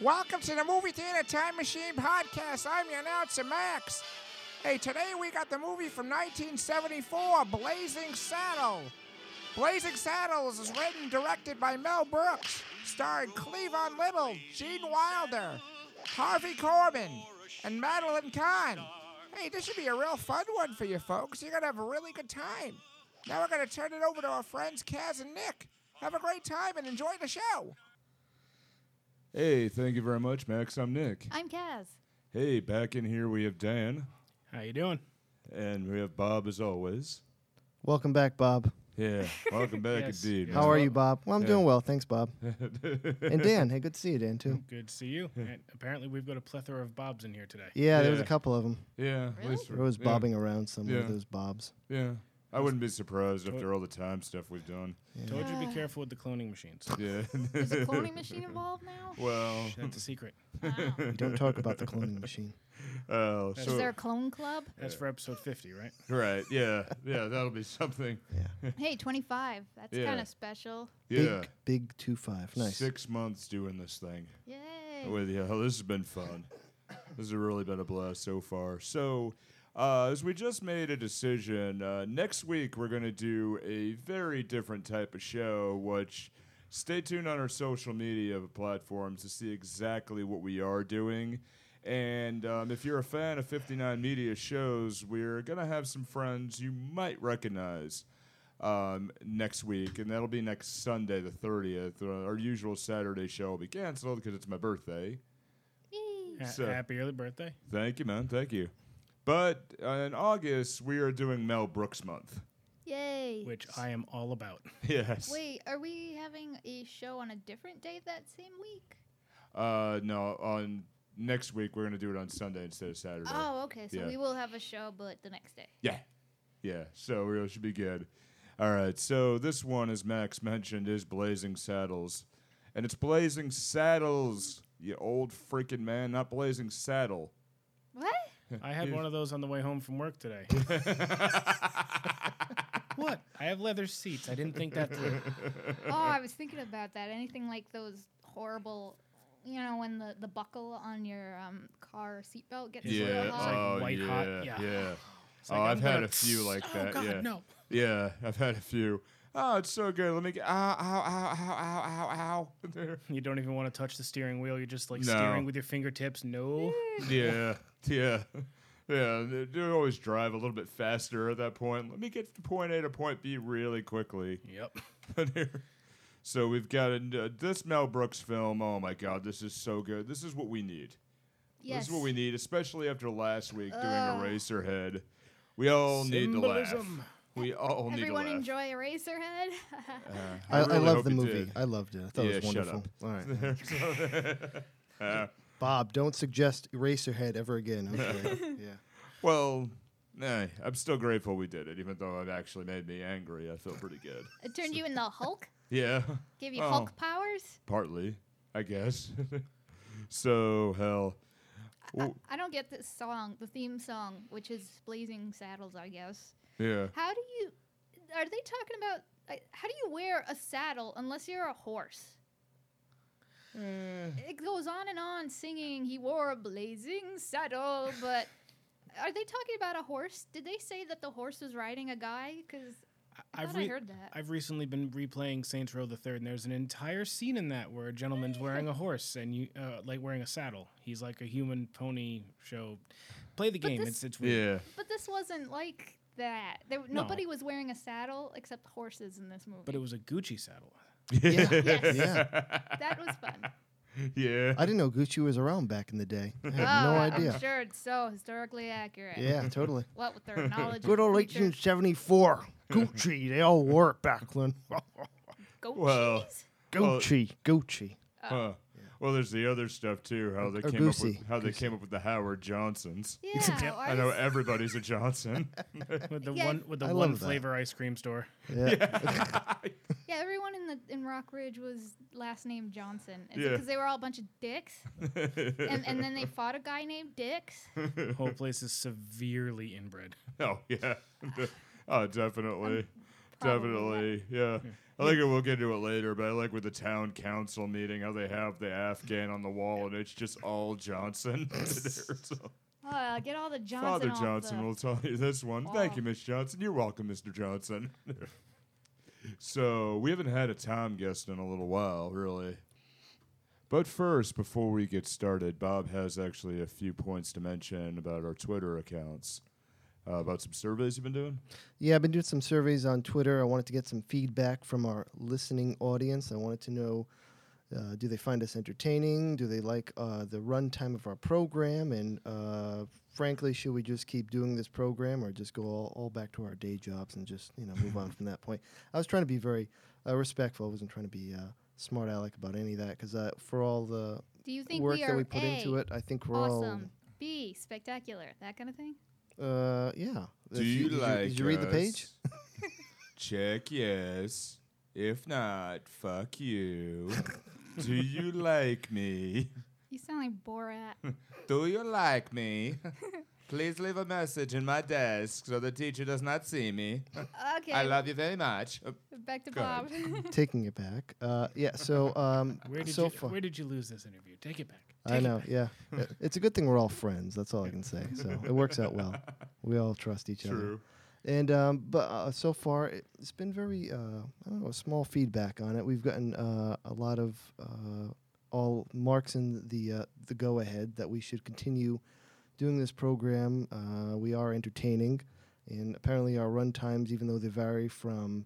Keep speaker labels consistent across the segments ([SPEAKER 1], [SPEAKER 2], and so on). [SPEAKER 1] Welcome to the Movie Theater Time Machine Podcast. I'm your announcer, Max. Hey, today we got the movie from 1974, Blazing Saddle. Blazing Saddles is written and directed by Mel Brooks, starring Cleavon Little, Gene Wilder, Harvey Corbin, and Madeline Kahn. Hey, this should be a real fun one for you folks. You're going to have a really good time. Now we're going to turn it over to our friends Kaz and Nick. Have a great time and enjoy the show.
[SPEAKER 2] Hey, thank you very much, Max. I'm Nick.
[SPEAKER 3] I'm Kaz.
[SPEAKER 2] Hey, back in here we have Dan,
[SPEAKER 4] How you doing?
[SPEAKER 2] and we have Bob as always.
[SPEAKER 5] Welcome back, Bob.
[SPEAKER 2] Yeah, welcome back
[SPEAKER 4] Yes,
[SPEAKER 2] indeed.
[SPEAKER 4] yes.
[SPEAKER 5] How are you, Bob? Well, I'm
[SPEAKER 2] Yeah.
[SPEAKER 5] doing well, thanks, Bob. and Dan, hey, good to see you, Dan too.
[SPEAKER 4] Good to see you. And apparently, we've got a plethora of Bobs in here today.
[SPEAKER 5] Yeah, there was a
[SPEAKER 2] Yeah.
[SPEAKER 5] couple of them.
[SPEAKER 2] Yeah, at
[SPEAKER 3] Really?
[SPEAKER 2] least
[SPEAKER 5] There
[SPEAKER 2] we're-
[SPEAKER 5] was
[SPEAKER 2] yeah,
[SPEAKER 5] bobbing around somewhere.
[SPEAKER 2] Yeah.
[SPEAKER 5] Those bobs.
[SPEAKER 2] Yeah, I wouldn't be surprised after all the time stuff we've done.
[SPEAKER 4] Told you to
[SPEAKER 3] Ah.
[SPEAKER 4] be careful with the cloning machines.
[SPEAKER 2] Yeah.
[SPEAKER 3] Is a cloning machine involved now?
[SPEAKER 2] well,
[SPEAKER 4] That's a secret.
[SPEAKER 3] Wow.
[SPEAKER 5] We don't talk about the cloning machine.
[SPEAKER 2] oh,
[SPEAKER 3] Is there a
[SPEAKER 2] so
[SPEAKER 3] clone club?
[SPEAKER 4] That's for episode 50, right?
[SPEAKER 2] right. Yeah, yeah, that'll be something.
[SPEAKER 5] Yeah.
[SPEAKER 3] Hey, 25. That's
[SPEAKER 2] Yeah.
[SPEAKER 3] kind of special.
[SPEAKER 2] Yeah,
[SPEAKER 5] Big, big two five. Nice.
[SPEAKER 2] six months doing this thing.
[SPEAKER 3] Yay.
[SPEAKER 2] with you. This has been fun. This has really been a blast so far. So, uh, as we just made a decision, uh, next week we're going to do a very different type of show, which stay tuned on our social media platforms to see exactly what we are doing. And um, if you're a fan of 59 Media shows, we're going to have some friends you might recognize um, next week, and that'll be next Sunday, the 30th. Uh, our usual Saturday show will be canceled because it's my birthday.
[SPEAKER 3] Yee.
[SPEAKER 4] Ha-
[SPEAKER 2] So-
[SPEAKER 4] Happy early birthday.
[SPEAKER 2] Thank you, man. Thank you. But uh, in August, we are doing Mel Brooks Month.
[SPEAKER 3] Yay.
[SPEAKER 4] Which I am all about.
[SPEAKER 2] Yes.
[SPEAKER 3] Wait, are we having a show on a different day that same week?
[SPEAKER 2] Uh, no, on next week, we're going to do it on Sunday instead of Saturday.
[SPEAKER 3] Oh, okay. So
[SPEAKER 2] Yeah.
[SPEAKER 3] we will have a show, but the next day.
[SPEAKER 2] Yeah. Yeah. So it should be good. All right. So this one, as Max mentioned, is Blazing Saddles. And it's Blazing Saddles, you old freaking man. Not Blazing Saddle.
[SPEAKER 3] What?
[SPEAKER 4] I had one of those on the way home from work today. what? I have leather seats. I didn't think that through.
[SPEAKER 3] oh, I was thinking about that. Anything like those horrible, you know, when the, the buckle on your um, car seatbelt gets
[SPEAKER 4] Yeah,
[SPEAKER 3] real
[SPEAKER 4] it's
[SPEAKER 3] hot.
[SPEAKER 4] like white
[SPEAKER 2] yeah,
[SPEAKER 4] hot. Yeah.
[SPEAKER 2] yeah.
[SPEAKER 4] It's
[SPEAKER 2] Oh,
[SPEAKER 4] like,
[SPEAKER 2] I've
[SPEAKER 4] I'm
[SPEAKER 2] had
[SPEAKER 4] gonna
[SPEAKER 2] a few like
[SPEAKER 4] oh,
[SPEAKER 2] that.
[SPEAKER 4] God,
[SPEAKER 2] yeah.
[SPEAKER 4] no.
[SPEAKER 2] Yeah, I've had a few. Oh, it's so good. Let me get. Ow, ow, ow, ow, ow, ow, ow.
[SPEAKER 4] You don't even want to touch the steering wheel. You're just like
[SPEAKER 2] No.
[SPEAKER 4] steering with your fingertips. No.
[SPEAKER 3] Eh.
[SPEAKER 2] yeah, yeah. Yeah, they they always drive a little bit faster at that point. Let me get to point A to point B really quickly.
[SPEAKER 4] yep.
[SPEAKER 2] so we've got a, this Mel Brooks film. Oh my God, this is so good. This is what we need. This
[SPEAKER 3] Yes.
[SPEAKER 2] is what we need, especially after last week doing
[SPEAKER 3] Ugh.
[SPEAKER 2] Eraserhead. We all need to laugh.
[SPEAKER 4] Symbolism.
[SPEAKER 2] We all need
[SPEAKER 3] Everyone
[SPEAKER 2] to laugh.
[SPEAKER 3] enjoy Eraserhead.
[SPEAKER 5] I, I,
[SPEAKER 2] really hope
[SPEAKER 5] love the
[SPEAKER 2] you
[SPEAKER 5] movie.
[SPEAKER 2] did.
[SPEAKER 5] I loved it. I thought
[SPEAKER 2] Yeah,
[SPEAKER 5] it was
[SPEAKER 2] shut
[SPEAKER 5] wonderful.
[SPEAKER 2] up.
[SPEAKER 5] All right. Bob, don't suggest Eraserhead ever again. Okay. yeah.
[SPEAKER 2] Well, eh, I'm still grateful we did it, even though it actually made me angry. I feel pretty good.
[SPEAKER 3] it turned you into Hulk?
[SPEAKER 2] Yeah,
[SPEAKER 3] Give you
[SPEAKER 2] Oh.
[SPEAKER 3] Hulk powers?
[SPEAKER 2] partly, I guess. so hell, Well,
[SPEAKER 3] I don't get this song, the theme song, which is Blazing Saddles, I guess.
[SPEAKER 2] yeah.
[SPEAKER 3] How do you. Are they talking about. like, How do you wear a saddle unless you're a horse? It goes on and on singing, he wore a blazing saddle, but. Are they talking about a horse? Did they say that the horse was riding a guy? Because I
[SPEAKER 4] I've
[SPEAKER 3] thought I
[SPEAKER 4] re-
[SPEAKER 3] heard that.
[SPEAKER 4] I've recently been replaying Saints Row the Third, and there's an entire scene in that where a gentleman's wearing a horse and you uh, like wearing a saddle. He's like a human pony show. Play the
[SPEAKER 3] But
[SPEAKER 4] game.
[SPEAKER 3] this-
[SPEAKER 4] It's it's weird.
[SPEAKER 2] yeah,
[SPEAKER 3] But this wasn't like that. There,
[SPEAKER 4] No.
[SPEAKER 3] Nobody was wearing a saddle except horses in this movie.
[SPEAKER 4] But it was a Gucci saddle.
[SPEAKER 3] Yes.
[SPEAKER 5] yeah.
[SPEAKER 3] that was fun.
[SPEAKER 2] yeah.
[SPEAKER 5] I didn't know Gucci was around back in the day. I had
[SPEAKER 3] Oh,
[SPEAKER 5] no
[SPEAKER 3] I'm
[SPEAKER 5] idea.
[SPEAKER 3] sure it's so historically accurate.
[SPEAKER 5] Yeah, totally.
[SPEAKER 3] What with their knowledge.
[SPEAKER 5] Good
[SPEAKER 3] of
[SPEAKER 5] old
[SPEAKER 3] creatures,
[SPEAKER 5] 1874. Gucci. They all wore it back then.
[SPEAKER 3] goat
[SPEAKER 2] Well,
[SPEAKER 3] cheese?
[SPEAKER 2] Well-
[SPEAKER 5] Gucci. Gucci.
[SPEAKER 2] Huh. Well, there's the other stuff too. How they
[SPEAKER 5] or
[SPEAKER 2] came up
[SPEAKER 5] Goosey.
[SPEAKER 2] with how they came up with the Howard Johnsons.
[SPEAKER 3] Yeah.
[SPEAKER 4] Yep.
[SPEAKER 3] or
[SPEAKER 2] I know
[SPEAKER 6] e-
[SPEAKER 3] is-
[SPEAKER 2] everybody's a Johnson.
[SPEAKER 4] With the
[SPEAKER 3] Yeah.
[SPEAKER 4] one with the
[SPEAKER 5] I love
[SPEAKER 4] one
[SPEAKER 5] that.
[SPEAKER 4] flavor ice cream store.
[SPEAKER 5] Yeah.
[SPEAKER 3] Yeah, everyone in the in Rock Ridge was last name Johnson. Is
[SPEAKER 2] Yeah.
[SPEAKER 3] Because they were all a bunch of dicks. and, and then they fought a guy named Dix.
[SPEAKER 4] The whole place is severely inbred.
[SPEAKER 2] oh yeah. oh, definitely.
[SPEAKER 3] Um, probably not.
[SPEAKER 6] Definitely, yeah. I think we'll get into it later, but I like with the town council meeting how they have the Afghan on the wall and it's just all Johnson. There's a-
[SPEAKER 3] Uh, get all the Johnson.
[SPEAKER 6] Father
[SPEAKER 3] off
[SPEAKER 6] Johnson
[SPEAKER 3] the-
[SPEAKER 6] will tell you this one. Thank
[SPEAKER 3] Oh.
[SPEAKER 6] you, Miss Johnson. You're welcome, Mr. Johnson. so we haven't had a Tom guest in a little while, really. But first, before we get started, Bob has actually a few points to mention about our Twitter accounts, uh, about some surveys you've been doing.
[SPEAKER 5] Yeah, I've been doing some surveys on Twitter. I wanted to get some feedback from our listening audience. I wanted to know uh, do they find us entertaining? Do they like uh, the runtime of our program? And uh, frankly, should we just keep doing this program or just go all, all back to our day jobs and just you know move on from that point? I was trying to be very uh, respectful. I wasn't trying to be uh, smart aleck about any of that because uh, for all the
[SPEAKER 3] Do you think
[SPEAKER 5] work
[SPEAKER 3] we are
[SPEAKER 5] that we put
[SPEAKER 3] A,
[SPEAKER 5] into it, I think we're
[SPEAKER 3] awesome? B, spectacular, that kind of thing.
[SPEAKER 5] all uh, yeah. If did Did you read the page?
[SPEAKER 6] Check yes. If not, fuck you. Do you like me?
[SPEAKER 3] You sound like Borat.
[SPEAKER 6] Do you like me? Please leave a message in my desk so the teacher does not see me.
[SPEAKER 3] okay,
[SPEAKER 6] I love you very much. Uh,
[SPEAKER 3] back to
[SPEAKER 6] Go ahead.
[SPEAKER 3] Bob.
[SPEAKER 5] taking it back. Uh, yeah. So um,
[SPEAKER 4] Where did
[SPEAKER 5] so
[SPEAKER 4] you
[SPEAKER 5] far,
[SPEAKER 4] Where did you lose this interview? Take it back.
[SPEAKER 5] I know. Yeah, Uh, it's a good thing we're all friends. That's all I can say. So it works out well. We all trust each other.
[SPEAKER 6] True.
[SPEAKER 5] And um, but uh, so far it, it's been very uh, I don't know small feedback on it. We've gotten uh, a lot of uh, all marks in the uh, the go ahead that we should continue doing this program. Uh, we are entertaining, and apparently our run times, even though they vary from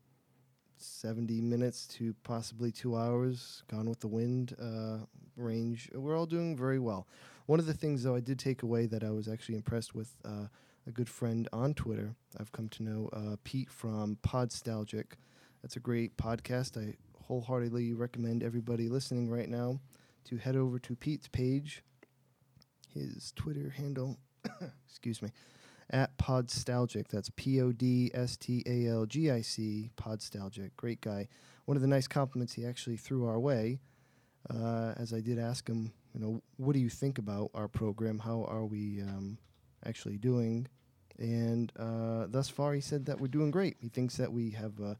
[SPEAKER 5] 70 minutes to possibly two hours, gone with the wind uh, range. We're all doing very well. One of the things, though, I did take away that I was actually impressed with uh, a good friend on Twitter. I've come to know uh, Pete from Podstalgic. That's a great podcast. I wholeheartedly recommend everybody listening right now to head over to Pete's page. His Twitter handle, excuse me, at Podstalgic. That's P O D S T A L G I C, Podstalgic. Great guy. One of the nice compliments he actually threw our way, uh, as I did ask him, you know, what do you think about our program? How are we um, actually doing? And uh, thus far, he said that we're doing great. He thinks that we have uh,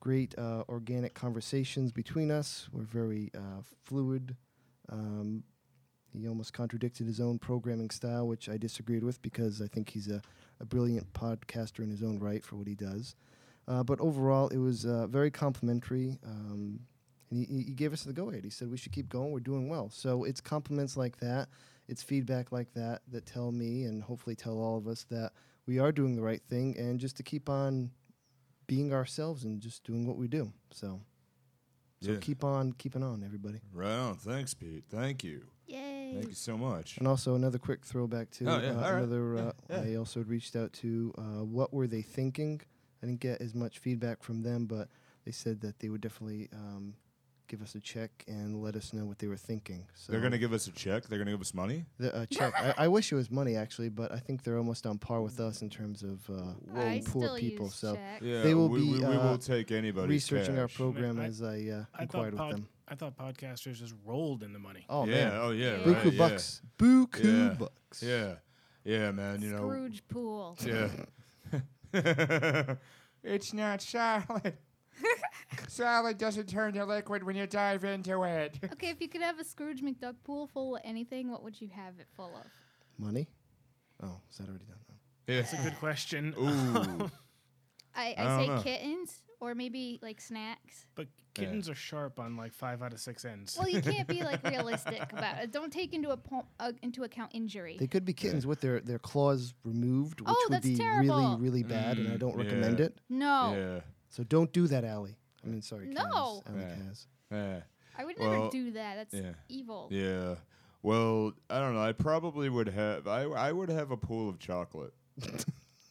[SPEAKER 5] great uh, organic conversations between us. We're very uh, fluid. Um, he almost contradicted his own programming style, which I disagreed with because I think he's a, a brilliant podcaster in his own right for what he does. Uh, but overall, it was uh, very complimentary. Um, and he- he, he gave us the go ahead. He said, We should keep going. We're doing well. So it's compliments like that, it's feedback like that that tell me and hopefully tell all of us that we are doing the right thing and just to keep on being ourselves and just doing what we do. So. So
[SPEAKER 6] Yeah.
[SPEAKER 5] keep on keeping on, everybody.
[SPEAKER 6] Right on. Thanks, Pete. Thank you.
[SPEAKER 3] Yay!
[SPEAKER 6] Thank you so much.
[SPEAKER 5] And also another quick throwback to
[SPEAKER 6] Oh, yeah,
[SPEAKER 5] uh,
[SPEAKER 6] all right.
[SPEAKER 5] another.
[SPEAKER 6] Yeah,
[SPEAKER 5] Uh,
[SPEAKER 6] yeah.
[SPEAKER 5] I also had reached out to uh, what were they thinking. I didn't get as much feedback from them, but they said that they would definitely um, give us a check and let us know what they were thinking. So
[SPEAKER 6] They're going to give us a check. They're going to give us money.
[SPEAKER 5] the, a check. I, I wish it was money actually, but I think they're almost on par with us in terms of uh,
[SPEAKER 3] I
[SPEAKER 5] poor
[SPEAKER 3] still
[SPEAKER 5] people.
[SPEAKER 3] use
[SPEAKER 5] so
[SPEAKER 3] check.
[SPEAKER 6] Yeah,
[SPEAKER 5] They will
[SPEAKER 6] we,
[SPEAKER 5] be,
[SPEAKER 6] we, we
[SPEAKER 5] uh,
[SPEAKER 6] will take anybody's
[SPEAKER 5] researching our
[SPEAKER 6] cash.
[SPEAKER 5] program
[SPEAKER 4] I-
[SPEAKER 5] as I uh,
[SPEAKER 4] I thought
[SPEAKER 5] inquired with
[SPEAKER 4] pod,
[SPEAKER 5] them.
[SPEAKER 4] I thought podcasters just rolled in the money.
[SPEAKER 5] Oh
[SPEAKER 6] yeah.
[SPEAKER 5] man,
[SPEAKER 6] Oh yeah.
[SPEAKER 3] Buku
[SPEAKER 6] Right,
[SPEAKER 5] buku
[SPEAKER 6] yeah.
[SPEAKER 5] bucks, buku
[SPEAKER 6] Yeah.
[SPEAKER 5] bucks.
[SPEAKER 6] Yeah. Yeah, man. You know,
[SPEAKER 3] Scrooge pool.
[SPEAKER 6] Yeah.
[SPEAKER 2] It's not solid. solid doesn't turn to liquid when you dive into it.
[SPEAKER 3] Okay, if you could have a Scrooge McDuck pool full of anything, what would you have it full of?
[SPEAKER 5] Money. Oh, is that already done?
[SPEAKER 6] yeah.
[SPEAKER 4] That's a
[SPEAKER 5] Oh.
[SPEAKER 4] good question.
[SPEAKER 6] Ooh.
[SPEAKER 3] I,
[SPEAKER 6] I
[SPEAKER 3] I,
[SPEAKER 6] don't
[SPEAKER 3] say
[SPEAKER 6] know.
[SPEAKER 3] kittens or maybe like snacks.
[SPEAKER 4] But kittens are sharp on like five out of six ends.
[SPEAKER 3] Well, you can't be like realistic about it. Don't take into a po- uh, into account injury.
[SPEAKER 5] They could be kittens with their, their claws removed, which
[SPEAKER 3] Oh,
[SPEAKER 5] would
[SPEAKER 3] that's
[SPEAKER 5] be really,
[SPEAKER 3] terrible.
[SPEAKER 5] really bad, and I
[SPEAKER 6] Mm,
[SPEAKER 5] don't recommend
[SPEAKER 6] yeah.
[SPEAKER 5] it.
[SPEAKER 3] no,
[SPEAKER 6] Yeah.
[SPEAKER 5] So don't do that, Allie. I mean, sorry,
[SPEAKER 3] No.
[SPEAKER 5] Kaz. Allie
[SPEAKER 6] Yeah.
[SPEAKER 5] Kaz.
[SPEAKER 6] Yeah.
[SPEAKER 3] I would
[SPEAKER 6] Well,
[SPEAKER 3] never do that. That's
[SPEAKER 6] yeah.
[SPEAKER 3] evil.
[SPEAKER 6] Yeah. Well, I don't know. I probably would have. I I would have a pool of chocolate.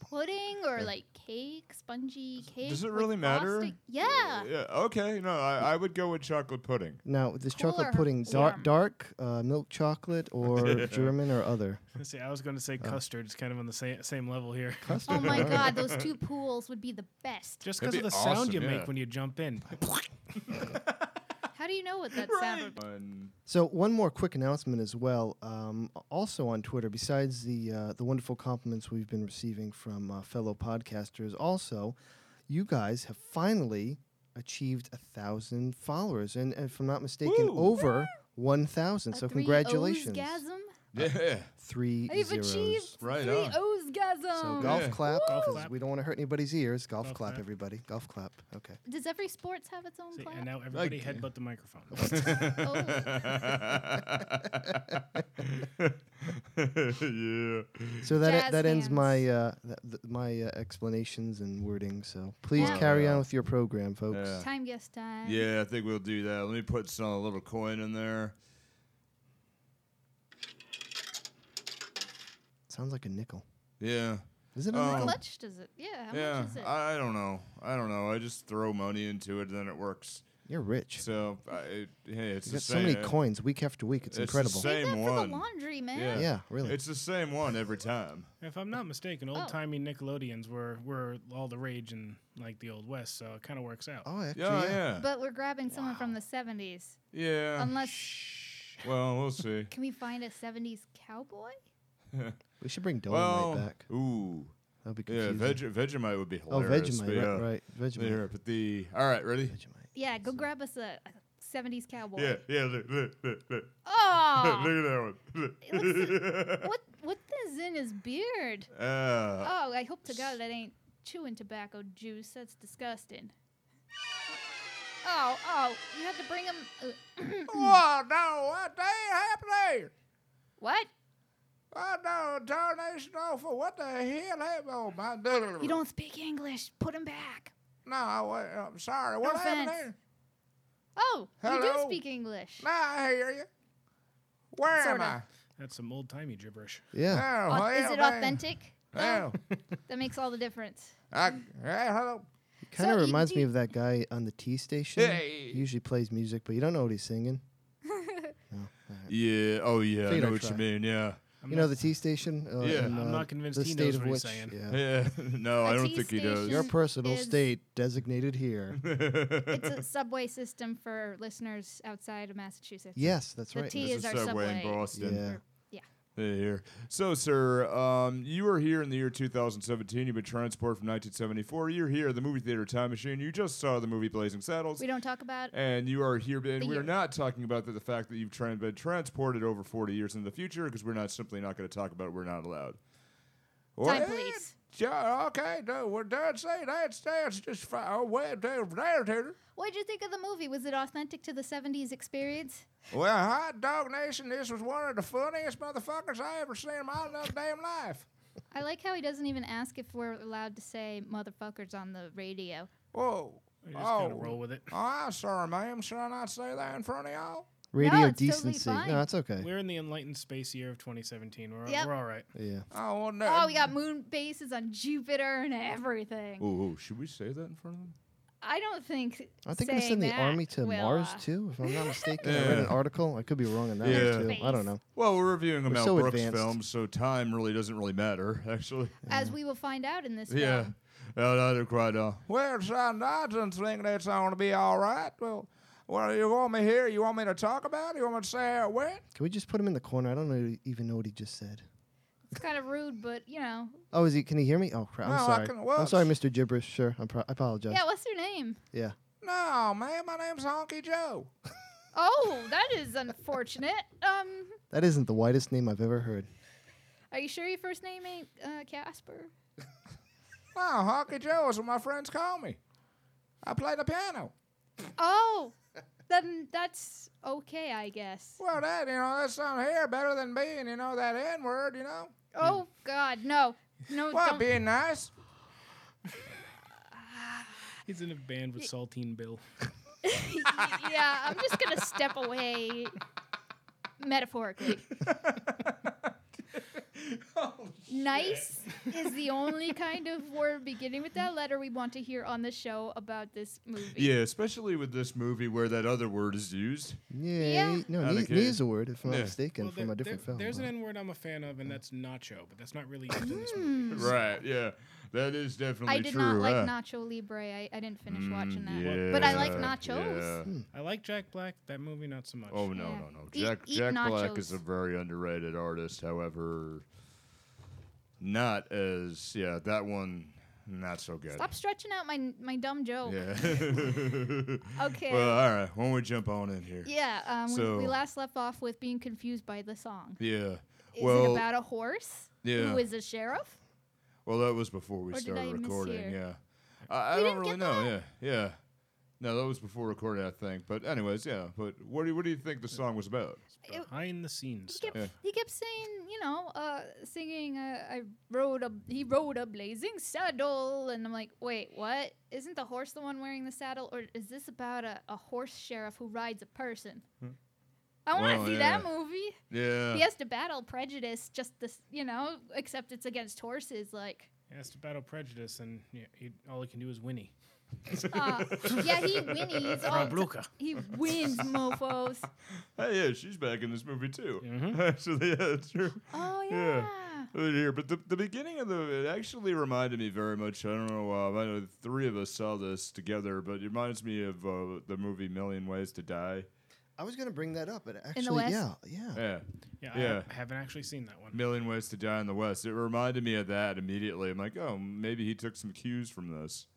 [SPEAKER 3] Pudding or like cake, spongy cake.
[SPEAKER 6] it
[SPEAKER 3] with
[SPEAKER 6] really matter?
[SPEAKER 3] frosting. Yeah.
[SPEAKER 6] Yeah. Okay. No, I, I would go with chocolate pudding.
[SPEAKER 5] Now, this chocolate
[SPEAKER 3] Cooler
[SPEAKER 5] pudding, dark,
[SPEAKER 3] warm.
[SPEAKER 5] dark uh, milk chocolate, or German or other.
[SPEAKER 4] Let's see, I was going to say custard. It's kind of on the same same level here.
[SPEAKER 3] Oh my God, those two pools would be the best.
[SPEAKER 4] Just because
[SPEAKER 6] That'd
[SPEAKER 4] of
[SPEAKER 6] be
[SPEAKER 4] the
[SPEAKER 6] awesome,
[SPEAKER 4] sound you
[SPEAKER 6] yeah.
[SPEAKER 4] make when you jump in.
[SPEAKER 3] How do you know what that sound would be?
[SPEAKER 6] And
[SPEAKER 5] So one more quick announcement as well. Um, also on Twitter, besides the uh, the wonderful compliments we've been receiving from uh, fellow podcasters, also you guys have finally achieved a thousand followers, and if I'm not mistaken,
[SPEAKER 6] Woo.
[SPEAKER 5] over one thousand. So congratulations,
[SPEAKER 3] O's-gasm.
[SPEAKER 6] Yeah.
[SPEAKER 5] three
[SPEAKER 3] I've
[SPEAKER 5] zeros.
[SPEAKER 3] achieved
[SPEAKER 6] Right
[SPEAKER 3] three
[SPEAKER 6] on.
[SPEAKER 3] O's-gasm.
[SPEAKER 5] So golf
[SPEAKER 6] Yeah.
[SPEAKER 5] clap,
[SPEAKER 4] Golf
[SPEAKER 5] because
[SPEAKER 4] clap.
[SPEAKER 5] we don't want to hurt anybody's ears. Golf,
[SPEAKER 4] Golf
[SPEAKER 5] clap,
[SPEAKER 4] clap.
[SPEAKER 5] everybody. Golf clap. Okay.
[SPEAKER 3] Does every sports have its own
[SPEAKER 4] See,
[SPEAKER 3] clap?
[SPEAKER 4] and now everybody
[SPEAKER 6] Okay.
[SPEAKER 4] headbutt the microphone.
[SPEAKER 6] yeah.
[SPEAKER 5] So that
[SPEAKER 3] Jazz
[SPEAKER 5] that ends
[SPEAKER 3] hands.
[SPEAKER 5] my uh, th- th- my uh, explanations and wording. So please
[SPEAKER 3] Yeah.
[SPEAKER 5] carry on with your program, folks.
[SPEAKER 6] Yeah.
[SPEAKER 3] Time guess time.
[SPEAKER 6] Yeah, I think we'll do that. Let me put some a little coin in there.
[SPEAKER 5] Sounds like a nickel.
[SPEAKER 6] Yeah.
[SPEAKER 5] Is it a
[SPEAKER 6] Oh.
[SPEAKER 3] How
[SPEAKER 5] nickel?
[SPEAKER 3] much does it? Yeah. How
[SPEAKER 6] yeah.
[SPEAKER 3] much is it?
[SPEAKER 6] I, I don't know. I don't know. I just throw money into it and then it works.
[SPEAKER 5] You're rich.
[SPEAKER 6] So, I, it, hey, it's
[SPEAKER 5] You
[SPEAKER 6] the
[SPEAKER 5] got so
[SPEAKER 6] same.
[SPEAKER 5] many coins week after week. It's,
[SPEAKER 6] the
[SPEAKER 5] incredible.
[SPEAKER 3] Save
[SPEAKER 6] same-
[SPEAKER 3] that for
[SPEAKER 6] one.
[SPEAKER 3] the laundry, man.
[SPEAKER 6] Yeah.
[SPEAKER 5] Yeah, really.
[SPEAKER 6] It's the same one every time.
[SPEAKER 4] if I'm not mistaken,
[SPEAKER 6] Oh.
[SPEAKER 4] old timey Nickelodeons were were all the rage in like the old west, so it kind of works out.
[SPEAKER 5] oh, actually,
[SPEAKER 6] Yeah, yeah.
[SPEAKER 3] But we're grabbing someone from the 70s.
[SPEAKER 6] yeah.
[SPEAKER 3] Unless,
[SPEAKER 6] well, we'll see.
[SPEAKER 3] can we find a 70s cowboy?
[SPEAKER 5] We should bring Dolomite
[SPEAKER 6] well,
[SPEAKER 5] back.
[SPEAKER 6] ooh.
[SPEAKER 5] That'll be
[SPEAKER 6] Yeah,
[SPEAKER 5] confusing.
[SPEAKER 6] Veg- Vegemite would be
[SPEAKER 5] oh,
[SPEAKER 6] hilarious.
[SPEAKER 5] Vegemite,
[SPEAKER 6] but yeah.
[SPEAKER 5] right, right. Vegemite.
[SPEAKER 6] There, but the all right, ready?
[SPEAKER 5] Vegemite.
[SPEAKER 3] Yeah, go grab us a, a 70s cowboy.
[SPEAKER 6] Yeah, yeah. Look, look, look, look, look,
[SPEAKER 3] Oh,
[SPEAKER 6] look at that one. Look.
[SPEAKER 3] what what is in his beard?
[SPEAKER 6] Uh,
[SPEAKER 3] Oh, I hope to God that ain't chewing tobacco juice. That's disgusting. Oh, oh, you have to bring him. Uh,
[SPEAKER 2] Whoa, Oh, no, what the hell happening?
[SPEAKER 3] what?
[SPEAKER 2] Oh, no, donation offer. What the hell happened? Oh, my.
[SPEAKER 3] You don't speak English. Put him back.
[SPEAKER 2] No, I, am sorry. What happened
[SPEAKER 3] offense.
[SPEAKER 2] there?
[SPEAKER 3] Oh, you do
[SPEAKER 2] Hello?
[SPEAKER 3] speak English.
[SPEAKER 2] No, I hear you. Where
[SPEAKER 3] Sorta.
[SPEAKER 2] am
[SPEAKER 4] That's some old timey gibberish.
[SPEAKER 2] I?
[SPEAKER 5] Yeah.
[SPEAKER 2] Oh,
[SPEAKER 3] Au- is
[SPEAKER 2] hell,
[SPEAKER 3] it
[SPEAKER 2] man.
[SPEAKER 3] authentic?
[SPEAKER 2] Oh,
[SPEAKER 3] That makes all the difference.
[SPEAKER 2] I, yeah, hello.
[SPEAKER 5] Kind of
[SPEAKER 3] So you
[SPEAKER 5] reminds me
[SPEAKER 3] do-
[SPEAKER 5] of that guy on the T station.
[SPEAKER 2] Hey.
[SPEAKER 5] He usually plays music, but you don't know what he's singing.
[SPEAKER 6] yeah. Oh, yeah. I
[SPEAKER 5] Figured
[SPEAKER 6] know
[SPEAKER 5] I'd
[SPEAKER 6] what
[SPEAKER 5] try.
[SPEAKER 6] you mean. Yeah.
[SPEAKER 4] I'm
[SPEAKER 5] you
[SPEAKER 4] not-
[SPEAKER 5] know the T station? Uh,
[SPEAKER 6] Yeah.
[SPEAKER 5] in,
[SPEAKER 4] I'm
[SPEAKER 5] uh,
[SPEAKER 4] not convinced
[SPEAKER 5] the
[SPEAKER 4] he
[SPEAKER 5] state
[SPEAKER 4] knows
[SPEAKER 5] of
[SPEAKER 4] what
[SPEAKER 5] which,
[SPEAKER 4] he's saying.
[SPEAKER 5] Yeah.
[SPEAKER 6] Yeah. no,
[SPEAKER 3] A
[SPEAKER 6] I don't
[SPEAKER 3] tea
[SPEAKER 6] think he does.
[SPEAKER 5] Your
[SPEAKER 3] station.
[SPEAKER 5] personal
[SPEAKER 3] Is-
[SPEAKER 5] state designated here.
[SPEAKER 3] It's a subway system for listeners outside of Massachusetts.
[SPEAKER 5] yes, that's
[SPEAKER 3] The
[SPEAKER 5] right.
[SPEAKER 3] T
[SPEAKER 6] There's
[SPEAKER 3] is
[SPEAKER 6] a
[SPEAKER 3] our
[SPEAKER 6] subway in
[SPEAKER 3] subway.
[SPEAKER 6] Boston.
[SPEAKER 5] Yeah.
[SPEAKER 6] Hey, Here. So, sir, um, you were here in the year 2017. You've been transported from 1974. You're here at the movie theater time machine. You just saw the movie Blazing Saddles.
[SPEAKER 3] We don't talk about
[SPEAKER 6] and you are here, and
[SPEAKER 3] The
[SPEAKER 6] we're
[SPEAKER 3] year.
[SPEAKER 6] not talking about the, the fact that you've tra- been transported over 40 years in the future because we're not simply not going to talk about it. We're not allowed.
[SPEAKER 3] time,
[SPEAKER 2] What?
[SPEAKER 3] please.
[SPEAKER 2] Yeah, okay, no, we're done saying that. Stands just fine. Oh, well, damn, narrator.
[SPEAKER 3] What did you think of the movie? Was it authentic to the 70s experience?
[SPEAKER 2] Well, Hot Dog Nation, this was one of the funniest motherfuckers I ever seen in my little damn life.
[SPEAKER 3] I like how he doesn't even ask if we're allowed to say motherfuckers on the radio.
[SPEAKER 2] Whoa.
[SPEAKER 4] You just
[SPEAKER 2] Oh,
[SPEAKER 4] gotta roll with it.
[SPEAKER 2] I'm sorry, ma'am. Should I not say that in front of y'all?
[SPEAKER 5] Radio
[SPEAKER 3] it's totally
[SPEAKER 5] decency.
[SPEAKER 3] fine.
[SPEAKER 5] no, it's okay.
[SPEAKER 4] We're in the enlightened space year of 2017. We're,
[SPEAKER 3] Yep.
[SPEAKER 4] we're all right.
[SPEAKER 5] yeah.
[SPEAKER 2] Oh, well, no.
[SPEAKER 3] Oh, we got moon bases on Jupiter and everything.
[SPEAKER 6] Ooh, ooh, should we say that in front of them?
[SPEAKER 3] I don't think.
[SPEAKER 5] I think I'm gonna
[SPEAKER 3] saying
[SPEAKER 5] send the
[SPEAKER 3] that
[SPEAKER 5] army to
[SPEAKER 3] will,
[SPEAKER 5] Mars
[SPEAKER 3] uh,
[SPEAKER 5] too, if I'm not mistaken. I read an
[SPEAKER 6] Yeah.
[SPEAKER 5] article. I could be wrong on that
[SPEAKER 6] Yeah.
[SPEAKER 5] one too. I don't know.
[SPEAKER 6] Well, we're reviewing a
[SPEAKER 5] We're
[SPEAKER 6] Mel
[SPEAKER 5] so
[SPEAKER 6] Brooks
[SPEAKER 5] advanced.
[SPEAKER 6] film, so time really doesn't really matter, actually.
[SPEAKER 3] As we will find out in this
[SPEAKER 6] Yeah.
[SPEAKER 3] film.
[SPEAKER 6] No, no, they're quite uh,
[SPEAKER 2] Well, son, I didn't think that's going to be all right. Well, well, you want me here? You want me to talk about it? You want me to say how it went?
[SPEAKER 5] Can we just put him in the corner? I don't know, even know what he just said.
[SPEAKER 3] It's kind of rude, but you know.
[SPEAKER 5] Oh, is he? Can he hear me? Oh crap! I'm
[SPEAKER 2] No, I
[SPEAKER 5] sorry.
[SPEAKER 2] can-
[SPEAKER 5] I'm sorry,
[SPEAKER 2] whoops.
[SPEAKER 5] Mr. Gibberish. Sure, I'm pro- I apologize.
[SPEAKER 3] Yeah, what's your name?
[SPEAKER 5] Yeah.
[SPEAKER 2] No, man, my name's Honky Joe.
[SPEAKER 3] Oh, that is unfortunate. Um,
[SPEAKER 5] that isn't the whitest name I've ever heard.
[SPEAKER 3] are you sure your first name ain't uh, Casper?
[SPEAKER 2] No, Honky Joe is what my friends call me. I play the piano.
[SPEAKER 3] Oh, then that's okay, I guess.
[SPEAKER 2] Well, that, you know, that's something here better than being, you know, that N word, you know?
[SPEAKER 3] Oh God, no, no,
[SPEAKER 2] Well,
[SPEAKER 3] don't.
[SPEAKER 2] being nice.
[SPEAKER 4] He's in a band with Saltine Bill.
[SPEAKER 3] yeah, I'm just gonna step away, metaphorically.
[SPEAKER 6] Oh,
[SPEAKER 3] nice is the only kind of word beginning with that letter we want to hear on the show about this movie.
[SPEAKER 6] Yeah, especially with this movie where that other word is used.
[SPEAKER 5] Yay.
[SPEAKER 3] Yeah.
[SPEAKER 5] No,
[SPEAKER 6] Not
[SPEAKER 5] knee,
[SPEAKER 6] okay.
[SPEAKER 5] knee is a word, if I'm not
[SPEAKER 6] Yeah.
[SPEAKER 5] mistaken,
[SPEAKER 4] Well,
[SPEAKER 5] from
[SPEAKER 4] there-
[SPEAKER 5] a different
[SPEAKER 4] there-
[SPEAKER 5] film.
[SPEAKER 4] There's an
[SPEAKER 5] but-
[SPEAKER 4] N word I'm a fan of, and that's nacho, but that's not really used in this movie.
[SPEAKER 6] Right, yeah. That is definitely
[SPEAKER 3] Mm. I did
[SPEAKER 6] true.
[SPEAKER 3] not like
[SPEAKER 6] huh?
[SPEAKER 3] Nacho Libre. I, I didn't finish
[SPEAKER 6] Mm,
[SPEAKER 3] watching that, but I like nachos.
[SPEAKER 6] yeah.
[SPEAKER 4] I like Jack Black. That movie, not so much.
[SPEAKER 6] Oh no,
[SPEAKER 3] Yeah.
[SPEAKER 6] no, no!
[SPEAKER 3] Eat-
[SPEAKER 6] Jack
[SPEAKER 3] eat
[SPEAKER 6] Jack Black is
[SPEAKER 3] nachos.
[SPEAKER 6] a very underrated artist. However, not as yeah that one. Not so good.
[SPEAKER 3] Stop stretching out my my dumb joke.
[SPEAKER 6] Yeah.
[SPEAKER 3] Okay.
[SPEAKER 6] Well, all right. Why don't we jump on in here?
[SPEAKER 3] Yeah, um, we, we
[SPEAKER 6] So-
[SPEAKER 3] last left off with being confused by the song.
[SPEAKER 6] Yeah.
[SPEAKER 3] Is
[SPEAKER 6] well,
[SPEAKER 3] it about a horse
[SPEAKER 6] yeah.
[SPEAKER 3] who is a sheriff?
[SPEAKER 6] well, that was before we
[SPEAKER 3] Or did I
[SPEAKER 6] started
[SPEAKER 3] mishear?
[SPEAKER 6] recording. Yeah. I, I
[SPEAKER 3] We
[SPEAKER 6] don't
[SPEAKER 3] didn't
[SPEAKER 6] really
[SPEAKER 3] get
[SPEAKER 6] know. Yeah. Yeah. No, that was before recording, I think. But anyways, yeah. But what do you, what do you think the song was about?
[SPEAKER 3] It-
[SPEAKER 4] Behind the scenes
[SPEAKER 3] He
[SPEAKER 4] stuff.
[SPEAKER 3] kept, he kept saying, you know, uh, singing, uh, I rode a, he rode a blazing saddle. And I'm like, wait, what? Isn't the horse the one wearing the saddle? Or is this about a, a horse sheriff who rides a person? I want to
[SPEAKER 6] Hmm. Well,
[SPEAKER 3] see that
[SPEAKER 6] yeah.
[SPEAKER 3] movie.
[SPEAKER 6] Yeah.
[SPEAKER 3] He has to battle prejudice, just this, you know, except it's against horses. Like,
[SPEAKER 4] He has to battle prejudice, and yeah, he, all he can do is whinny.
[SPEAKER 3] uh, yeah, he whinnies. all the
[SPEAKER 4] Rabluka.
[SPEAKER 3] He wins, mofos.
[SPEAKER 6] Hey, yeah, she's back in this movie too.
[SPEAKER 4] Mhm.
[SPEAKER 6] Actually, yeah, it's true.
[SPEAKER 3] Oh yeah.
[SPEAKER 6] Yeah. Over Here, but the, the beginning of the it actually reminded me very much. I don't know why. I know the three of us saw this together, but it reminds me of uh, the movie Million Ways to Die.
[SPEAKER 5] I was gonna bring that up, but actually,
[SPEAKER 3] West?
[SPEAKER 5] yeah, yeah.
[SPEAKER 6] Yeah,
[SPEAKER 4] Yeah,
[SPEAKER 6] Yeah.
[SPEAKER 4] I, I haven't actually seen that one.
[SPEAKER 6] Million Ways to Die in the West. It reminded me of that immediately. I'm like, oh, maybe he took some cues from this.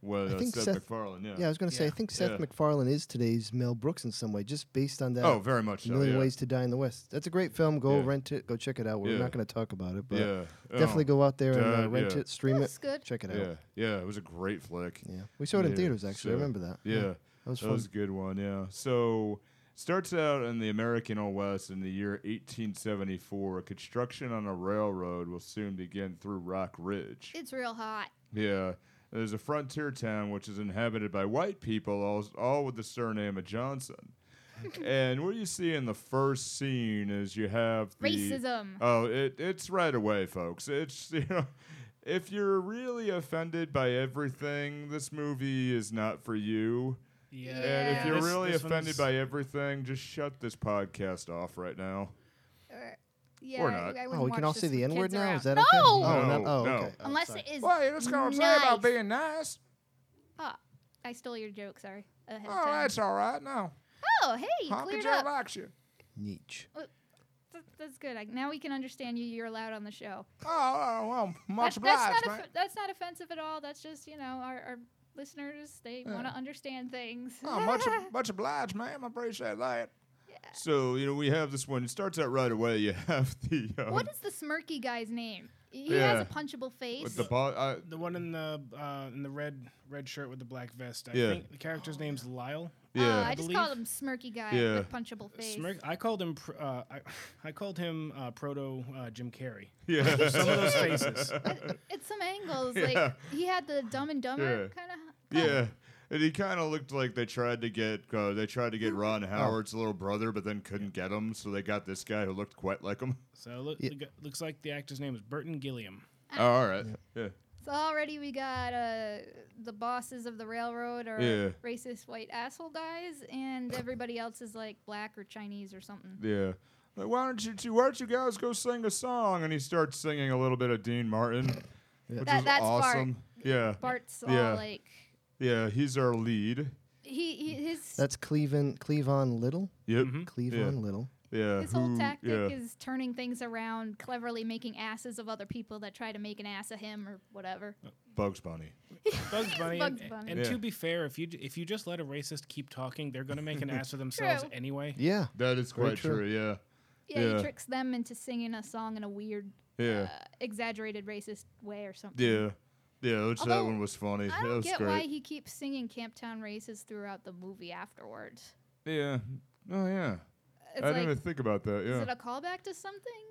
[SPEAKER 6] Well,
[SPEAKER 5] I
[SPEAKER 6] uh,
[SPEAKER 5] think
[SPEAKER 6] Seth,
[SPEAKER 5] Seth-
[SPEAKER 6] MacFarlane. Yeah.
[SPEAKER 5] Yeah, I was gonna say I
[SPEAKER 4] Yeah.
[SPEAKER 5] think Seth
[SPEAKER 6] Yeah.
[SPEAKER 5] McFarlane is today's Mel Brooks in some way, just based on that.
[SPEAKER 6] oh, very much. So,
[SPEAKER 5] Million
[SPEAKER 6] yeah.
[SPEAKER 5] Ways to Die in the West. That's a great film. Go
[SPEAKER 6] Yeah.
[SPEAKER 5] rent it. Go check it out. We're
[SPEAKER 6] Yeah.
[SPEAKER 5] not going to talk about it, but
[SPEAKER 6] yeah.
[SPEAKER 5] definitely
[SPEAKER 6] Oh,
[SPEAKER 5] go out there and uh,
[SPEAKER 6] Dad,
[SPEAKER 5] rent
[SPEAKER 6] yeah.
[SPEAKER 5] it, stream
[SPEAKER 3] That's
[SPEAKER 5] it,
[SPEAKER 3] good.
[SPEAKER 5] check it
[SPEAKER 6] Yeah.
[SPEAKER 5] out.
[SPEAKER 6] Yeah. It was a great flick.
[SPEAKER 5] Yeah, we saw it in
[SPEAKER 6] Yeah,
[SPEAKER 5] theaters actually. I
[SPEAKER 6] so-
[SPEAKER 5] remember that.
[SPEAKER 6] yeah.
[SPEAKER 5] that was
[SPEAKER 6] That
[SPEAKER 5] fun.
[SPEAKER 6] was a good one, yeah. So starts out in the American Old West in the year 1874. Construction on a railroad will soon begin through Rock Ridge.
[SPEAKER 3] It's real hot.
[SPEAKER 6] yeah. There's a frontier town which is inhabited by white people, all, all with the surname of Johnson. and what you see in the first scene is you have the,
[SPEAKER 3] Racism.
[SPEAKER 2] Uh,
[SPEAKER 6] Oh, it, it's right away, folks. It's you know, if you're really offended by everything, this movie is not for you.
[SPEAKER 4] Yeah.
[SPEAKER 6] And if
[SPEAKER 3] Yeah.
[SPEAKER 6] you're
[SPEAKER 4] This-
[SPEAKER 6] really
[SPEAKER 4] this one
[SPEAKER 6] offended
[SPEAKER 4] is-
[SPEAKER 6] by everything, just shut this podcast off right now.
[SPEAKER 3] Or- yeah.
[SPEAKER 6] or not.
[SPEAKER 3] I wouldn't
[SPEAKER 5] Oh, we
[SPEAKER 3] watch
[SPEAKER 5] can all
[SPEAKER 3] this
[SPEAKER 5] say the
[SPEAKER 3] with
[SPEAKER 5] N word
[SPEAKER 3] kids
[SPEAKER 5] now.
[SPEAKER 3] around.
[SPEAKER 5] Is that
[SPEAKER 3] no?
[SPEAKER 5] okay? Oh,
[SPEAKER 6] No,
[SPEAKER 5] oh,
[SPEAKER 6] no.
[SPEAKER 5] okay. Oh,
[SPEAKER 3] Unless
[SPEAKER 5] sorry.
[SPEAKER 3] it is.
[SPEAKER 2] Well, that's gonna say about
[SPEAKER 3] nice.
[SPEAKER 2] being nice.
[SPEAKER 3] Ah, I stole your joke. Sorry. Ahead of
[SPEAKER 2] Oh,
[SPEAKER 3] time.
[SPEAKER 2] that's all right. No,
[SPEAKER 3] oh, hey, you
[SPEAKER 2] Honky
[SPEAKER 3] cleared
[SPEAKER 2] Joe
[SPEAKER 3] up.
[SPEAKER 2] likes you.
[SPEAKER 5] Nietzsche.
[SPEAKER 3] Th- that's good. I, now we can understand you. You're allowed on the show.
[SPEAKER 2] Oh, Oh, well, much
[SPEAKER 3] That- that's,
[SPEAKER 2] obliged,
[SPEAKER 3] not
[SPEAKER 2] man.
[SPEAKER 3] offe- that's not offensive at all. That's just you know our, our listeners. They want to understand things.
[SPEAKER 2] Oh, much, ob- much obliged, ma'am. I appreciate that.
[SPEAKER 6] So you know we have this one. It starts out right away. You have the um,
[SPEAKER 3] what is the smirky guy's name? He
[SPEAKER 6] Yeah.
[SPEAKER 3] has a punchable face.
[SPEAKER 6] with the bo- I,
[SPEAKER 4] The one in the uh, in the red red shirt with the black vest. I
[SPEAKER 6] Yeah.
[SPEAKER 4] think the character's name's Lyle.
[SPEAKER 3] Uh,
[SPEAKER 6] yeah.
[SPEAKER 3] I just call
[SPEAKER 4] believe-
[SPEAKER 3] him Smirky Guy
[SPEAKER 6] Yeah.
[SPEAKER 3] with punchable face.
[SPEAKER 4] Smirk. I called him. Pr- uh, I, I called him uh, proto uh, Jim Carrey.
[SPEAKER 6] yeah.
[SPEAKER 4] Some of those faces.
[SPEAKER 3] At Uh, some angles,
[SPEAKER 6] Yeah.
[SPEAKER 3] like he had the Dumb and Dumber
[SPEAKER 6] Yeah.
[SPEAKER 3] kind of.
[SPEAKER 6] Yeah. And he kind of looked like they tried to get uh, they tried to get Ron Howard's little brother, but then couldn't get him, so they got this guy who looked quite like him.
[SPEAKER 4] So look,
[SPEAKER 5] Yeah.
[SPEAKER 4] look- looks like the actor's name is Burton Gilliam.
[SPEAKER 6] Oh, all right, yeah,
[SPEAKER 3] So already we got uh, the bosses of the railroad are
[SPEAKER 6] Yeah.
[SPEAKER 3] racist white asshole guys, and everybody else is like black or Chinese or something.
[SPEAKER 6] yeah. Like, why don't you two? Why don't you guys go sing a song? And he starts singing a little bit of Dean Martin, which
[SPEAKER 3] That-
[SPEAKER 6] is
[SPEAKER 3] that's Bart.
[SPEAKER 6] awesome. Yeah,
[SPEAKER 3] Bart's
[SPEAKER 6] Yeah.
[SPEAKER 3] all like
[SPEAKER 6] yeah. He's our lead.
[SPEAKER 3] he, he his
[SPEAKER 5] That's Cleavon Cleavon Little.
[SPEAKER 6] Yep.
[SPEAKER 5] Cleavon Little.
[SPEAKER 6] Hmm? Yeah.
[SPEAKER 3] his whole
[SPEAKER 6] who-
[SPEAKER 3] tactic
[SPEAKER 6] yeah.
[SPEAKER 3] is turning things around, cleverly making asses of other people that try to make an ass of him or whatever.
[SPEAKER 6] Bugs Bunny.
[SPEAKER 4] Bugs Bunny. and-
[SPEAKER 3] Bugs Bunny.
[SPEAKER 4] And,
[SPEAKER 6] Yeah.
[SPEAKER 4] to be fair, if you j- if you just let a racist keep talking, they're gonna make an ass of themselves
[SPEAKER 3] True.
[SPEAKER 4] anyway.
[SPEAKER 5] Yeah.
[SPEAKER 6] That is
[SPEAKER 5] Very
[SPEAKER 6] quite
[SPEAKER 5] true.
[SPEAKER 6] true. Yeah.
[SPEAKER 3] Uh, Yeah,
[SPEAKER 6] Yeah.
[SPEAKER 3] he tricks them into singing a song in a weird,
[SPEAKER 6] Yeah.
[SPEAKER 3] uh, exaggerated racist way or something.
[SPEAKER 6] yeah. Yeah. Which that
[SPEAKER 3] Although,
[SPEAKER 6] one was funny.
[SPEAKER 3] I
[SPEAKER 6] that
[SPEAKER 3] don't
[SPEAKER 6] was
[SPEAKER 3] get
[SPEAKER 6] great.
[SPEAKER 3] why he keeps singing Camptown races throughout the movie afterwards.
[SPEAKER 6] yeah. Oh yeah.
[SPEAKER 3] It's
[SPEAKER 6] I
[SPEAKER 3] like,
[SPEAKER 6] didn't even think about that.
[SPEAKER 3] is
[SPEAKER 6] Yeah.
[SPEAKER 3] it a callback to something?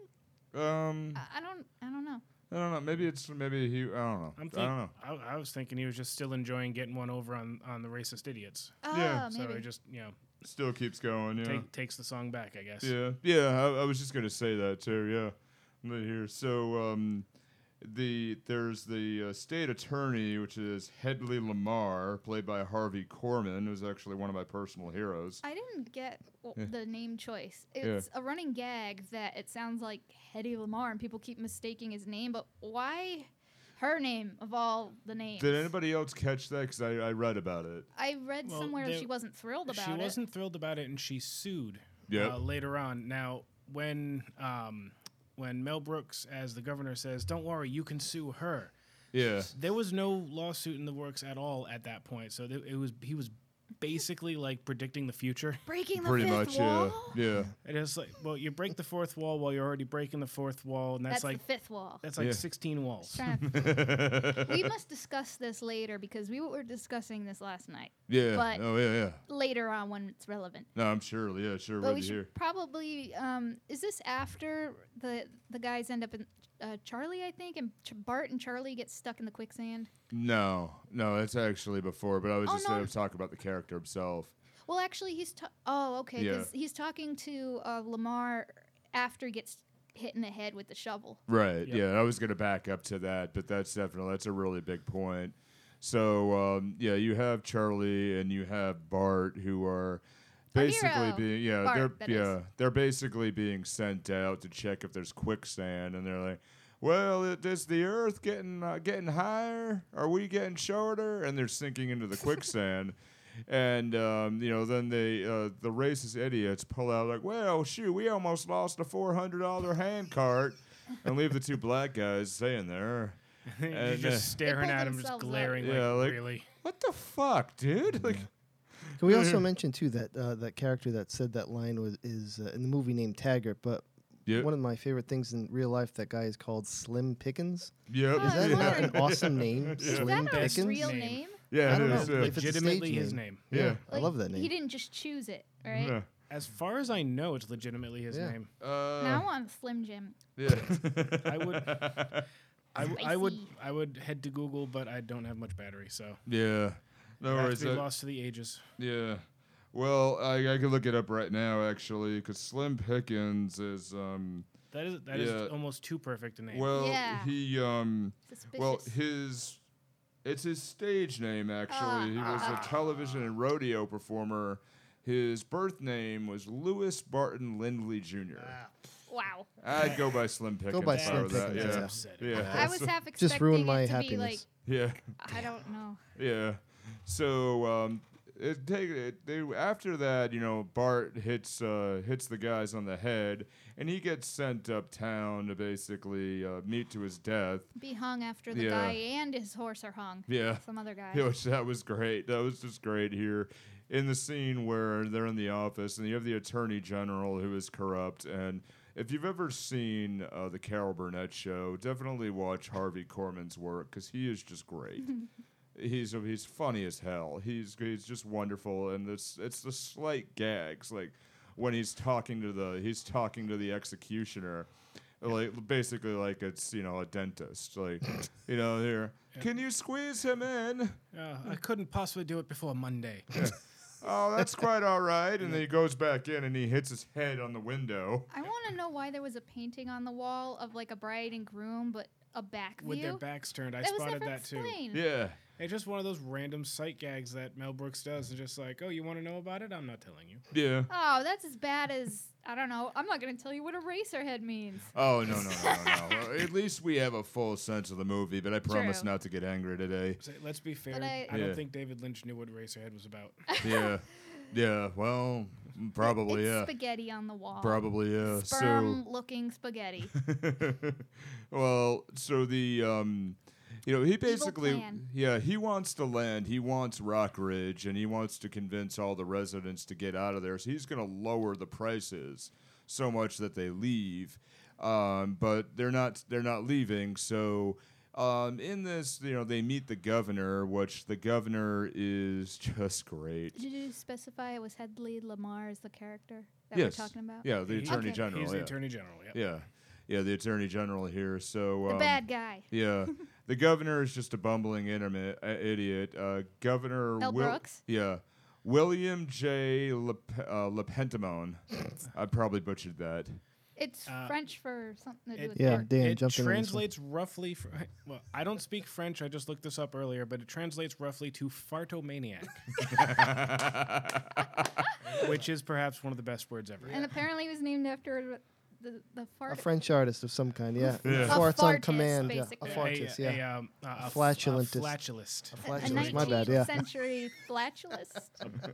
[SPEAKER 6] um.
[SPEAKER 3] I- I don't, I don't know.
[SPEAKER 6] I don't know. Maybe it's maybe he. I don't know.
[SPEAKER 4] I'm
[SPEAKER 6] I
[SPEAKER 4] think,
[SPEAKER 6] don't know.
[SPEAKER 4] I, I was thinking he was just still enjoying getting one over on, on the racist idiots.
[SPEAKER 6] Yeah,
[SPEAKER 3] Ah,
[SPEAKER 4] So
[SPEAKER 3] maybe.
[SPEAKER 4] he just you know
[SPEAKER 6] Still keeps going. Yeah.
[SPEAKER 4] take, takes the song back, I guess.
[SPEAKER 6] Yeah, yeah. I, I was just gonna say that too. Yeah, Right here. So um, the there's the uh, state attorney, which is Headley Lamar, played by Harvey Korman, who's actually one of my personal heroes.
[SPEAKER 3] I didn't get w-
[SPEAKER 6] Yeah.
[SPEAKER 3] the name choice. It's a running gag that it sounds like Hedy Lamar, and people keep mistaking his name. But why her name of all the names?
[SPEAKER 6] Did anybody else catch that? Because I, I read about it.
[SPEAKER 3] I read
[SPEAKER 4] Well,
[SPEAKER 3] somewhere
[SPEAKER 4] there-
[SPEAKER 3] she wasn't thrilled about
[SPEAKER 4] she
[SPEAKER 3] it.
[SPEAKER 4] wasn't thrilled about it, and she sued.
[SPEAKER 6] Yep.
[SPEAKER 4] Uh, later on, now when um, when Mel Brooks, as the governor says, "Don't worry, you can sue her."
[SPEAKER 6] Yeah.
[SPEAKER 4] There was no lawsuit in the works at all at that point, so th- it was he was basically like predicting the future.
[SPEAKER 3] Breaking the
[SPEAKER 6] Pretty
[SPEAKER 3] fifth
[SPEAKER 6] much.
[SPEAKER 3] wall.
[SPEAKER 6] Yeah. Yeah.
[SPEAKER 4] It is like, well, you break the fourth wall while you're already breaking the fourth wall, and that's,
[SPEAKER 3] That's
[SPEAKER 4] like
[SPEAKER 3] the fifth wall.
[SPEAKER 4] that's like
[SPEAKER 6] Yeah.
[SPEAKER 4] 16 walls.
[SPEAKER 3] Trying to- we must discuss this later because we were discussing this last night.
[SPEAKER 6] yeah.
[SPEAKER 3] But-
[SPEAKER 6] oh yeah, yeah.
[SPEAKER 3] Later on when it's relevant.
[SPEAKER 6] No, I'm sure. Yeah, sure.
[SPEAKER 3] But
[SPEAKER 6] We'll
[SPEAKER 3] we
[SPEAKER 6] be
[SPEAKER 3] should
[SPEAKER 6] here.
[SPEAKER 3] probably. Um, is this after the the guys end up in uh, Charlie? I think, and Ch- Bart and Charlie get stuck in the quicksand.
[SPEAKER 6] No, no, that's actually before. But I was
[SPEAKER 3] Oh,
[SPEAKER 6] just
[SPEAKER 3] no.
[SPEAKER 6] uh, talking about the character himself.
[SPEAKER 3] Well, actually, he's ta- oh okay,
[SPEAKER 6] Yeah.
[SPEAKER 3] 'cause he's talking to uh, Lamar after he gets hit in the head with the shovel.
[SPEAKER 6] Right.
[SPEAKER 4] Yep.
[SPEAKER 6] Yeah, I was going to back up to that, but that's definitely that's a really big point. So um, yeah, you have Charlie and you have Bart who are
[SPEAKER 3] Our
[SPEAKER 6] basically
[SPEAKER 3] hero,
[SPEAKER 6] being yeah
[SPEAKER 3] Bart, that
[SPEAKER 6] they're
[SPEAKER 3] is.
[SPEAKER 6] yeah they're basically being sent out to check if there's quicksand, and they're like. Well, it- is the Earth getting uh, getting higher? Are we getting shorter? And they're sinking into the quicksand, and um, you know, then they uh, the racist idiots pull out like, "Well, shoot, we almost lost a four hundred dollar hand cart," and leave the two black guys staying there.
[SPEAKER 4] you're
[SPEAKER 6] And,
[SPEAKER 4] just
[SPEAKER 6] uh,
[SPEAKER 4] staring
[SPEAKER 3] pulled
[SPEAKER 4] at him, just
[SPEAKER 3] themselves up.
[SPEAKER 4] glaring.
[SPEAKER 6] Yeah,
[SPEAKER 4] like,
[SPEAKER 6] like-
[SPEAKER 4] really.
[SPEAKER 6] What the fuck, dude? Like,
[SPEAKER 5] Can we also mention too that uh, that character that said that line was is uh, in the movie named Taggart, but
[SPEAKER 6] Yep.
[SPEAKER 5] one of my favorite things in real life that guy is called Slim Pickens.
[SPEAKER 6] yep.
[SPEAKER 3] Oh,
[SPEAKER 5] Is that
[SPEAKER 3] yeah.
[SPEAKER 5] not an awesome name,
[SPEAKER 3] Is
[SPEAKER 5] Slim
[SPEAKER 3] that
[SPEAKER 5] Pickens?
[SPEAKER 3] his real
[SPEAKER 4] Name.
[SPEAKER 3] name?
[SPEAKER 6] Yeah,
[SPEAKER 5] I don't
[SPEAKER 6] it
[SPEAKER 5] know if
[SPEAKER 6] is, yeah.
[SPEAKER 5] it's a
[SPEAKER 4] legitimately
[SPEAKER 5] stage
[SPEAKER 4] his
[SPEAKER 5] name.
[SPEAKER 4] name.
[SPEAKER 6] Yeah.
[SPEAKER 5] I love that name.
[SPEAKER 3] He didn't just choose it, right?
[SPEAKER 6] Yeah.
[SPEAKER 4] As far as I know, it's legitimately his
[SPEAKER 5] Yeah.
[SPEAKER 4] name.
[SPEAKER 6] Uh,
[SPEAKER 3] Now I'm Slim Jim.
[SPEAKER 6] yeah.
[SPEAKER 4] I would, I, w- I would,
[SPEAKER 3] Spicy.
[SPEAKER 4] I would head to Google, but I don't have much battery, so
[SPEAKER 6] yeah. No
[SPEAKER 4] I have
[SPEAKER 6] worries.
[SPEAKER 4] to
[SPEAKER 6] uh,
[SPEAKER 4] be
[SPEAKER 6] that-
[SPEAKER 4] lost to the ages.
[SPEAKER 6] yeah. Well, I, I could look it up right now, actually, because Slim Pickens is, um,
[SPEAKER 4] That is that is
[SPEAKER 6] Yeah.
[SPEAKER 4] almost too perfect a name.
[SPEAKER 6] well,
[SPEAKER 3] Yeah.
[SPEAKER 6] he, um,
[SPEAKER 3] Suspicious.
[SPEAKER 6] well, his, it's his stage name, actually. he was a television and rodeo performer. His birth name was Lewis Barton Lindley Jr.
[SPEAKER 3] wow.
[SPEAKER 6] I'd go by Slim Pickens.
[SPEAKER 5] by
[SPEAKER 6] if I
[SPEAKER 5] Slim
[SPEAKER 6] were that,
[SPEAKER 5] Pickens,
[SPEAKER 4] That's
[SPEAKER 5] yeah.
[SPEAKER 4] upsetting.
[SPEAKER 6] Yeah.
[SPEAKER 3] I was
[SPEAKER 6] so-
[SPEAKER 3] half expecting
[SPEAKER 5] Just ruined my
[SPEAKER 3] it to be like
[SPEAKER 5] happiness.
[SPEAKER 6] yeah.
[SPEAKER 3] I don't know.
[SPEAKER 6] Yeah. So um, it take it, they after that, you know, Bart hits uh, hits the guys on the head, and he gets sent uptown to basically uh, meet to his death.
[SPEAKER 3] Be hung after the
[SPEAKER 6] Yeah.
[SPEAKER 3] guy and his horse are hung.
[SPEAKER 6] Yeah.
[SPEAKER 3] Some other guy.
[SPEAKER 6] Yeah, which that was great. That was just great here in the scene where they're in the office and you have the attorney general who is corrupt. And if you've ever seen uh, the Carol Burnett show, definitely watch Harvey Korman's work because he is just great. he's he's funny as hell. He's he's just wonderful, and it's it's the slight gags like when he's talking to the he's talking to the executioner. Like basically, like it's you know a dentist, like you know here. Can you squeeze him in?
[SPEAKER 4] Uh, I couldn't possibly do it before Monday.
[SPEAKER 6] Oh, that's quite all right. And then he goes back in and he hits his head on the window.
[SPEAKER 3] I want to know why there was a painting on the wall of like a bride and groom, but a back
[SPEAKER 4] With
[SPEAKER 3] view.
[SPEAKER 4] their backs turned, I
[SPEAKER 3] that was
[SPEAKER 4] spotted
[SPEAKER 3] never
[SPEAKER 4] that too.
[SPEAKER 3] explained.
[SPEAKER 6] Yeah,
[SPEAKER 4] It's just one of those random sight gags that Mel Brooks does, and just like, oh, you want to know about it? I'm not telling you.
[SPEAKER 6] yeah.
[SPEAKER 3] Oh, that's as bad as I don't know. I'm not gonna tell you what a racer head means.
[SPEAKER 6] Oh no no no no! At least we have a full sense of the movie. But I promise
[SPEAKER 3] True.
[SPEAKER 6] not to get angry today.
[SPEAKER 4] So, let's be fair.
[SPEAKER 3] But I-
[SPEAKER 4] I, don't
[SPEAKER 6] Yeah.
[SPEAKER 4] think David Lynch knew what Racerhead was about.
[SPEAKER 6] Yeah, yeah. Well, probably
[SPEAKER 3] it's
[SPEAKER 6] yeah.
[SPEAKER 3] spaghetti on the wall.
[SPEAKER 6] Probably yeah.
[SPEAKER 3] Sperm looking spaghetti.
[SPEAKER 6] So, well, so the um, you know, he basically
[SPEAKER 3] plan.
[SPEAKER 6] yeah, he wants to land. He wants Rockridge, and he wants to convince all the residents to get out of there. So he's going to lower the prices so much that they leave. Um, but they're not they're not leaving. So. Um, in this, you know, they meet the governor, which the governor is just great.
[SPEAKER 3] Did you specify it was Hedley Lamar as the character that
[SPEAKER 6] yes.
[SPEAKER 3] we're talking about?
[SPEAKER 6] Yeah, the
[SPEAKER 4] He-
[SPEAKER 6] attorney
[SPEAKER 3] Okay.
[SPEAKER 6] general.
[SPEAKER 4] He's
[SPEAKER 6] yeah.
[SPEAKER 4] the Attorney General. Yeah.
[SPEAKER 6] Yeah, yeah, the attorney general here. So
[SPEAKER 3] The
[SPEAKER 6] um,
[SPEAKER 3] bad guy.
[SPEAKER 6] Yeah, the governor is just a bumbling intermi- uh, idiot. Uh, governor
[SPEAKER 3] L.
[SPEAKER 6] Wil-
[SPEAKER 3] Brooks?
[SPEAKER 6] Yeah, William J. Lep- uh, Lepentamon. I probably butchered that.
[SPEAKER 3] It's
[SPEAKER 4] Uh,
[SPEAKER 3] French for something to do
[SPEAKER 4] it-
[SPEAKER 3] with
[SPEAKER 5] Yeah,
[SPEAKER 3] pork.
[SPEAKER 5] Dan,
[SPEAKER 4] it
[SPEAKER 5] jump in. on this one.
[SPEAKER 4] translates roughly. Fr- well, I don't speak French. I just looked this up earlier, but it translates roughly to fartomaniac, which is perhaps one of the best words ever.
[SPEAKER 3] And apparently he was named after the the
[SPEAKER 5] A
[SPEAKER 3] fart.
[SPEAKER 5] French artist of some kind, yeah.
[SPEAKER 6] Yeah.
[SPEAKER 5] A
[SPEAKER 6] A
[SPEAKER 5] Farts on
[SPEAKER 3] fartist,
[SPEAKER 5] command, yeah. A
[SPEAKER 3] basically.
[SPEAKER 4] A- a-
[SPEAKER 5] fartist, yeah.
[SPEAKER 4] a, um, a- a f-
[SPEAKER 5] flatulentist.
[SPEAKER 4] A flatulist.
[SPEAKER 5] A
[SPEAKER 3] a
[SPEAKER 5] flatulence,
[SPEAKER 3] 19th
[SPEAKER 5] my bad, yeah.
[SPEAKER 3] century flatulist.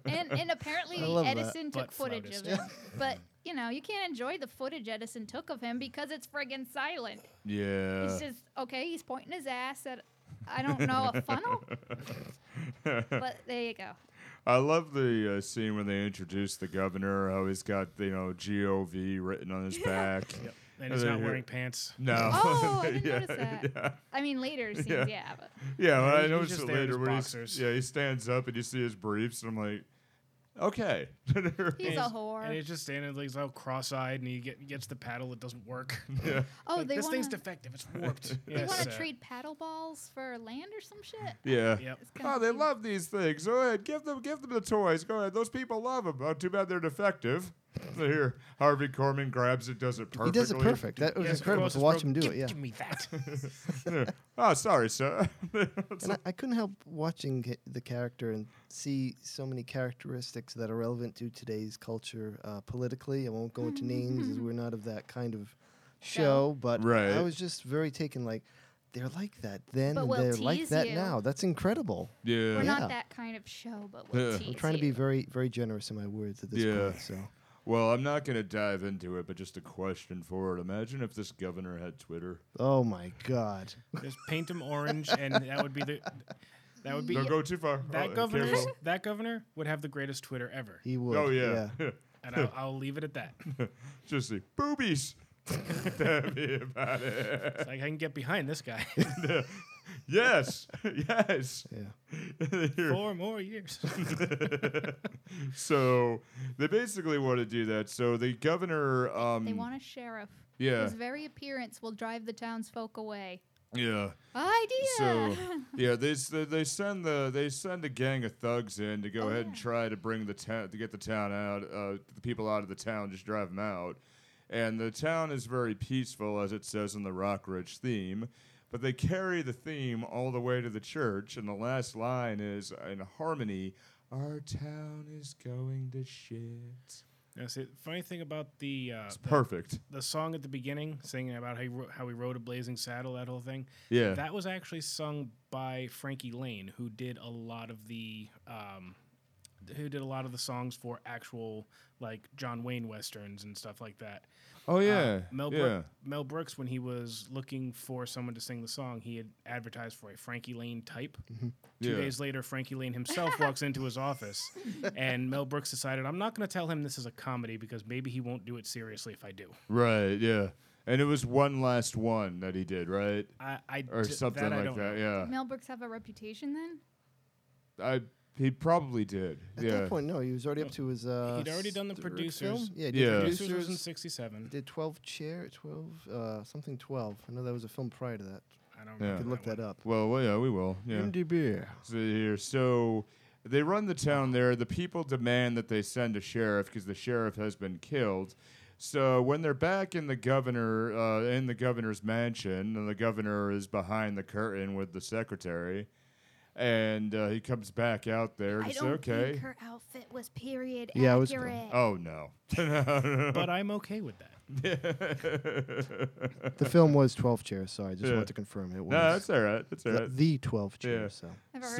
[SPEAKER 3] and, and apparently
[SPEAKER 5] I love that.
[SPEAKER 3] Edison took
[SPEAKER 4] Butt
[SPEAKER 3] footage
[SPEAKER 4] flautist.
[SPEAKER 3] of him. But, you know, you can't enjoy the footage Edison took of him because it's friggin' silent.
[SPEAKER 6] Yeah,
[SPEAKER 3] It's just, okay, he's pointing his ass at I don't know a funnel, but there you go.
[SPEAKER 6] I love the uh, scene when they introduce the governor. How he's got you know GOV written on his back.
[SPEAKER 4] And he's
[SPEAKER 6] then
[SPEAKER 4] not
[SPEAKER 6] here-
[SPEAKER 4] wearing pants.
[SPEAKER 6] No.
[SPEAKER 3] Oh, I didn't
[SPEAKER 6] yeah,
[SPEAKER 3] notice that.
[SPEAKER 6] Yeah,
[SPEAKER 3] I mean, later scenes,
[SPEAKER 6] Yeah.
[SPEAKER 3] yeah. but
[SPEAKER 6] yeah. well, I
[SPEAKER 4] he's
[SPEAKER 6] noticed
[SPEAKER 4] just
[SPEAKER 6] it
[SPEAKER 4] there in
[SPEAKER 6] later.
[SPEAKER 4] his
[SPEAKER 6] When he's,
[SPEAKER 4] boxers.
[SPEAKER 6] yeah, he stands up and you see his briefs, and I'm like, okay.
[SPEAKER 3] he's
[SPEAKER 4] And
[SPEAKER 3] a
[SPEAKER 4] he's- And
[SPEAKER 3] whore.
[SPEAKER 4] he's just standing like he's all cross-eyed, and he get, gets the paddle. It doesn't work.
[SPEAKER 6] yeah.
[SPEAKER 3] Oh,
[SPEAKER 4] Like,
[SPEAKER 3] they
[SPEAKER 4] this
[SPEAKER 3] want
[SPEAKER 4] thing's
[SPEAKER 3] to
[SPEAKER 4] defective. It's warped.
[SPEAKER 3] they want
[SPEAKER 4] Yes,
[SPEAKER 3] to
[SPEAKER 4] uh,
[SPEAKER 3] trade paddle balls for land or some shit.
[SPEAKER 6] Yeah.
[SPEAKER 4] Yep.
[SPEAKER 3] It's kinda
[SPEAKER 6] Oh, they
[SPEAKER 3] cute.
[SPEAKER 6] love these things. Go ahead, give them, give them the toys. Go ahead. Those people love them. Oh, too bad they're defective. Here, Harvey Korman grabs it, does it perfectly.
[SPEAKER 5] He does it perfect. That was
[SPEAKER 4] Yes,
[SPEAKER 5] incredible
[SPEAKER 4] cross
[SPEAKER 5] to
[SPEAKER 4] is
[SPEAKER 5] watch
[SPEAKER 4] broke.
[SPEAKER 5] him do
[SPEAKER 4] give,
[SPEAKER 5] it. Yeah,
[SPEAKER 4] Give me that.
[SPEAKER 6] Yeah. oh, sorry, sir.
[SPEAKER 5] and I, I couldn't help watching h- the character and see so many characteristics that are relevant to today's culture uh, politically. I won't go into names
[SPEAKER 3] Mm-hmm.
[SPEAKER 5] as we're not of that kind of show, but I
[SPEAKER 6] Right.
[SPEAKER 5] was just very taken. Like they're like that then,
[SPEAKER 3] But
[SPEAKER 5] and
[SPEAKER 3] we'll
[SPEAKER 5] they're like
[SPEAKER 3] tease
[SPEAKER 5] that
[SPEAKER 3] you.
[SPEAKER 5] now. That's incredible.
[SPEAKER 6] yeah.
[SPEAKER 3] We're
[SPEAKER 5] Yeah.
[SPEAKER 3] not that kind of show, but we'll
[SPEAKER 6] Yeah. I'm
[SPEAKER 5] I'm
[SPEAKER 3] tease
[SPEAKER 5] trying to be
[SPEAKER 3] you.
[SPEAKER 5] very, very generous in my words at this
[SPEAKER 6] Yeah.
[SPEAKER 5] point. So
[SPEAKER 6] Well, I'm not going to dive into it, but just a question for it. Imagine if this governor had Twitter.
[SPEAKER 5] oh my god,
[SPEAKER 4] Just paint him orange, and that would be the. That would be
[SPEAKER 6] Don't go too far.
[SPEAKER 4] that
[SPEAKER 6] Oh,
[SPEAKER 4] governor.
[SPEAKER 6] careful.
[SPEAKER 4] That governor would have the greatest Twitter ever,
[SPEAKER 5] he would.
[SPEAKER 6] Oh yeah.
[SPEAKER 4] and I'll, I'll leave it at that.
[SPEAKER 6] just see boobies. That'd be about it.
[SPEAKER 4] Like I can get behind this guy.
[SPEAKER 6] Yes. yes.
[SPEAKER 5] yeah.
[SPEAKER 6] Here.
[SPEAKER 4] Four more years.
[SPEAKER 6] so they basically want to do that. So the governor, um,
[SPEAKER 3] They want a sheriff.
[SPEAKER 6] yeah,
[SPEAKER 3] His very appearance will drive the townsfolk away.
[SPEAKER 6] yeah.
[SPEAKER 3] Idea.
[SPEAKER 6] So yeah, they s- they- they send the they send a gang of thugs in to go
[SPEAKER 3] Oh,
[SPEAKER 6] ahead and
[SPEAKER 3] yeah.
[SPEAKER 6] try to bring the town to get the town out, uh, the people out of the town, just drive them out. And the town is very peaceful, as it says in the Rock Ridge theme. But they carry the theme all the way to the church, and the last line is in harmony: "Our town is going to shit."
[SPEAKER 4] Now, see, funny thing about the uh,
[SPEAKER 6] It's perfect.
[SPEAKER 4] the song at the beginning, singing about how he, ro- how he rode a blazing saddle, that whole thing.
[SPEAKER 6] Yeah.
[SPEAKER 4] That was actually sung by Frankie Lane, who did a lot of the um, who did a lot of the songs for actual like John Wayne westerns and stuff like that.
[SPEAKER 6] oh
[SPEAKER 4] Uh,
[SPEAKER 6] yeah.
[SPEAKER 4] Mel, Brook-
[SPEAKER 6] yeah.
[SPEAKER 4] Mel Brooks, when he was looking for someone to sing the song, he had advertised for a Frankie Lane type. Two
[SPEAKER 6] Yeah.
[SPEAKER 4] days later, Frankie Lane himself walks into his office, and Mel Brooks decided, I'm not going to tell him this is a comedy because maybe he won't do it seriously if I do.
[SPEAKER 6] Right. Yeah. And it was one last one that he did, right?
[SPEAKER 4] I, I
[SPEAKER 6] Or
[SPEAKER 4] d-
[SPEAKER 6] something
[SPEAKER 4] that I
[SPEAKER 6] like
[SPEAKER 4] don't know.
[SPEAKER 6] that. Yeah.
[SPEAKER 3] Did Mel Brooks have a reputation then?
[SPEAKER 6] I he probably did.
[SPEAKER 5] At
[SPEAKER 6] yeah.
[SPEAKER 5] that point, no, he was already up to his. Uh,
[SPEAKER 4] He'd already done the
[SPEAKER 5] s- third film?
[SPEAKER 4] producers.
[SPEAKER 5] Yeah, he
[SPEAKER 6] Yeah.
[SPEAKER 5] did
[SPEAKER 4] Producers was in
[SPEAKER 5] producers. He
[SPEAKER 4] 67.
[SPEAKER 5] did 12 chair, 12, uh, something 12. I know that was a film prior to that.
[SPEAKER 4] I don't
[SPEAKER 6] Yeah.
[SPEAKER 4] know.
[SPEAKER 5] You could look that up.
[SPEAKER 6] Well, well, yeah, we will. Yeah.
[SPEAKER 5] MDB.
[SPEAKER 6] So here, so they run the town there. The people demand that they send a sheriff because the sheriff has been killed. So when they're back in the governor uh, in the governor's mansion, and the governor is behind the curtain with the secretary, and uh, he comes back out there. And
[SPEAKER 3] I
[SPEAKER 6] it's
[SPEAKER 3] don't
[SPEAKER 6] okay.
[SPEAKER 3] think her outfit was period
[SPEAKER 5] Yeah, I was gonna-
[SPEAKER 3] accurate.
[SPEAKER 6] oh no. No, no,
[SPEAKER 4] But I'm okay with that.
[SPEAKER 6] no.
[SPEAKER 5] The film was 12 chairs. Sorry, I just
[SPEAKER 6] Yeah.
[SPEAKER 5] want to confirm it was
[SPEAKER 6] No, that's all right. That's all
[SPEAKER 5] the,
[SPEAKER 6] right.
[SPEAKER 5] the 12 chairs. So
[SPEAKER 3] Never heard of it.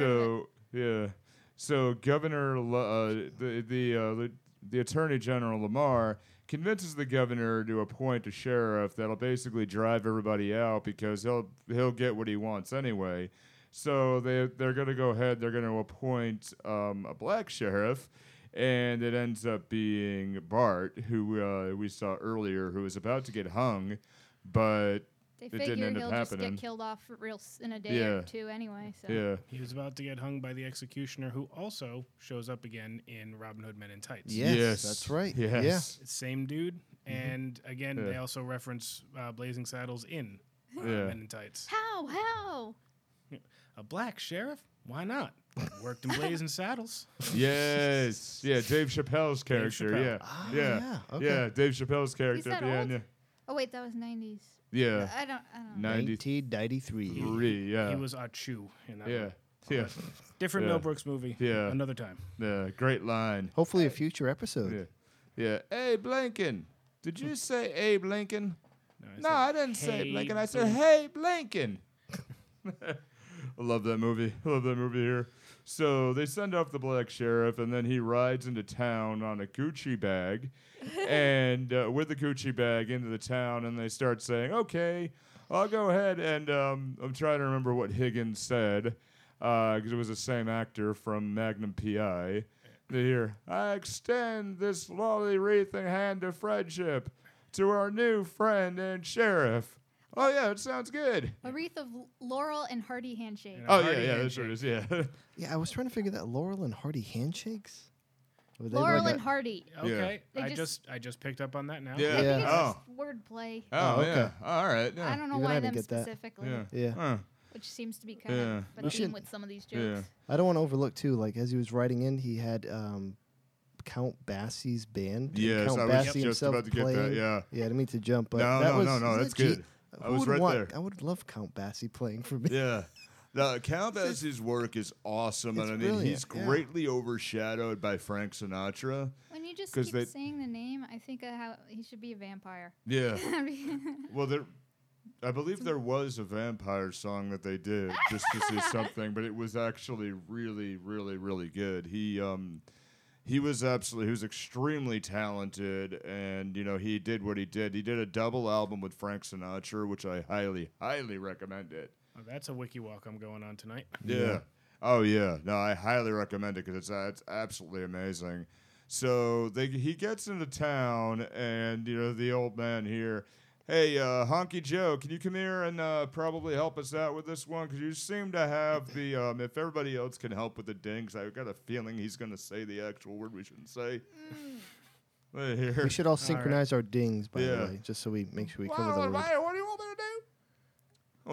[SPEAKER 6] So yeah, so Governor La- uh, the the, uh, the the Attorney General Lamar convinces the governor to appoint a sheriff that'll basically drive everybody out because he'll he'll get what he wants anyway. So they they're gonna go ahead. They're gonna appoint um, a black sheriff. And it ends up being Bart, who uh, we saw earlier, who was about to get hung, but
[SPEAKER 3] They
[SPEAKER 6] didn't
[SPEAKER 3] figure
[SPEAKER 6] end up
[SPEAKER 3] he'll just
[SPEAKER 6] happening.
[SPEAKER 3] get killed off r- real s- in a day
[SPEAKER 6] Yeah.
[SPEAKER 3] or two anyway. So
[SPEAKER 6] yeah,
[SPEAKER 4] He was about to get hung by the executioner, who also shows up again in Robin Hood Men in Tights.
[SPEAKER 5] Yes, that's right. Yeah.
[SPEAKER 6] Yes,
[SPEAKER 4] Same dude. And again,
[SPEAKER 6] Mm-hmm. Yeah.
[SPEAKER 4] they also reference uh, Blazing Saddles in uh,
[SPEAKER 6] Yeah.
[SPEAKER 4] Men in Tights.
[SPEAKER 3] how how
[SPEAKER 4] A black sheriff? Why not? Worked in Blazing Saddles.
[SPEAKER 6] Yes. Yeah, Dave Chappelle's character.
[SPEAKER 4] Chappelle.
[SPEAKER 6] Yeah.
[SPEAKER 5] Ah,
[SPEAKER 6] yeah.
[SPEAKER 5] yeah,
[SPEAKER 6] Yeah.
[SPEAKER 5] okay.
[SPEAKER 6] Dave Chappelle's character
[SPEAKER 3] that
[SPEAKER 6] at the end.
[SPEAKER 3] old? Oh wait, that was nineties.
[SPEAKER 6] Yeah. yeah.
[SPEAKER 3] I don't. I don't. Know.
[SPEAKER 5] 1993.
[SPEAKER 6] 93. Yeah.
[SPEAKER 4] He was a chew in that.
[SPEAKER 6] yeah.
[SPEAKER 4] one.
[SPEAKER 6] Yeah.
[SPEAKER 4] Different
[SPEAKER 6] Yeah.
[SPEAKER 4] Mel Brooks movie.
[SPEAKER 6] Yeah.
[SPEAKER 4] Another time.
[SPEAKER 6] Yeah. Great line.
[SPEAKER 5] Hopefully, a future episode.
[SPEAKER 6] Yeah. Yeah. Abe Lincoln. Did you say Abe Lincoln?
[SPEAKER 4] I
[SPEAKER 6] No,
[SPEAKER 4] said,
[SPEAKER 6] I didn't say
[SPEAKER 4] "Hey,
[SPEAKER 6] Lincoln. I said, hey, Lincoln. I love that movie. I love that movie here. So they send off the black sheriff, and then he rides into town on a Gucci bag, and uh, with the Gucci bag into the town, and they start saying, okay. I'll go ahead and um, I'm trying to remember what Higgins said because Uh, it was the same actor from Magnum PI. They hear, I extend this lolly wreathing hand of friendship to our new friend and sheriff. Oh, yeah, it sounds good.
[SPEAKER 3] A wreath of l- laurel and hearty handshake.
[SPEAKER 4] Yeah.
[SPEAKER 6] Oh, yeah,
[SPEAKER 4] Hearty
[SPEAKER 6] yeah, that's what it
[SPEAKER 4] handshake.
[SPEAKER 6] is. Yeah.
[SPEAKER 5] Yeah, I was trying to figure that Laurel and Hardy handshakes. Were they
[SPEAKER 3] Laurel
[SPEAKER 5] like
[SPEAKER 3] and
[SPEAKER 5] a-
[SPEAKER 3] Hardy.
[SPEAKER 4] Okay,
[SPEAKER 3] They
[SPEAKER 4] I
[SPEAKER 3] just-
[SPEAKER 4] just I just picked up on that now.
[SPEAKER 6] Yeah.
[SPEAKER 3] I think it's
[SPEAKER 6] Oh.
[SPEAKER 3] just wordplay.
[SPEAKER 6] Oh,
[SPEAKER 5] Oh,
[SPEAKER 6] yeah.
[SPEAKER 5] okay.
[SPEAKER 6] All right. Yeah.
[SPEAKER 3] I don't know
[SPEAKER 5] Even I
[SPEAKER 3] why
[SPEAKER 5] didn't
[SPEAKER 3] them
[SPEAKER 5] get that.
[SPEAKER 3] specifically,
[SPEAKER 6] Yeah.
[SPEAKER 5] Yeah.
[SPEAKER 6] Huh.
[SPEAKER 3] which seems to be kind
[SPEAKER 6] Yeah.
[SPEAKER 3] of
[SPEAKER 5] We
[SPEAKER 3] the theme
[SPEAKER 5] should-
[SPEAKER 3] with some of these jokes.
[SPEAKER 6] Yeah.
[SPEAKER 5] I don't want to overlook too. Like as he was writing in, he had um, Count Bassie's band. and
[SPEAKER 6] Yes,
[SPEAKER 5] Count
[SPEAKER 6] I was just about to get that, yeah.
[SPEAKER 5] yeah. I didn't mean to jump, but
[SPEAKER 6] No,
[SPEAKER 5] that
[SPEAKER 6] no,
[SPEAKER 5] was,
[SPEAKER 6] no, no,
[SPEAKER 5] isn't
[SPEAKER 6] that's
[SPEAKER 5] that G-
[SPEAKER 6] good. I
[SPEAKER 5] who
[SPEAKER 6] was
[SPEAKER 5] would
[SPEAKER 6] right
[SPEAKER 5] want-
[SPEAKER 6] there.
[SPEAKER 5] I would love Count Bassie playing for me.
[SPEAKER 6] Yeah. No, Count Basie's work is awesome,
[SPEAKER 5] It's
[SPEAKER 6] and I mean
[SPEAKER 5] brilliant,
[SPEAKER 6] he's
[SPEAKER 5] yeah.
[SPEAKER 6] greatly overshadowed by Frank Sinatra.
[SPEAKER 3] When you just
[SPEAKER 6] 'Cause
[SPEAKER 3] keep
[SPEAKER 6] they-
[SPEAKER 3] saying the name, I think of how he should be a vampire.
[SPEAKER 6] Yeah.
[SPEAKER 3] That'd
[SPEAKER 6] Well, there, I believe there was a vampire song that they did just to see something, but it was actually really, really, really good. He, um, he was absolutely, he was extremely talented, and you know he did what he did. He did a double album with Frank Sinatra, which I highly, highly recommend it.
[SPEAKER 4] Oh, that's a wiki walk I'm going on tonight.
[SPEAKER 6] Yeah. Oh yeah. No, I highly recommend it because it's uh, it's absolutely amazing. So they he gets into town and you know the old man here. Hey, uh, Honky Joe, can you come here and uh, probably help us out with this one? Because you seem to have the. Um, if everybody else can help with the dings, I've got a feeling he's going to say the actual word we shouldn't say. Right here.
[SPEAKER 5] We should all synchronize our dings, by
[SPEAKER 6] Yeah.
[SPEAKER 5] the way, just so we make sure we
[SPEAKER 6] Well,
[SPEAKER 5] cover the
[SPEAKER 6] what,
[SPEAKER 5] word.
[SPEAKER 6] what do you want me to do?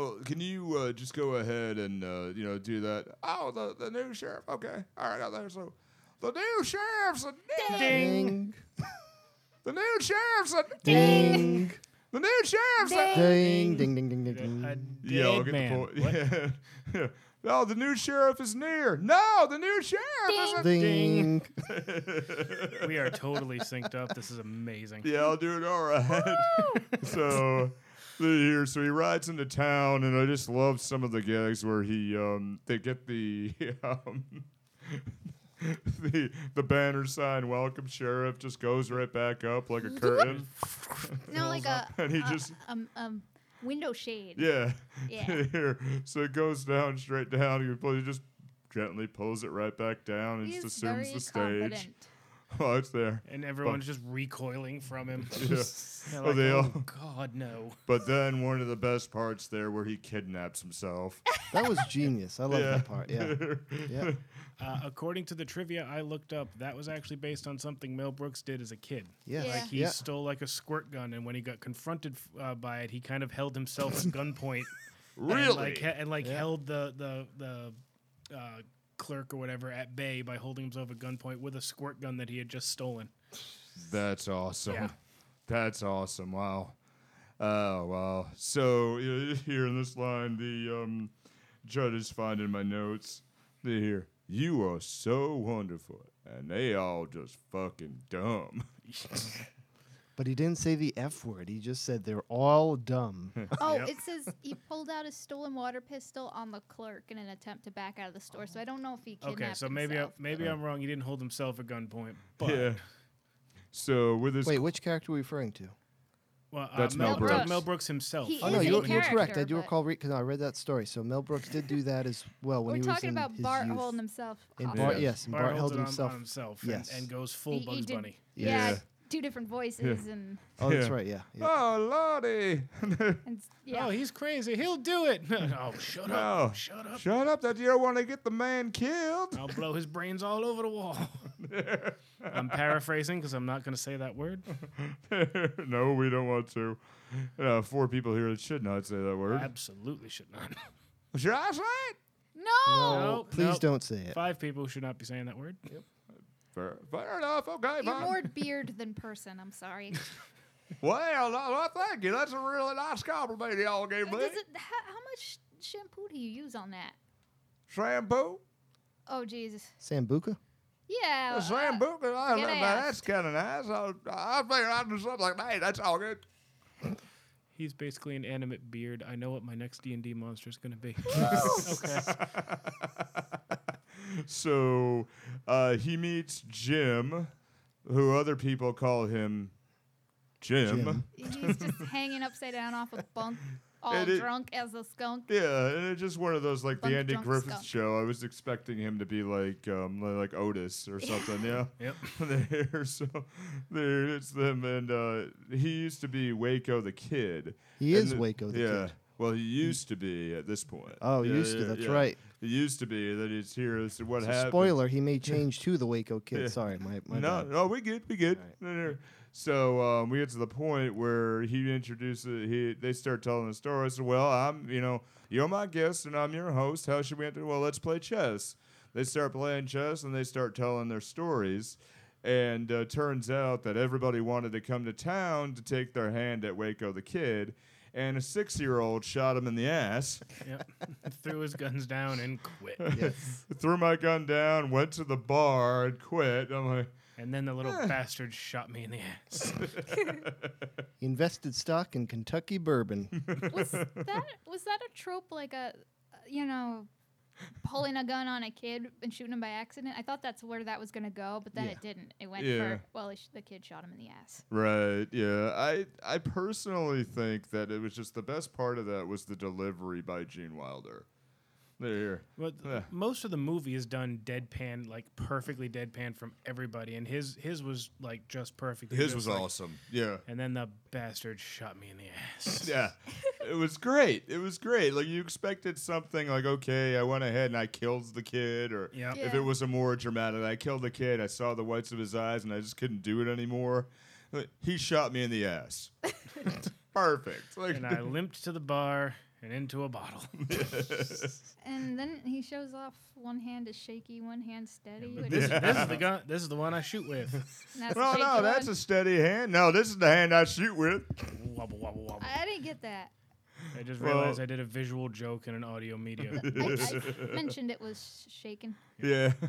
[SPEAKER 6] Well, can you uh, just go ahead and uh, you know do that? Oh, the, the new sheriff. Okay, all right, out there. So the new sheriff's a ding.
[SPEAKER 5] Ding,
[SPEAKER 6] The new sheriff's a
[SPEAKER 5] ding,
[SPEAKER 6] The new sheriff's a
[SPEAKER 5] ding, ding, ding, ding, ding.
[SPEAKER 4] A
[SPEAKER 5] ding.
[SPEAKER 6] yeah. I'll
[SPEAKER 4] dead
[SPEAKER 6] get
[SPEAKER 4] man.
[SPEAKER 6] the point. Yeah. yeah. No, the new sheriff is near. No, the new sheriff is a
[SPEAKER 5] Ding.
[SPEAKER 4] What? We are totally synced up. This is amazing.
[SPEAKER 6] Yeah, I'll do it all right. so here, so he rides into town, and I just love some of the gags where he um they get the um the the banner sign "Welcome Sheriff" just goes right back up like a curtain,
[SPEAKER 3] No, like a,
[SPEAKER 6] and he
[SPEAKER 3] a-
[SPEAKER 6] just
[SPEAKER 3] um um window shade.
[SPEAKER 6] yeah
[SPEAKER 3] Yeah.
[SPEAKER 6] here, so it goes down straight down. He pulls- he just gently pulls it right back down and
[SPEAKER 3] He's
[SPEAKER 6] just
[SPEAKER 3] very
[SPEAKER 6] assumes the stage.
[SPEAKER 3] confident.
[SPEAKER 6] Oh, it's there.
[SPEAKER 4] And everyone's just recoiling from him.
[SPEAKER 6] Yeah.
[SPEAKER 4] They're
[SPEAKER 6] Oh,
[SPEAKER 4] like,
[SPEAKER 6] they
[SPEAKER 4] oh,
[SPEAKER 6] all-
[SPEAKER 4] God, no.
[SPEAKER 6] But then one of the best parts there where he kidnaps himself.
[SPEAKER 5] That was genius. I love
[SPEAKER 6] Yeah.
[SPEAKER 5] that part. Yeah. Yeah.
[SPEAKER 4] Uh, according to the trivia I looked up, that was actually based on something Mel Brooks did as a kid.
[SPEAKER 5] Yes.
[SPEAKER 3] Yeah.
[SPEAKER 4] Like he
[SPEAKER 5] Yeah.
[SPEAKER 4] stole like a squirt gun, and when he got confronted f- uh, by it, he kind of held himself at gunpoint. And like, he- and like held the the the uh, clerk or whatever at bay by holding himself at gunpoint with a squirt gun that he had just stolen.
[SPEAKER 6] That's awesome.
[SPEAKER 4] Yeah.
[SPEAKER 6] That's awesome. Wow. Oh wow. So you know, here in this line, the um, judge is finding my notes. They hear you are so wonderful, and they all just fucking dumb.
[SPEAKER 5] But he didn't say the F word. He just said they're all dumb.
[SPEAKER 3] Oh,
[SPEAKER 4] Yep.
[SPEAKER 3] it says he pulled out a stolen water pistol on the clerk in an attempt to back out of the store. So I don't know if he kidnapped
[SPEAKER 4] Okay, so maybe I,
[SPEAKER 3] himself, but-
[SPEAKER 4] maybe I'm wrong. He didn't hold himself at gunpoint, but
[SPEAKER 6] yeah. So with this,
[SPEAKER 5] Wait, which character are we referring to?
[SPEAKER 4] well, uh,
[SPEAKER 6] That's Mel
[SPEAKER 4] Mel
[SPEAKER 6] Brooks.
[SPEAKER 4] Mel Brooks himself.
[SPEAKER 3] He
[SPEAKER 5] Oh
[SPEAKER 3] is
[SPEAKER 5] no,
[SPEAKER 3] a
[SPEAKER 5] you're, you're correct.
[SPEAKER 3] character,
[SPEAKER 5] I do
[SPEAKER 3] but-
[SPEAKER 5] recall because I read that story. So Mel Brooks did do that as well when
[SPEAKER 3] We're
[SPEAKER 5] he was
[SPEAKER 3] talking
[SPEAKER 5] in
[SPEAKER 3] about
[SPEAKER 5] his
[SPEAKER 3] Bart
[SPEAKER 5] youth.
[SPEAKER 3] holding himself.
[SPEAKER 5] And
[SPEAKER 3] off.
[SPEAKER 5] Bart,
[SPEAKER 6] Ah, Yeah.
[SPEAKER 5] yes, and
[SPEAKER 4] Bart
[SPEAKER 5] Bart
[SPEAKER 4] holds
[SPEAKER 5] held
[SPEAKER 4] it on- on
[SPEAKER 5] himself.
[SPEAKER 4] himself
[SPEAKER 5] Yes.
[SPEAKER 4] and, and goes
[SPEAKER 3] He-
[SPEAKER 4] full
[SPEAKER 3] he
[SPEAKER 4] Bugs
[SPEAKER 3] did-
[SPEAKER 4] Bunny.
[SPEAKER 3] Yeah.
[SPEAKER 6] Yeah.
[SPEAKER 3] two different voices and
[SPEAKER 5] Oh, that's
[SPEAKER 6] Yeah.
[SPEAKER 5] right. Yeah. yeah.
[SPEAKER 6] oh lordy,
[SPEAKER 3] and s- yeah.
[SPEAKER 4] Oh, he's crazy. He'll do it. oh, shut up.
[SPEAKER 6] No.
[SPEAKER 4] Shut up.
[SPEAKER 6] shut up! That you don't want to get the man killed.
[SPEAKER 4] I'll blow his brains all over the wall. I'm paraphrasing because I'm not going to say that word.
[SPEAKER 6] no, we don't want to. Uh, four people here that should not say that word.
[SPEAKER 4] Absolutely should not.
[SPEAKER 6] Should I say it?
[SPEAKER 3] no.
[SPEAKER 4] No,
[SPEAKER 5] Please
[SPEAKER 4] no.
[SPEAKER 5] don't say it.
[SPEAKER 4] Five people should not be saying that word.
[SPEAKER 6] Fair, fair enough. Okay,
[SPEAKER 3] You're
[SPEAKER 6] fine.
[SPEAKER 3] more beard than person. I'm sorry.
[SPEAKER 6] Well, no, no, thank you. That's a really nice compliment y'all gave me.
[SPEAKER 3] Does it, how, how much shampoo do you use on that?
[SPEAKER 6] Shampoo?
[SPEAKER 3] Oh Jesus.
[SPEAKER 5] Sambuca?
[SPEAKER 3] Yeah.
[SPEAKER 6] Uh,
[SPEAKER 3] uh,
[SPEAKER 6] Shampoo? I,
[SPEAKER 3] get
[SPEAKER 6] now,
[SPEAKER 3] asked.
[SPEAKER 6] that's kind of nice. I, I figured I'd do something like, hey, that's all good.
[SPEAKER 4] He's basically an animate beard. I know what my next D and D monster is going to be. okay.
[SPEAKER 6] So uh, he meets Jim, who other people call him Jim.
[SPEAKER 5] Jim.
[SPEAKER 3] He's just hanging upside down off a bunk all
[SPEAKER 6] And it-
[SPEAKER 3] drunk as a skunk.
[SPEAKER 6] Yeah, and it's just one of those like
[SPEAKER 3] Bunk
[SPEAKER 6] the Andy
[SPEAKER 3] drunk
[SPEAKER 6] Griffith
[SPEAKER 3] skunk.
[SPEAKER 6] show. I was expecting him to be like um li- like Otis or something, yeah.
[SPEAKER 4] Yep.
[SPEAKER 6] there, so there it's them and uh he used to be Waco the kid.
[SPEAKER 5] He
[SPEAKER 6] And
[SPEAKER 5] is
[SPEAKER 6] the-
[SPEAKER 5] Waco the
[SPEAKER 6] yeah.
[SPEAKER 5] kid.
[SPEAKER 6] Well, he used to be at this point.
[SPEAKER 5] Oh,
[SPEAKER 6] Yeah,
[SPEAKER 5] used to.
[SPEAKER 6] yeah,
[SPEAKER 5] That's
[SPEAKER 6] yeah.
[SPEAKER 5] right.
[SPEAKER 6] He used to be. Then he's here. This is what
[SPEAKER 5] So
[SPEAKER 6] happened.
[SPEAKER 5] spoiler: He may change to the Waco kid.
[SPEAKER 6] Yeah.
[SPEAKER 5] Sorry, my my
[SPEAKER 6] no,
[SPEAKER 5] bad.
[SPEAKER 6] no, we good, we good.
[SPEAKER 5] Alright.
[SPEAKER 6] No, no. So um, we get to the point where he introduces. He they start telling the story. I said, "Well, I'm, you know, you're my guest and I'm your host. How should we enter? Well, let's play chess." They start playing chess and they start telling their stories. And uh, turns out that everybody wanted to come to town to take their hand at Waco the Kid, and a six-year-old shot him in the ass.
[SPEAKER 4] Yep. Threw his guns down and quit.
[SPEAKER 5] Yes.
[SPEAKER 6] Threw my gun down, went to the bar, and quit. I'm like,
[SPEAKER 4] And then the little bastard shot me in the ass.
[SPEAKER 5] He invested stock in Kentucky bourbon.
[SPEAKER 3] Was that was that a trope like a, you know, pulling a gun on a kid and shooting him by accident? I thought that's where that was gonna go, but then
[SPEAKER 5] Yeah.
[SPEAKER 3] it didn't. It went
[SPEAKER 6] Yeah.
[SPEAKER 3] for well, he sh- the kid shot him in the ass.
[SPEAKER 6] Right. Yeah. I I personally think that it was just the best part of that was the delivery by Gene Wilder. There.
[SPEAKER 4] But
[SPEAKER 6] Yeah.
[SPEAKER 4] most of the movie is done deadpan, like perfectly deadpan from everybody, and his his was like just perfect.
[SPEAKER 6] His was
[SPEAKER 4] like,
[SPEAKER 6] awesome. Yeah.
[SPEAKER 4] And then the bastard shot me in the ass.
[SPEAKER 6] Yeah. it was great. It was great. Like you expected something like okay, I went ahead and I killed the kid or
[SPEAKER 4] Yep.
[SPEAKER 3] Yeah.
[SPEAKER 6] if it was a more dramatic, I killed the kid, I saw the whites of his eyes and I just couldn't do it anymore. Like, He shot me in the ass. Perfect. Like
[SPEAKER 4] And I limped to the bar and into a bottle.
[SPEAKER 3] And then he shows off one hand is shaky, one hand steady. which-
[SPEAKER 4] This, this is the gun. This is the one I shoot with.
[SPEAKER 3] and that's the
[SPEAKER 6] No,
[SPEAKER 3] shaky
[SPEAKER 6] no, that's
[SPEAKER 3] one.
[SPEAKER 6] a steady hand. No, this is the hand I shoot with.
[SPEAKER 4] wobble wobble wobble.
[SPEAKER 3] I didn't get that.
[SPEAKER 4] I just
[SPEAKER 6] Well-
[SPEAKER 4] realized I did a visual joke in an audio medium.
[SPEAKER 3] I, I mentioned it was shaken.
[SPEAKER 6] Yeah.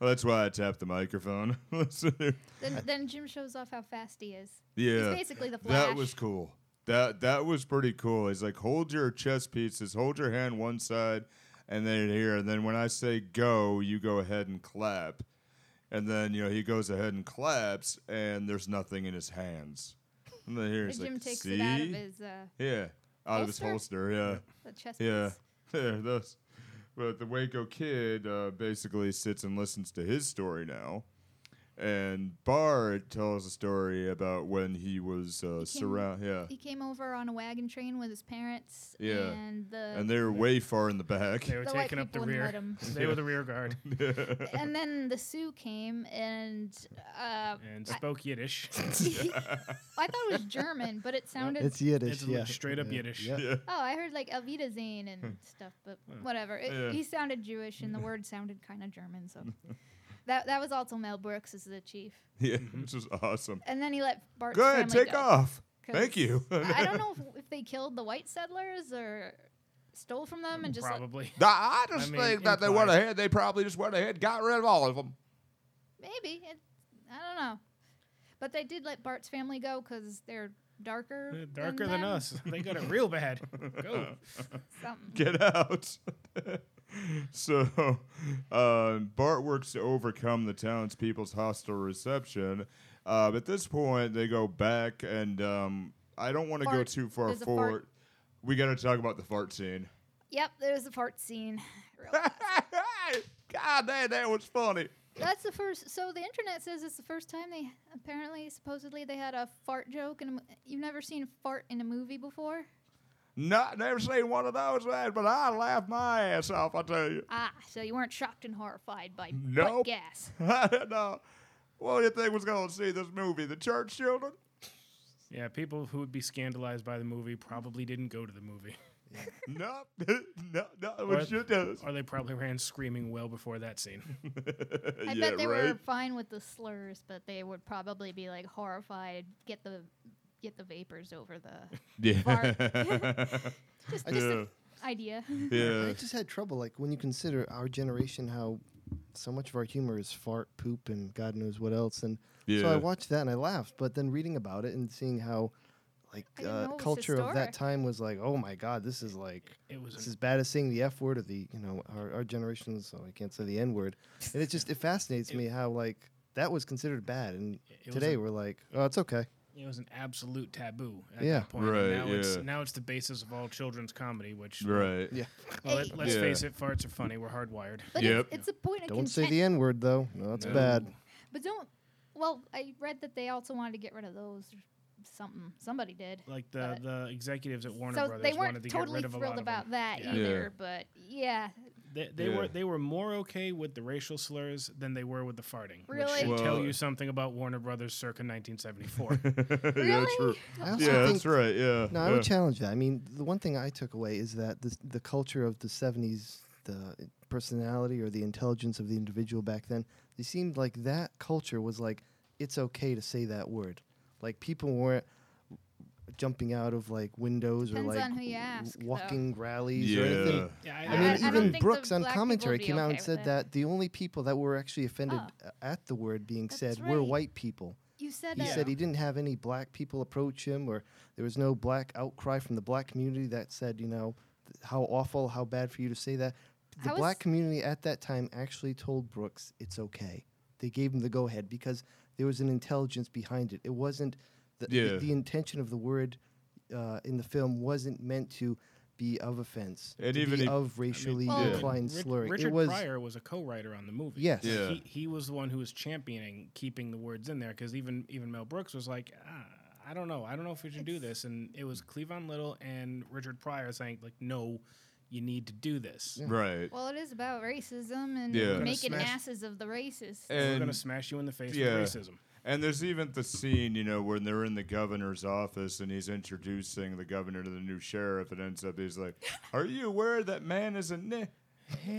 [SPEAKER 6] Well, that's why I tapped the microphone. Listen here.
[SPEAKER 3] Then, then Jim shows off how fast he is.
[SPEAKER 6] yeah.
[SPEAKER 3] He's basically the Flash.
[SPEAKER 6] That was cool. That that was pretty cool. He's like, hold your chess pieces, hold your hand one side, and then here, and then when I say go, you go ahead and clap, and then you know he goes ahead and claps, and there's nothing in his hands. And then here
[SPEAKER 3] And
[SPEAKER 6] he's
[SPEAKER 3] Jim
[SPEAKER 6] like,
[SPEAKER 3] takes
[SPEAKER 6] see,
[SPEAKER 3] it out of his uh,
[SPEAKER 6] yeah, out of his
[SPEAKER 3] holster?
[SPEAKER 6] holster, yeah.
[SPEAKER 3] the chest
[SPEAKER 6] Yeah,
[SPEAKER 3] piece.
[SPEAKER 6] yeah, those. But the Waco kid uh, basically sits and listens to his story now, and Bart tells a story about when he was uh, surround. Yeah,
[SPEAKER 3] He came over on a wagon train with his parents.
[SPEAKER 6] Yeah.
[SPEAKER 3] And the,
[SPEAKER 6] and they were way far in the back.
[SPEAKER 4] They were
[SPEAKER 3] The white
[SPEAKER 4] taking up the
[SPEAKER 3] people wouldn't let
[SPEAKER 4] rear.
[SPEAKER 3] 'em.
[SPEAKER 4] They were the rear guard
[SPEAKER 3] and then the Sioux came and uh,
[SPEAKER 4] and spoke Yiddish.
[SPEAKER 3] I thought it was German, but it sounded.
[SPEAKER 5] It's Yiddish.
[SPEAKER 4] it's
[SPEAKER 5] yeah.
[SPEAKER 4] straight up
[SPEAKER 5] Yeah,
[SPEAKER 4] Yiddish.
[SPEAKER 5] yeah.
[SPEAKER 6] yeah,
[SPEAKER 3] oh, I heard like Avita Zane and stuff, but
[SPEAKER 4] Hmm.
[SPEAKER 3] whatever. It-
[SPEAKER 6] Hmm. Yeah.
[SPEAKER 3] He sounded Jewish, and the word sounded kind of German, so. That, that was also Mel Brooks as the chief,
[SPEAKER 6] yeah,
[SPEAKER 4] Mm-hmm.
[SPEAKER 6] which is awesome.
[SPEAKER 3] and then he let Bart's
[SPEAKER 6] Go ahead,
[SPEAKER 3] family
[SPEAKER 6] take
[SPEAKER 3] go,
[SPEAKER 6] off.
[SPEAKER 3] 'cause
[SPEAKER 6] Thank you.
[SPEAKER 3] I I don't know if, if they killed the white settlers or stole from them
[SPEAKER 4] Mm,
[SPEAKER 3] and just let-
[SPEAKER 4] Probably.
[SPEAKER 6] I just
[SPEAKER 4] I mean,
[SPEAKER 6] think that they went
[SPEAKER 4] implied.
[SPEAKER 6] ahead. They probably just went ahead, got rid of all of them.
[SPEAKER 3] Maybe. It, I don't know. But they did let Bart's family go because they're darker.
[SPEAKER 4] They're Darker than
[SPEAKER 3] them.
[SPEAKER 4] us. They got it real bad. Go.
[SPEAKER 3] Something.
[SPEAKER 6] get out. so um, Bart works to overcome the townspeople's hostile reception. Uh, at this point, they go back, and um, I don't want to go
[SPEAKER 3] Fart.
[SPEAKER 6] too far
[SPEAKER 3] There's a fart.
[SPEAKER 6] forward. We got to talk about the fart scene.
[SPEAKER 3] Yep, there's a fart scene. Real-
[SPEAKER 6] God damn, that was funny.
[SPEAKER 3] That's the first. So the internet says it's the first time they apparently, supposedly, they had a fart joke. And you've never seen fart in a movie before?
[SPEAKER 6] Not never seen one of those, man, but I laughed my ass off. I tell you.
[SPEAKER 3] Ah, so you weren't shocked and horrified by
[SPEAKER 6] Nope.
[SPEAKER 3] butt gas.
[SPEAKER 6] I don't know. What do you think was going to see this movie? The church children?
[SPEAKER 4] Yeah, people who would be scandalized by the movie probably didn't go to the movie.
[SPEAKER 6] no, no, no. We
[SPEAKER 4] Or-
[SPEAKER 6] should do this.
[SPEAKER 4] Or they probably ran screaming well before that scene.
[SPEAKER 3] I
[SPEAKER 6] yeah,
[SPEAKER 3] bet they
[SPEAKER 6] right?
[SPEAKER 3] were fine with the slurs, but they would probably be like horrified. Get the get the vapors over the
[SPEAKER 6] Yeah.
[SPEAKER 3] just, just
[SPEAKER 6] yeah.
[SPEAKER 3] an idea.
[SPEAKER 5] I
[SPEAKER 6] Yeah.
[SPEAKER 5] just had trouble, like when you consider our generation, how so much of our humor is fart, poop, and God knows what else. And so
[SPEAKER 6] Yeah.
[SPEAKER 5] I watched that and I laughed. But then reading about it and seeing how, like,
[SPEAKER 3] I didn't
[SPEAKER 5] uh,
[SPEAKER 3] know it was
[SPEAKER 5] culture of that
[SPEAKER 3] historic.
[SPEAKER 5] time was like, oh my God, this is like
[SPEAKER 4] It was
[SPEAKER 5] it's
[SPEAKER 4] an
[SPEAKER 5] as bad as saying the F word or the you know our, our generation's. So I can't say the N word. And it just it fascinates me how like that was considered bad, and
[SPEAKER 4] it was
[SPEAKER 5] today
[SPEAKER 4] a-
[SPEAKER 5] we're like, oh, it's okay.
[SPEAKER 4] it was an absolute taboo at
[SPEAKER 5] Yeah.
[SPEAKER 4] that point. and
[SPEAKER 6] Right,
[SPEAKER 4] now it's
[SPEAKER 6] yeah.
[SPEAKER 4] now it's the basis of all children's comedy, which
[SPEAKER 6] Right.
[SPEAKER 5] Yeah.
[SPEAKER 4] well, let, let's
[SPEAKER 6] Yeah.
[SPEAKER 4] face it, farts are funny. We're hardwired.
[SPEAKER 3] But
[SPEAKER 6] Yep.
[SPEAKER 3] it's, it's a point of
[SPEAKER 5] Don't say
[SPEAKER 3] contention.
[SPEAKER 5] the N word though. No, that's bad.
[SPEAKER 3] But don't. Well, I read that they also wanted to get rid of those or something. Somebody did.
[SPEAKER 4] Like the,
[SPEAKER 3] But-
[SPEAKER 4] the executives at Warner
[SPEAKER 3] so
[SPEAKER 4] Brothers
[SPEAKER 3] they
[SPEAKER 4] wanted
[SPEAKER 3] weren't
[SPEAKER 4] to get
[SPEAKER 3] totally
[SPEAKER 4] rid of a lot
[SPEAKER 3] thrilled
[SPEAKER 4] of
[SPEAKER 3] about
[SPEAKER 4] them.
[SPEAKER 3] that
[SPEAKER 4] Yeah.
[SPEAKER 6] Yeah.
[SPEAKER 3] either. But yeah,
[SPEAKER 4] They, they
[SPEAKER 6] Yeah.
[SPEAKER 4] were they were more okay with the racial slurs than they were with the farting.
[SPEAKER 3] Really?
[SPEAKER 4] Which should tell
[SPEAKER 6] Well-
[SPEAKER 4] you something about Warner Brothers circa 1974.
[SPEAKER 6] yeah,
[SPEAKER 3] Really?
[SPEAKER 6] true.
[SPEAKER 5] I also
[SPEAKER 6] Yeah,
[SPEAKER 5] think
[SPEAKER 6] that's right. Yeah.
[SPEAKER 5] No, I
[SPEAKER 6] yeah.
[SPEAKER 5] would challenge that. I mean, the one thing I took away is that the the culture of the '70s, the personality or the intelligence of the individual back then, they seemed like that culture was like, it's okay to say that word. Like people weren't jumping out of like windows
[SPEAKER 3] Depends
[SPEAKER 5] or like
[SPEAKER 3] on who you
[SPEAKER 5] w-
[SPEAKER 3] ask, though.
[SPEAKER 5] walking rallies or
[SPEAKER 6] yeah.
[SPEAKER 5] anything.
[SPEAKER 4] yeah,
[SPEAKER 5] I
[SPEAKER 3] I-
[SPEAKER 5] mean,
[SPEAKER 3] I don't
[SPEAKER 5] even
[SPEAKER 3] think the
[SPEAKER 5] Brooks on
[SPEAKER 3] black people
[SPEAKER 5] commentary
[SPEAKER 3] would be
[SPEAKER 5] came out
[SPEAKER 3] okay
[SPEAKER 5] and
[SPEAKER 3] with
[SPEAKER 5] said
[SPEAKER 3] it.
[SPEAKER 5] that the only people that were actually offended
[SPEAKER 3] Oh.
[SPEAKER 5] uh, at the word being
[SPEAKER 3] That's
[SPEAKER 5] said were
[SPEAKER 3] right.
[SPEAKER 5] white people.
[SPEAKER 3] you said
[SPEAKER 5] He
[SPEAKER 3] that.
[SPEAKER 5] said he didn't have any black people approach him, or there was no black outcry from the black community that said, you know, th- how awful, how bad for you to say that. The
[SPEAKER 3] How is-
[SPEAKER 5] black community at that time actually told Brooks it's okay. They gave him the go ahead because there was an intelligence behind it. It wasn't the, the-
[SPEAKER 6] Yeah.
[SPEAKER 5] the, intention of the word uh, in the film wasn't meant to be of offense,
[SPEAKER 6] And
[SPEAKER 5] to
[SPEAKER 6] even
[SPEAKER 5] be
[SPEAKER 6] if-
[SPEAKER 5] of racially
[SPEAKER 3] Well, Yeah.
[SPEAKER 5] inclined
[SPEAKER 4] Rich-
[SPEAKER 5] slurring.
[SPEAKER 4] Richard
[SPEAKER 5] it was
[SPEAKER 4] Pryor was a co-writer on the movie.
[SPEAKER 5] Yes.
[SPEAKER 6] Yeah.
[SPEAKER 4] he, he was the one who was championing keeping the words in there because even even Mel Brooks was like, ah, I don't know, I don't know if we should do this, and it was Cleavon Little and Richard Pryor saying like, no, you need to do this.
[SPEAKER 6] Right.
[SPEAKER 3] Well, it is about racism and
[SPEAKER 6] Yeah. Gonna
[SPEAKER 3] making
[SPEAKER 4] smash-
[SPEAKER 3] asses of the racists.
[SPEAKER 4] We're
[SPEAKER 6] And
[SPEAKER 4] gonna smash you in the face
[SPEAKER 6] yeah.
[SPEAKER 4] with racism.
[SPEAKER 6] And there's even the scene, you know, when they're in the governor's office and he's introducing the governor to the new sheriff, and ends up he's like, "Are you aware that man is a nit?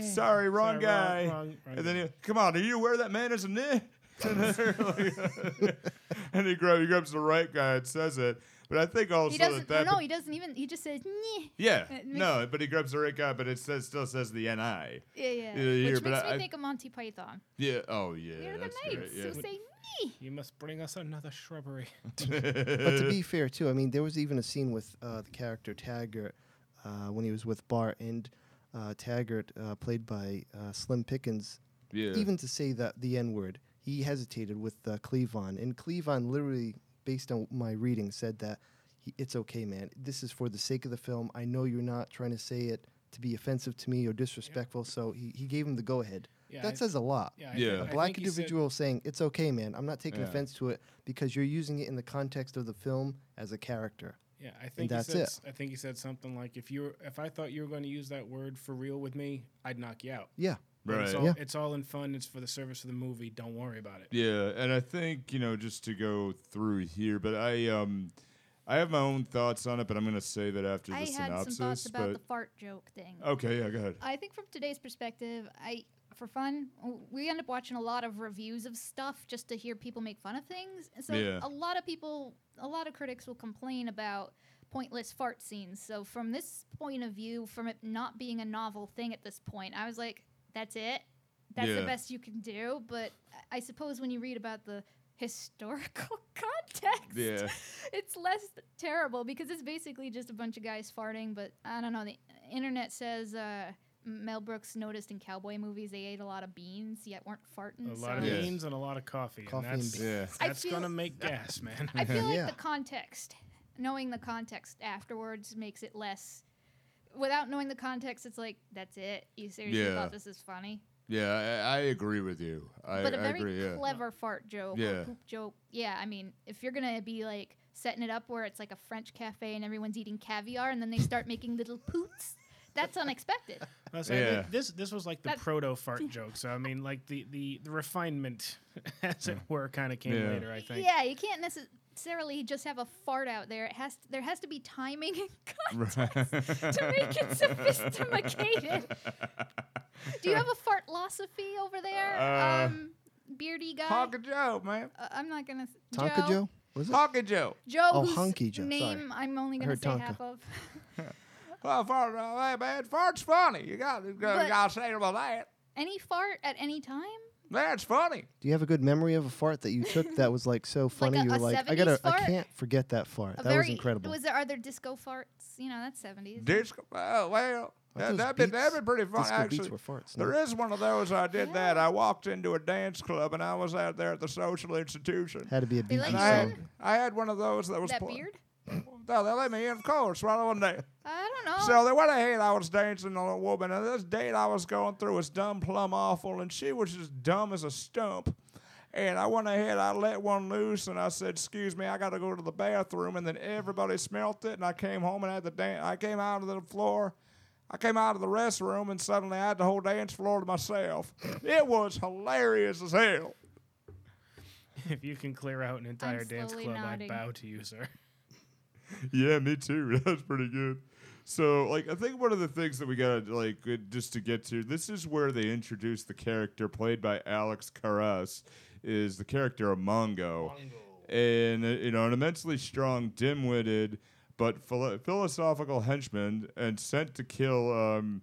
[SPEAKER 6] Sorry, wrong
[SPEAKER 4] Sorry, wrong-
[SPEAKER 6] guy."
[SPEAKER 4] wrong- wrong
[SPEAKER 6] and then, he, come on, are you aware that man is a nit? And, they're like- and he, grab, he grabs the right guy and says it. But I think also
[SPEAKER 3] he
[SPEAKER 6] that
[SPEAKER 3] doesn't.
[SPEAKER 6] that
[SPEAKER 3] no, he doesn't even. He just says, "Nyeh."
[SPEAKER 6] yeah,
[SPEAKER 3] It makes-
[SPEAKER 6] no, but he grabs the right guy, but it says still says the ni.
[SPEAKER 3] yeah, yeah.
[SPEAKER 6] Yeah, yeah,
[SPEAKER 3] Which
[SPEAKER 6] but
[SPEAKER 3] makes
[SPEAKER 6] I-
[SPEAKER 3] me
[SPEAKER 6] I-
[SPEAKER 3] think of Monty Python.
[SPEAKER 6] Yeah, oh yeah,
[SPEAKER 3] You're the
[SPEAKER 6] that's great,
[SPEAKER 3] maids
[SPEAKER 6] yeah.
[SPEAKER 3] who say, "Nyeh."
[SPEAKER 4] You must bring us another shrubbery.
[SPEAKER 5] but to be fair too, I mean, there was even a scene with uh, the character Taggart uh, when he was with Bart, and uh, Taggart, uh, played by uh, Slim Pickens,
[SPEAKER 6] yeah,
[SPEAKER 5] even to say that the N word, he hesitated with uh, Cleavon, and Cleavon literally, based on my reading, said that he, it's okay, man. This is for the sake of the film. I know you're not trying to say it to be offensive to me or disrespectful, so he, he gave him the go ahead.
[SPEAKER 4] Yeah,
[SPEAKER 5] that
[SPEAKER 4] I-
[SPEAKER 5] says a lot
[SPEAKER 4] I
[SPEAKER 6] Yeah.
[SPEAKER 4] think-
[SPEAKER 6] A
[SPEAKER 4] I
[SPEAKER 5] a black
[SPEAKER 4] think he said-
[SPEAKER 5] individual saying it's okay man i'm not taking
[SPEAKER 6] Yeah.
[SPEAKER 5] offense to it because you're using it in the context of the film as a character
[SPEAKER 4] Yeah, I think
[SPEAKER 5] that's
[SPEAKER 4] he said,
[SPEAKER 5] it.
[SPEAKER 4] s- I think he said something like, "If you were, if I thought you were going to use that word for real with me, I'd knock you out."
[SPEAKER 5] yeah
[SPEAKER 4] But
[SPEAKER 6] right.
[SPEAKER 4] It's all,
[SPEAKER 5] Yeah.
[SPEAKER 4] it's all in fun. It's for the service of the movie. Don't worry about it.
[SPEAKER 6] Yeah, and I think you know just to go through here, but I um, I have my own thoughts on it, but I'm gonna save it after
[SPEAKER 3] I
[SPEAKER 6] the
[SPEAKER 3] had
[SPEAKER 6] synopsis.
[SPEAKER 3] some thoughts about
[SPEAKER 6] but
[SPEAKER 3] the fart joke thing.
[SPEAKER 6] okay, yeah, go ahead.
[SPEAKER 3] I think from today's perspective, I for fun, w- we end up watching a lot of reviews of stuff just to hear people make fun of things. And So
[SPEAKER 6] Yeah.
[SPEAKER 3] a lot of people, a lot of critics will complain about pointless fart scenes. So from this point of view, from it not being a novel thing at this point, I was like, that's it. That's the
[SPEAKER 6] Yeah.
[SPEAKER 3] best you can do. But I I suppose when you read about the historical context,
[SPEAKER 6] Yeah.
[SPEAKER 3] it's less terrible because it's basically just a bunch of guys farting. But I don't know. The internet says uh, Mel Brooks noticed in cowboy movies they ate a lot of beans, yet weren't farting.
[SPEAKER 4] A lot of
[SPEAKER 3] so-
[SPEAKER 6] Yeah.
[SPEAKER 4] beans and a lot of coffee.
[SPEAKER 5] Coffee and
[SPEAKER 4] and that's,
[SPEAKER 5] beans.
[SPEAKER 6] Yeah,
[SPEAKER 3] I
[SPEAKER 4] That's
[SPEAKER 3] feel-
[SPEAKER 4] gonna make gas, man.
[SPEAKER 3] I feel like
[SPEAKER 5] Yeah.
[SPEAKER 3] the context, knowing the context afterwards, makes it less. Without knowing the context, it's like that's it. You seriously
[SPEAKER 6] Yeah.
[SPEAKER 3] thought this is funny?
[SPEAKER 6] yeah, I, I agree with you. I,
[SPEAKER 3] but a
[SPEAKER 6] I
[SPEAKER 3] very
[SPEAKER 6] agree. Yeah.
[SPEAKER 3] clever fart joke
[SPEAKER 6] Yeah.
[SPEAKER 3] or poop joke. Yeah, I mean, if you're gonna be like setting it up where it's like a French cafe and everyone's eating caviar and then they start making little poots, that's unexpected.
[SPEAKER 4] I'll say that
[SPEAKER 6] Yeah.
[SPEAKER 4] This this was like the
[SPEAKER 3] That-
[SPEAKER 4] proto fart joke. So I mean, like the the, the refinement, as it were, kind of came
[SPEAKER 6] Yeah.
[SPEAKER 4] later. I think.
[SPEAKER 3] Yeah, you can't necessarily just have a fart out there. It has there has to be timing and context to make it sophisticated. Do you have a fartlosophy over there,
[SPEAKER 6] Uh,
[SPEAKER 3] um, beardy guy?
[SPEAKER 6] Honka Joe, man.
[SPEAKER 3] Uh, I'm not gonna. s-
[SPEAKER 5] tonka joe,
[SPEAKER 3] Joe.
[SPEAKER 5] was it
[SPEAKER 6] Honka Joe.
[SPEAKER 3] Joe,
[SPEAKER 5] Oh,
[SPEAKER 3] whose
[SPEAKER 5] Hunky Joe, sorry.
[SPEAKER 3] name I'm only gonna
[SPEAKER 5] heard
[SPEAKER 3] say
[SPEAKER 5] Tonka.
[SPEAKER 3] half of.
[SPEAKER 6] Well, fart,
[SPEAKER 2] uh,
[SPEAKER 6] all right, man. Fart's funny. You got, you got,
[SPEAKER 3] But-
[SPEAKER 6] you got to say about that.
[SPEAKER 3] any fart at any time
[SPEAKER 2] That's funny.
[SPEAKER 5] Do you have a good memory of a fart that you took that was like so funny?
[SPEAKER 3] a-
[SPEAKER 5] you were
[SPEAKER 3] a
[SPEAKER 5] like, I
[SPEAKER 3] 70s
[SPEAKER 5] gotta, I
[SPEAKER 3] fart?
[SPEAKER 5] can't forget that fart.
[SPEAKER 3] A
[SPEAKER 5] that was incredible.
[SPEAKER 3] Was there are there disco farts? You know, that's seventies.
[SPEAKER 2] Disco. Oh, well, that,
[SPEAKER 5] those
[SPEAKER 2] that'd, been,
[SPEAKER 5] beats-
[SPEAKER 2] that'd been pretty fun,
[SPEAKER 5] disco beats
[SPEAKER 2] actually.
[SPEAKER 5] were farts, no?
[SPEAKER 2] There is one of those. I did that. I walked into a dance club and I was out there at the social institution.
[SPEAKER 5] Had to be a
[SPEAKER 3] They
[SPEAKER 5] beat
[SPEAKER 3] let
[SPEAKER 2] And
[SPEAKER 3] you
[SPEAKER 2] I had,
[SPEAKER 5] song.
[SPEAKER 3] in?
[SPEAKER 2] I had one of those that was
[SPEAKER 3] that
[SPEAKER 2] pl-
[SPEAKER 3] beard?
[SPEAKER 2] No, they let me in, of course, right on there.
[SPEAKER 3] I don't know.
[SPEAKER 2] So they went ahead. I was dancing on a woman, and this date I was going through was dumb, plumb awful, and she was just dumb as a stump. And I went ahead, I let one loose, and I said, "Excuse me, I got to go to the bathroom." And then everybody smelt it, and I came home and had the dance. I came out of the floor, I came out of the restroom, and suddenly I had the whole dance floor to myself. it was hilarious as hell.
[SPEAKER 4] if you can clear out an entire dance
[SPEAKER 3] slowly
[SPEAKER 4] club, I
[SPEAKER 3] nodding.
[SPEAKER 4] bow to you, sir.
[SPEAKER 6] Yeah, me too. That's pretty good. So, like, I think one of the things that we gotta like uh, just to get to this is where they introduce the character played by Alex Karras, is the character of Mongo, and uh, you know an immensely strong, dim-witted, but philo- philosophical henchman, and sent to kill. Um,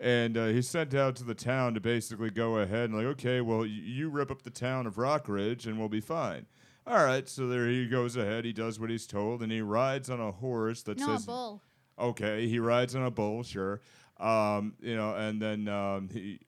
[SPEAKER 6] and uh, he's sent out to the town to basically go ahead and like, okay, well, y- you rip up the town of Rockridge and we'll be fine. All right, so there he goes ahead. He does what he's told, and he rides on a horse that
[SPEAKER 3] no, a
[SPEAKER 6] says,
[SPEAKER 3] bull.
[SPEAKER 6] "Okay." He rides on a bull, sure. Um, you know, and then um, he,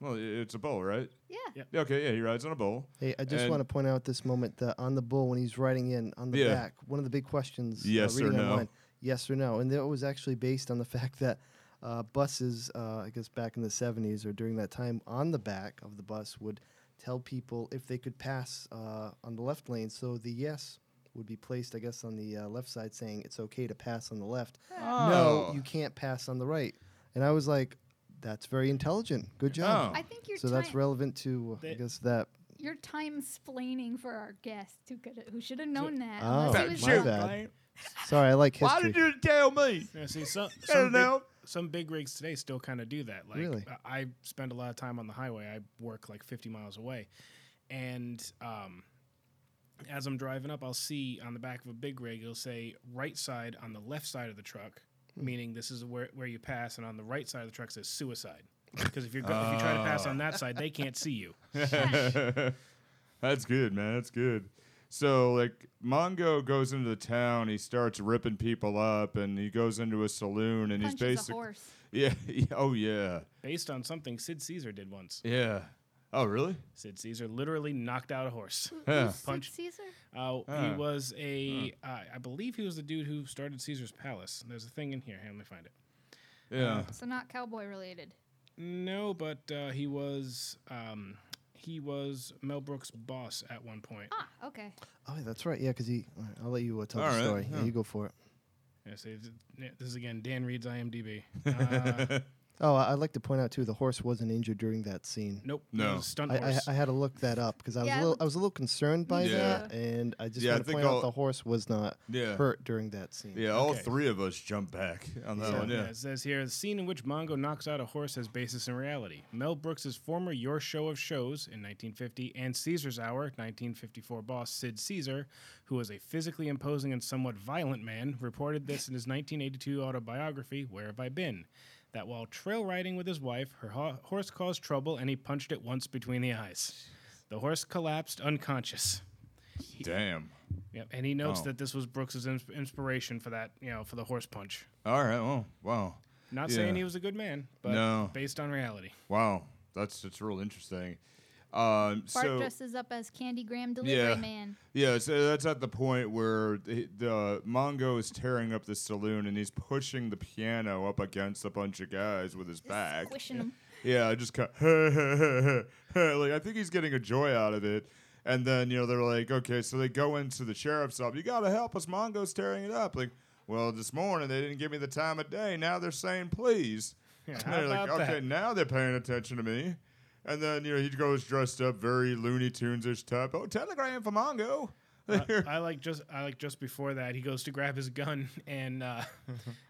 [SPEAKER 6] well, i- it's a bull, right?
[SPEAKER 3] Yeah.
[SPEAKER 4] Yeah.
[SPEAKER 6] Yeah, Okay, yeah, he rides on a bull.
[SPEAKER 5] Hey, I just
[SPEAKER 6] And-
[SPEAKER 5] want to point out at this moment that on the bull when he's riding in on the
[SPEAKER 6] Yeah.
[SPEAKER 5] back, one of the big questions.
[SPEAKER 6] Yes
[SPEAKER 5] uh,
[SPEAKER 6] or
[SPEAKER 5] reading
[SPEAKER 6] no?
[SPEAKER 5] Online, yes or no, and that was actually based on the fact that uh, buses, uh, I guess back in the '70s or during that time, on the back of the bus would tell people if they could pass uh, on the left lane. So the yes would be placed, I guess, on the uh, left side, saying it's okay to pass on the left.
[SPEAKER 6] Oh.
[SPEAKER 5] No, you can't pass on the right. And I was like, that's very intelligent. Good job.
[SPEAKER 6] Oh.
[SPEAKER 3] I think you're
[SPEAKER 5] So that's
[SPEAKER 3] time,
[SPEAKER 5] relevant to, uh, I
[SPEAKER 4] They-
[SPEAKER 5] guess, that
[SPEAKER 3] you're time splaining for our guest who could who should have known that.
[SPEAKER 5] Oh,
[SPEAKER 3] unless he
[SPEAKER 5] That
[SPEAKER 3] was
[SPEAKER 5] my
[SPEAKER 3] young.
[SPEAKER 5] bad. Sorry, I like
[SPEAKER 6] Why
[SPEAKER 5] history.
[SPEAKER 6] did you tell me?
[SPEAKER 4] Yeah, see, some
[SPEAKER 6] I
[SPEAKER 4] some
[SPEAKER 6] don't
[SPEAKER 4] big,
[SPEAKER 6] know.
[SPEAKER 4] some big rigs today still kind of do that. Like,
[SPEAKER 5] Really?
[SPEAKER 4] I- I spend a lot of time on the highway. I work like 50 miles away, and um, as I'm driving up, I'll see on the back of a big rig it'll say right side on the left side of the truck, meaning this is where where you pass, and on the right side of the truck says suicide. Because if you're go- if you try to pass on that side, they can't see you.
[SPEAKER 6] That's good, man. That's good. So like Mongo goes into the town, he starts ripping people up, and he goes into a saloon, and he's
[SPEAKER 3] Punches a
[SPEAKER 6] basically
[SPEAKER 3] horse.
[SPEAKER 6] yeah, yeah, oh yeah,
[SPEAKER 4] Based on something Sid Caesar did once.
[SPEAKER 6] yeah. Oh really?
[SPEAKER 4] Sid Caesar literally knocked out a horse.
[SPEAKER 6] Yeah.
[SPEAKER 3] Who's Sid
[SPEAKER 4] Punch-
[SPEAKER 3] Caesar?
[SPEAKER 4] Uh,
[SPEAKER 6] Ah.
[SPEAKER 4] He was a, uh, I believe he was the dude who started Caesar's Palace. There's a thing in here. Here, let me find it.
[SPEAKER 6] Yeah.
[SPEAKER 3] So not cowboy related.
[SPEAKER 4] No, but uh, he was um, he was Mel Brooks' boss at one point.
[SPEAKER 3] Ah, okay.
[SPEAKER 5] Oh, that's right. Yeah, because he. all right, I'll let you uh, tell
[SPEAKER 6] All
[SPEAKER 5] the
[SPEAKER 6] right,
[SPEAKER 5] story. Yeah,
[SPEAKER 6] yeah.
[SPEAKER 5] you go for it.
[SPEAKER 4] Yeah, so th- yeah, this is again Dan Reed's IMDb. Uh,
[SPEAKER 5] Oh, I- I'd like to point out too. The horse wasn't injured during that scene.
[SPEAKER 4] nope,
[SPEAKER 6] No.
[SPEAKER 4] it was a stunt
[SPEAKER 5] I, I,
[SPEAKER 4] horse.
[SPEAKER 5] I had to look that up because I was
[SPEAKER 3] Yeah,
[SPEAKER 5] a
[SPEAKER 3] I
[SPEAKER 5] little
[SPEAKER 3] looked-
[SPEAKER 5] I was a little concerned by
[SPEAKER 3] Me
[SPEAKER 5] that,
[SPEAKER 3] too.
[SPEAKER 5] and I just
[SPEAKER 6] Yeah, I
[SPEAKER 5] want to
[SPEAKER 6] think
[SPEAKER 5] point out
[SPEAKER 6] all-
[SPEAKER 5] the horse was not
[SPEAKER 6] Yeah.
[SPEAKER 5] hurt during that scene.
[SPEAKER 6] Yeah, all
[SPEAKER 4] Okay.
[SPEAKER 6] three of us jump back on that
[SPEAKER 4] So,
[SPEAKER 6] one.
[SPEAKER 4] yeah,
[SPEAKER 6] Oh, Yeah.
[SPEAKER 4] it says here the scene in which Mongo knocks out a horse has basis in reality. Mel Brooks' former Your Show of Shows in 1950 and Caesar's Hour 1954 boss Sid Caesar, who was a physically imposing and somewhat violent man, reported this in his 1982 autobiography Where Have I Been? That while trail riding with his wife, her ho- horse caused trouble and he punched it once between the eyes. The horse collapsed unconscious.
[SPEAKER 6] Damn.
[SPEAKER 4] Yep, and he notes
[SPEAKER 6] Oh.
[SPEAKER 4] that this was Brooks' ins- inspiration for that, you know, for the horse punch.
[SPEAKER 6] All right. Well, wow.
[SPEAKER 4] Not
[SPEAKER 6] Yeah.
[SPEAKER 4] saying he was a good man, but
[SPEAKER 6] No.
[SPEAKER 4] based on reality.
[SPEAKER 6] Wow. That's it's real interesting. Um,
[SPEAKER 3] Bart
[SPEAKER 6] so
[SPEAKER 3] dresses up as Candy Graham delivery
[SPEAKER 6] Yeah.
[SPEAKER 3] man.
[SPEAKER 6] yeah, so that's at the point where the, the Mongo is tearing up the saloon and he's pushing the piano up against a bunch of guys with his back.
[SPEAKER 3] Squishing him.
[SPEAKER 6] Yeah, I just kind of, like I think he's getting a joy out of it. And then you know they're like, okay, so they go into the sheriff's office. You gotta help us. Mongo's tearing it up. Like, well, this morning they didn't give me the time of day. Now they're saying please.
[SPEAKER 4] Yeah,
[SPEAKER 6] And
[SPEAKER 4] how
[SPEAKER 6] they're like,
[SPEAKER 4] about
[SPEAKER 6] okay,
[SPEAKER 4] that?
[SPEAKER 6] now they're paying attention to me. And then you know he goes dressed up very Looney Tunes ish type. Oh, telegram for Mongo.
[SPEAKER 4] I, I like just I like just before that he goes to grab his gun and uh,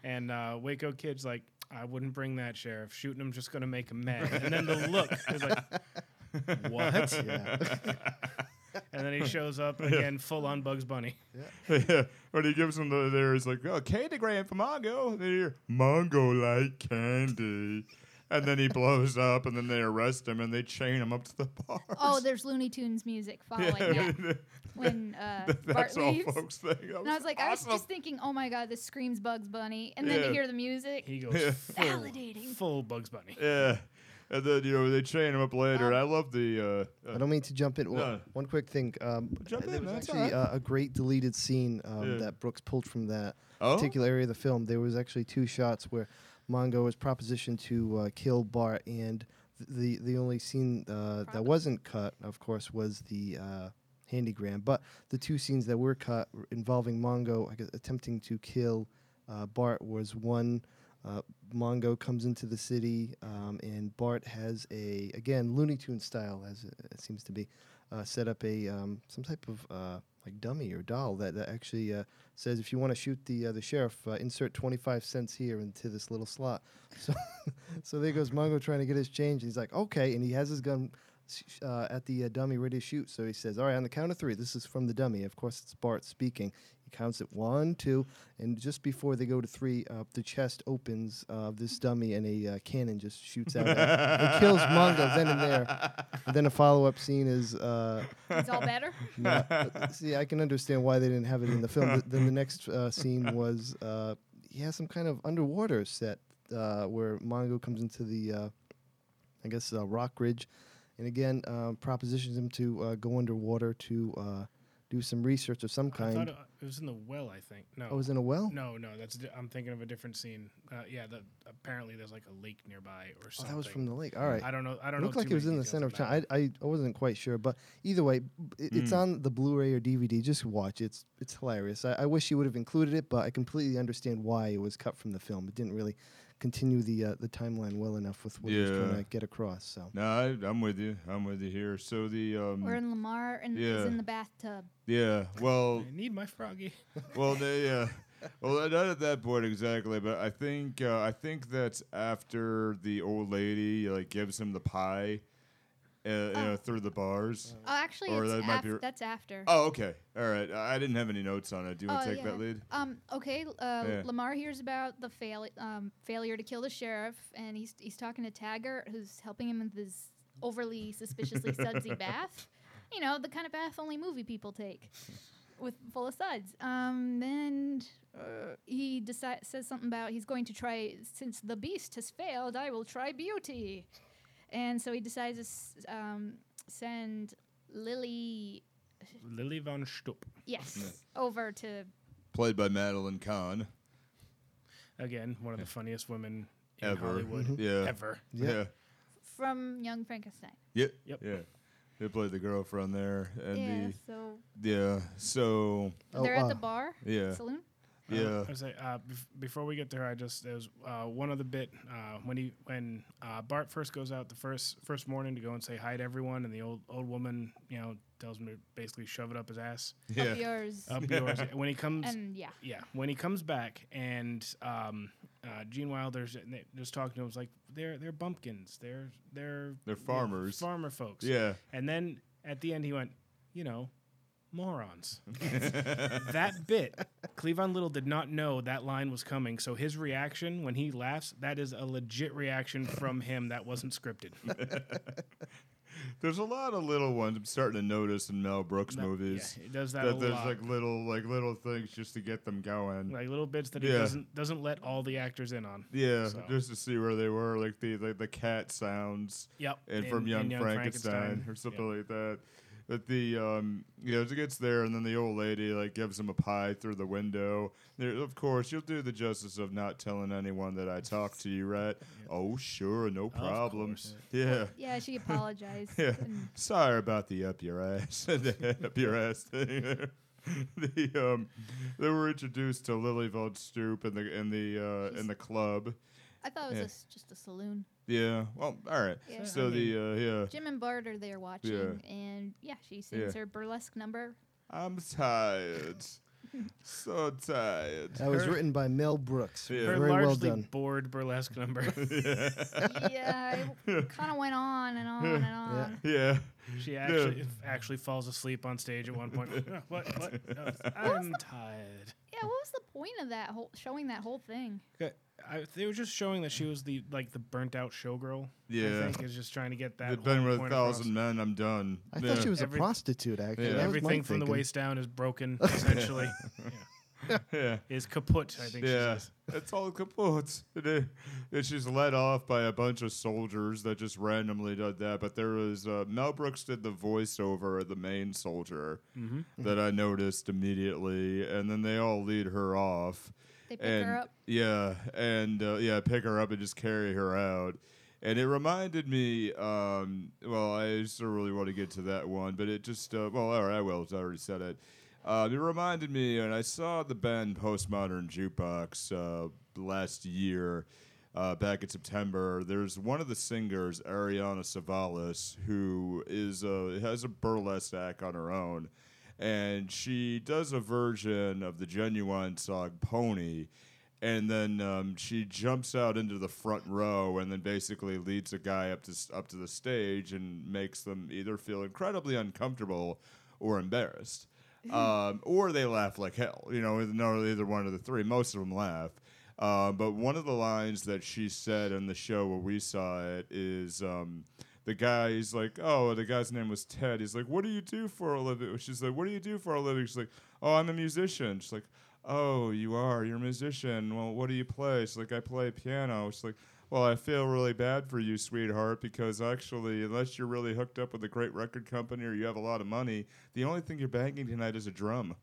[SPEAKER 4] and uh, Waco kid's like I wouldn't bring that sheriff shooting him just gonna make him mad and then the look is like what and then he shows up again full on Bugs Bunny
[SPEAKER 6] yeah, when he gives them the, there, he's like, oh, candy grand for Mongo. And then you hear, Mongo like candy. and then he blows up, and then they arrest him, and they chain him up to the bars.
[SPEAKER 3] Oh, there's Looney Tunes music following that when uh, Bart
[SPEAKER 6] That's all,
[SPEAKER 3] leaves.
[SPEAKER 6] folks. Thing. That
[SPEAKER 3] And I was like, I was
[SPEAKER 6] awesome.
[SPEAKER 3] just thinking, oh my god, this screams Bugs Bunny, and then
[SPEAKER 6] Yeah.
[SPEAKER 3] to hear the music,
[SPEAKER 4] He goes
[SPEAKER 6] Yeah.
[SPEAKER 4] full,
[SPEAKER 3] Validating.
[SPEAKER 4] full Bugs Bunny.
[SPEAKER 6] Yeah. And then, you know, they chain him up later.
[SPEAKER 3] Um,
[SPEAKER 6] I love the. Uh,
[SPEAKER 5] I
[SPEAKER 6] uh,
[SPEAKER 5] don't mean to jump in. Well,
[SPEAKER 6] No.
[SPEAKER 5] One quick thing. Um,
[SPEAKER 6] Jump
[SPEAKER 5] there
[SPEAKER 6] in,
[SPEAKER 5] was
[SPEAKER 6] man, it's all
[SPEAKER 5] actually uh,
[SPEAKER 6] right.
[SPEAKER 5] a great deleted scene um,
[SPEAKER 6] Yeah.
[SPEAKER 5] that Brooks pulled from that
[SPEAKER 6] oh?
[SPEAKER 5] particular area of the film. There was actually two shots where Mongo was propositioned to uh, kill Bart, and th- the the only scene uh, that
[SPEAKER 3] Propo-
[SPEAKER 5] wasn't cut, of course, was the uh, handygram. But the two scenes that were cut r- involving Mongo I guess, attempting to kill uh, Bart was one. Uh, Mongo comes into the city, um, and Bart has a again Looney Tune style, as it, it seems to be, uh, set up a um, some type of uh, like dummy or doll that, that actually uh, says if you want to shoot the uh, the sheriff, uh, insert twenty five cents here into this little slot. So, so there goes Mongo trying to get his change. He's like, okay, and he has his gun s- sh- uh, at the uh, dummy ready to shoot. So he says, all right, on the count of three, this is from the dummy. Of course, it's Bart speaking. He counts it one, two, and just before they go to three, uh, the chest opens of this dummy, and a uh, cannon just shoots out. at him. It kills Mongo then and there. And then a follow up scene is. Uh,
[SPEAKER 3] it's all better.
[SPEAKER 5] no, uh, see, I can understand why they didn't have it in the film. Th- then the next uh, scene was uh, he has some kind of underwater set uh, where Mongo comes into the, uh, I guess, uh, Rock Ridge, and again uh, propositions him to uh, go underwater to uh, do some research of some
[SPEAKER 4] I thought
[SPEAKER 5] kind.
[SPEAKER 4] it it was in the well, I think. No.
[SPEAKER 5] I was in a well.
[SPEAKER 4] no, no, that's di- I'm thinking of a different scene. Uh, yeah, the, apparently there's like a lake nearby or
[SPEAKER 5] Oh,
[SPEAKER 4] something.
[SPEAKER 5] that was from the lake. All right.
[SPEAKER 4] I don't know. I don't
[SPEAKER 5] It looked
[SPEAKER 4] know.
[SPEAKER 5] like
[SPEAKER 4] too
[SPEAKER 5] it was
[SPEAKER 4] many
[SPEAKER 5] in the
[SPEAKER 4] details
[SPEAKER 5] center of
[SPEAKER 4] on that.
[SPEAKER 5] town. I, I, I wasn't quite sure, but either way, b- it, it's
[SPEAKER 4] Hmm.
[SPEAKER 6] Mm.
[SPEAKER 5] on the Blu-ray or DVD. Just watch it. It's it's hilarious. I, I wish you would have included it, but I completely understand why it was cut from the film. It didn't really continue the uh, the timeline well enough with what it was
[SPEAKER 6] Yeah.
[SPEAKER 5] trying to get across. So
[SPEAKER 6] No, I, I'm with you. I'm with you here. So the. Um,
[SPEAKER 3] We're in Lamar and
[SPEAKER 6] Yeah.
[SPEAKER 3] is in the bathtub.
[SPEAKER 6] yeah. Well,
[SPEAKER 4] I need my froggy.
[SPEAKER 6] well, they, uh, well, not at that point exactly, but I think uh, I think that's after the old lady like gives him the pie, uh, you know, through the bars.
[SPEAKER 3] Oh, actually,
[SPEAKER 6] Or
[SPEAKER 3] it's
[SPEAKER 6] that might be
[SPEAKER 3] af-
[SPEAKER 6] r-
[SPEAKER 3] that's after.
[SPEAKER 6] Oh, okay, all right. I I didn't have any notes on it. Do you want
[SPEAKER 3] Oh,
[SPEAKER 6] to take
[SPEAKER 3] yeah.
[SPEAKER 6] that lead?
[SPEAKER 3] Um, okay, uh,
[SPEAKER 6] Yeah.
[SPEAKER 3] Lamar hears about the fail- um, failure to kill the sheriff, and he's, he's talking to Taggart, who's helping him with his overly suspiciously sudsy bath. You know, the kind of bath only movie people take with full of suds. Um, and uh, he deci- says something about he's going to try, since the beast has failed, I will try beauty. And so he decides to s- um, send Lily,
[SPEAKER 4] Lily von Stupp.
[SPEAKER 3] yes, over to
[SPEAKER 6] Played by Madeline Kahn.
[SPEAKER 4] Again, one of the funniest women in
[SPEAKER 6] Ever. Mm-hmm.
[SPEAKER 4] Hollywood
[SPEAKER 5] Mm-hmm.
[SPEAKER 6] Yeah.
[SPEAKER 4] ever.
[SPEAKER 5] Yeah.
[SPEAKER 6] Yeah.
[SPEAKER 3] from Young Frankenstein.
[SPEAKER 6] Yeah.
[SPEAKER 4] Yep.
[SPEAKER 6] Yeah. They played the girlfriend there, and
[SPEAKER 3] Yeah, so
[SPEAKER 6] the yeah. So
[SPEAKER 5] Oh,
[SPEAKER 3] they're at the
[SPEAKER 5] uh,
[SPEAKER 3] bar
[SPEAKER 6] yeah,
[SPEAKER 3] saloon.
[SPEAKER 6] yeah.
[SPEAKER 4] I was like, uh, bef- before we get there, I just there's uh, one other bit uh, when he when uh, Bart first goes out the first first morning to go and say hi to everyone, and the old old woman you know tells him to basically shove it up his ass.
[SPEAKER 6] Yeah. Um,
[SPEAKER 3] Up yours.
[SPEAKER 4] Up yours. When he comes,
[SPEAKER 3] and yeah.
[SPEAKER 4] yeah, when he comes back and um, uh, Gene Wilder's and they- just talking to him, it's like they're they're bumpkins, they're they're
[SPEAKER 6] They're farmers.
[SPEAKER 4] farmer folks.
[SPEAKER 6] yeah.
[SPEAKER 4] And then at the end, he went, you know, morons. that bit, Cleavon Little did not know that line was coming. So his reaction when he laughs, that is a legit reaction from him that wasn't scripted.
[SPEAKER 6] There's a lot of little ones I'm starting to notice in Mel Brooks movies.
[SPEAKER 4] Yeah, he does that,
[SPEAKER 6] that
[SPEAKER 4] a
[SPEAKER 6] there's
[SPEAKER 4] lot. Like,
[SPEAKER 6] like little like little things just to get them going.
[SPEAKER 4] little bits that he
[SPEAKER 6] Yeah.
[SPEAKER 4] doesn't doesn't let all the actors in on.
[SPEAKER 6] yeah,
[SPEAKER 4] so.
[SPEAKER 6] just to see where they were, like the like the cat sounds.
[SPEAKER 4] Yep.
[SPEAKER 6] and
[SPEAKER 4] in-
[SPEAKER 6] from
[SPEAKER 4] in
[SPEAKER 6] Young, Frankenstein, or something like that. But the um, you know, it gets there, and then the old lady like gives him a pie through the window. There, of course, you'll do the justice of not telling anyone that I talked to you, right? Oh, sure, no problem.
[SPEAKER 4] course.
[SPEAKER 6] Yeah,
[SPEAKER 3] Yeah, she apologized.
[SPEAKER 6] yeah.
[SPEAKER 3] and
[SPEAKER 6] Sorry about the up your ass, the up your ass thing. there. the um, they were introduced to Lily von Stoop in the in the uh, in
[SPEAKER 3] She's-
[SPEAKER 6] the club.
[SPEAKER 3] I thought it was
[SPEAKER 6] Yeah.
[SPEAKER 3] a s- just a saloon.
[SPEAKER 6] Yeah. Well, all right.
[SPEAKER 3] Yeah.
[SPEAKER 6] So the uh, yeah.
[SPEAKER 3] Jim and Bart are there watching, and yeah, she sings
[SPEAKER 6] Yeah.
[SPEAKER 3] her burlesque number.
[SPEAKER 6] I'm tired. so tired.
[SPEAKER 5] that was
[SPEAKER 4] Her-
[SPEAKER 5] written by Mel Brooks.
[SPEAKER 6] Yeah.
[SPEAKER 4] Her
[SPEAKER 5] Very well
[SPEAKER 4] largely
[SPEAKER 5] done.
[SPEAKER 4] bored burlesque number.
[SPEAKER 3] yeah, it kind of went on and on and on.
[SPEAKER 6] Yeah.
[SPEAKER 4] she actually actually falls asleep on stage at one point. what? What? No, I'm tired.
[SPEAKER 3] Yeah, what was the point of that whole showing that whole thing?
[SPEAKER 4] Okay, I, they were just showing that she was the like the burnt out showgirl.
[SPEAKER 6] Yeah.
[SPEAKER 4] I think is just trying to get that.
[SPEAKER 6] I've been
[SPEAKER 4] whole
[SPEAKER 6] with a
[SPEAKER 4] point across.
[SPEAKER 6] thousand men. I'm done.
[SPEAKER 5] I
[SPEAKER 6] Yeah.
[SPEAKER 5] thought she was
[SPEAKER 4] Every-
[SPEAKER 5] a prostitute. Actually,
[SPEAKER 6] Yeah.
[SPEAKER 5] That was my
[SPEAKER 4] Everything from the
[SPEAKER 5] thinking.
[SPEAKER 4] waist down is broken. Essentially,
[SPEAKER 6] Yeah.
[SPEAKER 4] is kaput. I think.
[SPEAKER 6] Yeah,
[SPEAKER 4] She says.
[SPEAKER 6] it's all kaput. And, it- and she's led off by a bunch of soldiers that just randomly did that. But there was uh, Mel Brooks did the voiceover of the main soldier that I noticed immediately, and then they all lead her off.
[SPEAKER 3] They pick her
[SPEAKER 6] and,
[SPEAKER 3] up.
[SPEAKER 6] Yeah, and uh, yeah, pick her up and just carry her out. And it reminded me, um, well, I still really want to get to that one, but it just, uh, well, all right, I will. I already said it. Um, it reminded me, and I saw the band Postmodern Jukebox uh, last year, uh, back in September. There's one of the singers, Ariana Savalas, who is a, has a burlesque act on her own and she does a version of the genuine song Pony. And then um, she jumps out into the front row, and then basically leads a guy up to s- up to the stage and makes them either feel incredibly uncomfortable or embarrassed, um, or they laugh like hell. You know, no, either one of the three. Most of them laugh. Uh, but one of the lines that she said in the show where we saw it is um, the guy, he's like, oh, the guy's name was Ted. He's like, what do you do for a living? She's like, what do you do for a living? She's like, oh, I'm a musician. She's like, oh, you are. You're a musician. Well, what do you play? She's like, I play piano. She's like, well, I feel really bad for you, sweetheart, because actually, unless you're really hooked up with a great record company or you have a lot of money, the only thing you're banging tonight is a drum.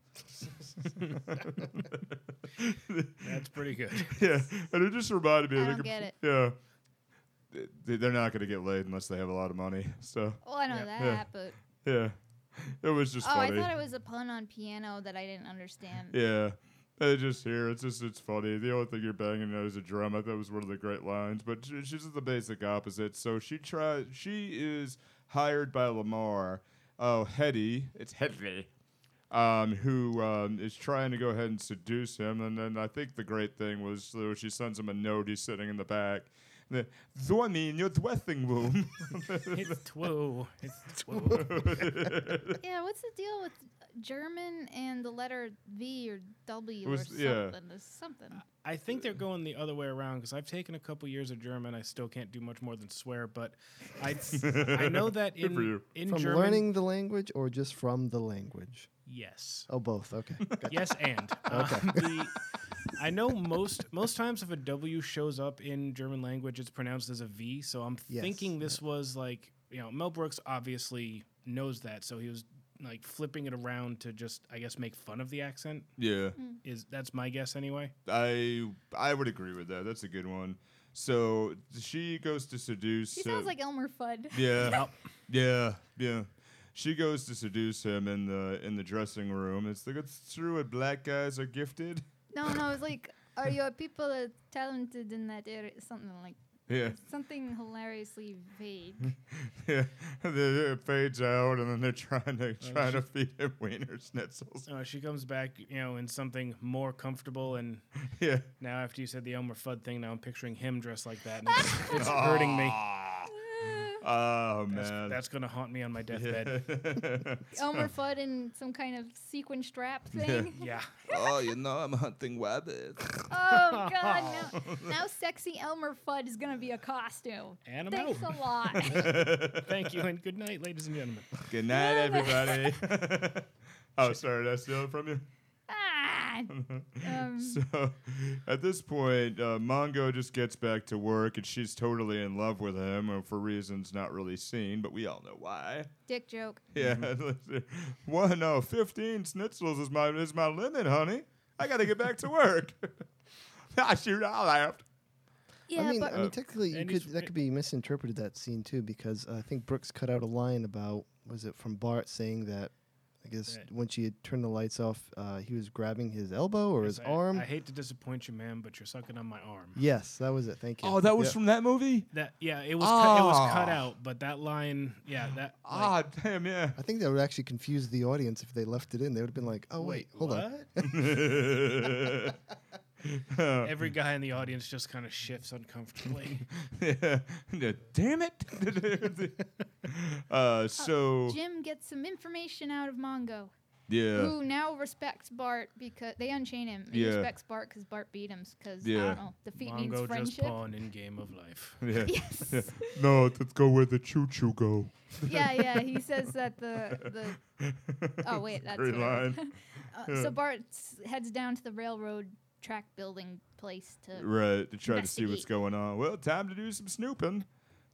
[SPEAKER 4] That's pretty good.
[SPEAKER 6] yeah, and it just reminded me.
[SPEAKER 3] I
[SPEAKER 6] of the
[SPEAKER 3] don't
[SPEAKER 6] comp-
[SPEAKER 3] get it.
[SPEAKER 6] Yeah, Th- th- they're not going to get laid unless they have a lot of money. So
[SPEAKER 3] Well, I know
[SPEAKER 4] Yeah.
[SPEAKER 3] that,
[SPEAKER 6] Yeah.
[SPEAKER 3] but
[SPEAKER 6] yeah, it was just
[SPEAKER 3] oh,
[SPEAKER 6] funny.
[SPEAKER 3] I thought it was a pun on piano that I didn't understand.
[SPEAKER 6] yeah, they just hear it's just it's funny. The only thing you're banging out is a drum. I thought it was one of the great lines, but she, she's the basic opposite. So she tries. She is hired by Lamar. Oh, Hetty, it's Hetty. um, who um, is trying to go ahead and seduce him. And then I think the great thing was though she sends him a note. He's sitting in the back. And then, Zorni, in your dressing room.
[SPEAKER 4] It's two. It's two.
[SPEAKER 3] Yeah, what's the deal with German and the letter V or W
[SPEAKER 6] Was-
[SPEAKER 3] or
[SPEAKER 6] yeah.
[SPEAKER 3] something? There's something.
[SPEAKER 4] I think they're going the other way around because I've taken a couple years of German. I still can't do much more than swear, but I I know that
[SPEAKER 6] Good for
[SPEAKER 4] in
[SPEAKER 6] you.
[SPEAKER 4] in
[SPEAKER 5] from
[SPEAKER 4] German.
[SPEAKER 5] learning the language or just from the language?
[SPEAKER 4] yes.
[SPEAKER 5] Oh, both. Okay.
[SPEAKER 4] yes and Um, the, i know most most times if a w shows up in german language it's pronounced as a v so i'm
[SPEAKER 5] Yes,
[SPEAKER 4] thinking this was like you know mel brooks obviously knows that so he was like flipping it around to just i guess make fun of the accent
[SPEAKER 6] yeah.
[SPEAKER 4] is that's my guess anyway
[SPEAKER 6] I I would agree with that. That's a good one. So she goes to seduce.
[SPEAKER 3] She sounds
[SPEAKER 6] uh,
[SPEAKER 3] like Elmer Fudd.
[SPEAKER 6] yeah, yeah, yeah. She goes to seduce him in the in the dressing room. It's like it's true. What black guys are gifted.
[SPEAKER 3] No, no, it's like, are your people uh, talented in that area? Something like
[SPEAKER 6] Yeah,
[SPEAKER 3] something hilariously vague.
[SPEAKER 6] yeah. And then it fades out, and then they're trying to
[SPEAKER 4] Oh,
[SPEAKER 6] trying to feed him wiener schnitzels.
[SPEAKER 4] uh, she comes back you know in something more comfortable and
[SPEAKER 6] Yeah.
[SPEAKER 4] now after you said the elmer fudd thing now i'm picturing him dressed like that and it's, it's hurting me
[SPEAKER 6] Ah. Oh
[SPEAKER 4] that's,
[SPEAKER 6] man.
[SPEAKER 4] that's gonna haunt me on my deathbed
[SPEAKER 6] yeah.
[SPEAKER 3] Elmer Fudd in some kind of sequin strap thing.
[SPEAKER 4] yeah
[SPEAKER 6] oh, you know I'm hunting rabbits.
[SPEAKER 3] Oh God! Now, now, sexy Elmer Fudd is gonna be a costume.
[SPEAKER 4] and i'm
[SPEAKER 3] Thanks
[SPEAKER 4] out
[SPEAKER 3] a lot.
[SPEAKER 4] Thank you and good night, ladies and gentlemen.
[SPEAKER 6] Good night, everybody. oh, sorry, did I steal it from you?
[SPEAKER 3] ah, um,
[SPEAKER 6] So at this point, uh, Mongo just gets back to work and she's totally in love with him uh, for reasons not really seen, but we all know why.
[SPEAKER 3] dick joke.
[SPEAKER 6] Yeah. Mm-hmm. One, no, 15 schnitzels is my, is my limit, honey. I got to get back to work. I shoot, I laughed.
[SPEAKER 3] Yeah,
[SPEAKER 5] I mean, uh,
[SPEAKER 3] but
[SPEAKER 5] I
[SPEAKER 4] Uh,
[SPEAKER 5] mean, technically, you
[SPEAKER 4] and
[SPEAKER 5] could
[SPEAKER 4] he's
[SPEAKER 5] that
[SPEAKER 4] ri-
[SPEAKER 5] could be misinterpreted that scene too, because uh, I think Brooks cut out a line about was it from Bart saying that I guess
[SPEAKER 4] Right.
[SPEAKER 5] when she had turned the lights off, uh, he was grabbing his elbow or his
[SPEAKER 4] I,
[SPEAKER 5] arm.
[SPEAKER 4] I hate to disappoint you, ma'am, but you're sucking on my arm.
[SPEAKER 5] yes, that was it. Thank you. Yeah.
[SPEAKER 6] from Oh, that movie?
[SPEAKER 4] That yeah, it was cut, it was cut
[SPEAKER 6] Ah.
[SPEAKER 4] out, but that line, yeah, that like,
[SPEAKER 6] Ah, damn, yeah.
[SPEAKER 5] I think that would actually confuse the audience if they left it in. They would have been like, "Oh wait, hold on."
[SPEAKER 4] what?
[SPEAKER 6] Uh,
[SPEAKER 4] Every guy in the audience just kind of shifts uncomfortably.
[SPEAKER 6] yeah. Damn it. uh, so Uh,
[SPEAKER 3] Jim gets some information out of Mongo.
[SPEAKER 6] Yeah.
[SPEAKER 3] who now respects Bart because they unchain him. He
[SPEAKER 6] Yeah.
[SPEAKER 3] respects Bart because Bart beat him because I
[SPEAKER 6] Yeah.
[SPEAKER 3] don't know. Defeat needs
[SPEAKER 4] Mongo just
[SPEAKER 3] friendship.
[SPEAKER 4] pawn in game of life.
[SPEAKER 6] Yeah.
[SPEAKER 3] Yes.
[SPEAKER 6] No, let's go where the choo choo go.
[SPEAKER 3] yeah, yeah. He says that the the oh wait, that's
[SPEAKER 6] Great
[SPEAKER 3] what I-
[SPEAKER 6] line.
[SPEAKER 3] uh, so Bart s- heads down to the railroad track building place to.
[SPEAKER 6] Right, to try to see what's
[SPEAKER 3] Investigate.
[SPEAKER 6] going on. Well, time to do some snooping.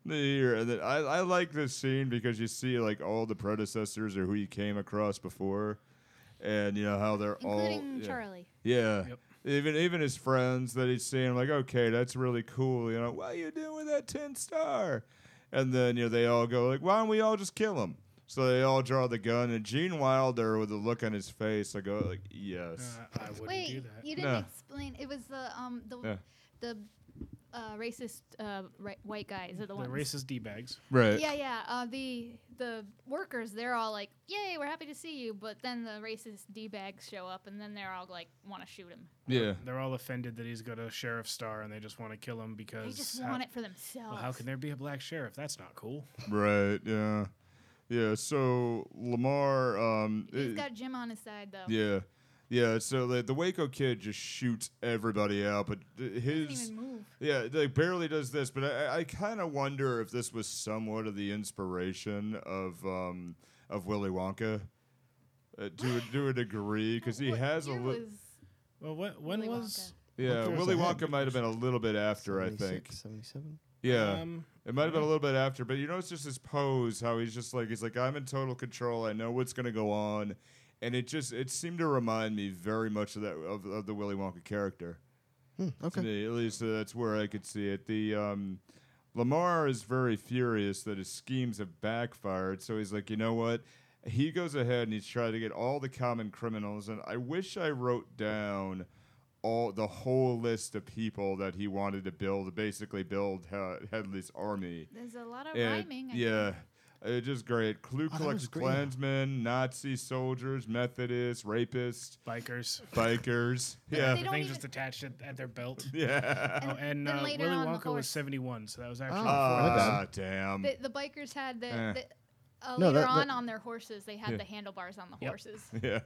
[SPEAKER 6] There, and then I, I like this scene because you see like all the predecessors or who you came across before, and you know how they're all
[SPEAKER 3] Including
[SPEAKER 6] yeah.
[SPEAKER 3] Charlie.
[SPEAKER 6] Yeah.
[SPEAKER 4] Yep.
[SPEAKER 6] Even even his friends that he's seeing, like, okay, that's really cool. You know, what are you doing with that ten star? And then you know they all go like, why don't we all just kill him? So they all draw the gun, and Gene Wilder with a look on his face, I go like,
[SPEAKER 4] Uh,
[SPEAKER 6] yes,
[SPEAKER 4] I wouldn't do
[SPEAKER 3] Wait,
[SPEAKER 4] that.
[SPEAKER 3] you didn't
[SPEAKER 6] No.
[SPEAKER 3] explain. It was the um the
[SPEAKER 6] Yeah.
[SPEAKER 3] the uh, racist uh, ri- white guys are the
[SPEAKER 4] the
[SPEAKER 3] ones.
[SPEAKER 4] racist d bags.
[SPEAKER 6] right,
[SPEAKER 3] Yeah, yeah. Uh, the the workers, they're all like, "Yay, we're happy to see you," but then the racist d bags show up, and then they're all like, "Want to shoot him?"
[SPEAKER 6] yeah.
[SPEAKER 4] They're all offended that he's got a sheriff star and they just want to kill him because
[SPEAKER 3] They just
[SPEAKER 4] how,
[SPEAKER 3] want it for themselves.
[SPEAKER 4] well, how can there be a black sheriff? That's not cool.
[SPEAKER 6] Right. Yeah. Yeah. So Lamar. Um.
[SPEAKER 3] He's
[SPEAKER 6] it-
[SPEAKER 3] got Jim on his side though.
[SPEAKER 6] yeah. Yeah. So the, the Waco kid just shoots everybody out, but th-
[SPEAKER 3] He
[SPEAKER 6] his.
[SPEAKER 3] doesn't even move.
[SPEAKER 6] Yeah, like barely does this, but I, I- I kind of wonder if this was somewhat of the inspiration of um, of Willy Wonka, uh, to a, to a degree, because he
[SPEAKER 3] What
[SPEAKER 6] has a
[SPEAKER 3] year
[SPEAKER 6] li-
[SPEAKER 3] was
[SPEAKER 4] Well, what when
[SPEAKER 3] Willy
[SPEAKER 4] was
[SPEAKER 6] yeah.
[SPEAKER 5] Wonka was
[SPEAKER 6] Willy
[SPEAKER 5] ahead.
[SPEAKER 6] Wonka might have been a little bit after, I
[SPEAKER 5] 76,
[SPEAKER 6] think.
[SPEAKER 5] 77.
[SPEAKER 6] Yeah,
[SPEAKER 4] um,
[SPEAKER 6] it might have been a little bit after, but you know, it's just his pose, how he's just like he's like I'm in total control. I know what's gonna go on, and it just it seemed to remind me very much of that of, of the Willy Wonka character.
[SPEAKER 5] Hmm,
[SPEAKER 6] To
[SPEAKER 5] okay.
[SPEAKER 6] me, at least uh, that's where I could see it. The um, Lamar is very furious that his schemes have backfired, so he's like, you know what? He goes ahead and he's trying to get all the common criminals, and I wish I wrote down all the whole list of people that he wanted to build, basically build uh, Headley's army.
[SPEAKER 3] There's a lot of
[SPEAKER 6] And-
[SPEAKER 3] rhyming. I
[SPEAKER 6] yeah. Uh, just great. Ku
[SPEAKER 5] Oh, that
[SPEAKER 6] Klux
[SPEAKER 5] was great.
[SPEAKER 6] Klansmen, Nazi soldiers, Methodists, rapists,
[SPEAKER 4] bikers?
[SPEAKER 6] bikers.
[SPEAKER 3] They
[SPEAKER 6] yeah.
[SPEAKER 3] don't
[SPEAKER 4] The thing
[SPEAKER 3] even-
[SPEAKER 4] just attached at, at their belt.
[SPEAKER 6] Yeah.
[SPEAKER 4] Oh, and
[SPEAKER 3] then
[SPEAKER 4] uh, Willy
[SPEAKER 3] later on the
[SPEAKER 4] Wonka was
[SPEAKER 3] horse.
[SPEAKER 4] 71, so that was actually
[SPEAKER 5] Ah.
[SPEAKER 4] before
[SPEAKER 6] Ah,
[SPEAKER 5] bad.
[SPEAKER 6] damn.
[SPEAKER 3] The, the bikers had the,
[SPEAKER 6] Eh.
[SPEAKER 3] the uh,
[SPEAKER 5] No,
[SPEAKER 3] later
[SPEAKER 5] that-
[SPEAKER 3] on
[SPEAKER 5] that-
[SPEAKER 3] on their horses. They had
[SPEAKER 6] Yeah.
[SPEAKER 3] the handlebars on the
[SPEAKER 4] Yep.
[SPEAKER 3] horses.
[SPEAKER 6] yeah.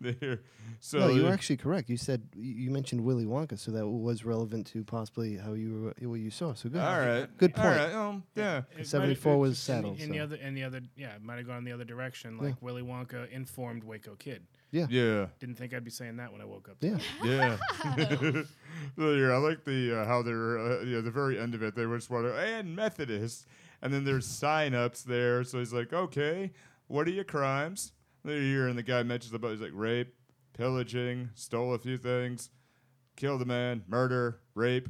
[SPEAKER 6] There. So
[SPEAKER 5] no, you were
[SPEAKER 6] uh,
[SPEAKER 5] actually correct. You said you you mentioned Willy Wonka, so that was relevant to possibly how you were, what you saw. So good.
[SPEAKER 6] All right.
[SPEAKER 5] Good
[SPEAKER 6] All
[SPEAKER 5] point.
[SPEAKER 6] right. Um, yeah.
[SPEAKER 4] It might have-
[SPEAKER 5] 74
[SPEAKER 4] it-
[SPEAKER 5] was
[SPEAKER 4] in the-
[SPEAKER 5] Saddle,
[SPEAKER 4] In, the
[SPEAKER 5] so.
[SPEAKER 4] other, in the other, yeah, it might have gone the other direction. Like Willy Wonka informed Waco Kid.
[SPEAKER 6] Yeah.
[SPEAKER 4] Didn't think I'd be saying that when I woke up.
[SPEAKER 5] Yeah.
[SPEAKER 4] today.
[SPEAKER 6] Yeah. so, yeah. I like the uh, how they're uh, yeah the very end of it. They were just wondering, and Methodist, and then there's sign ups there. So he's like, okay, what are your crimes? They're here, and the guy mentions about he's like rape, pillaging, stole a few things, killed a man, murder, rape.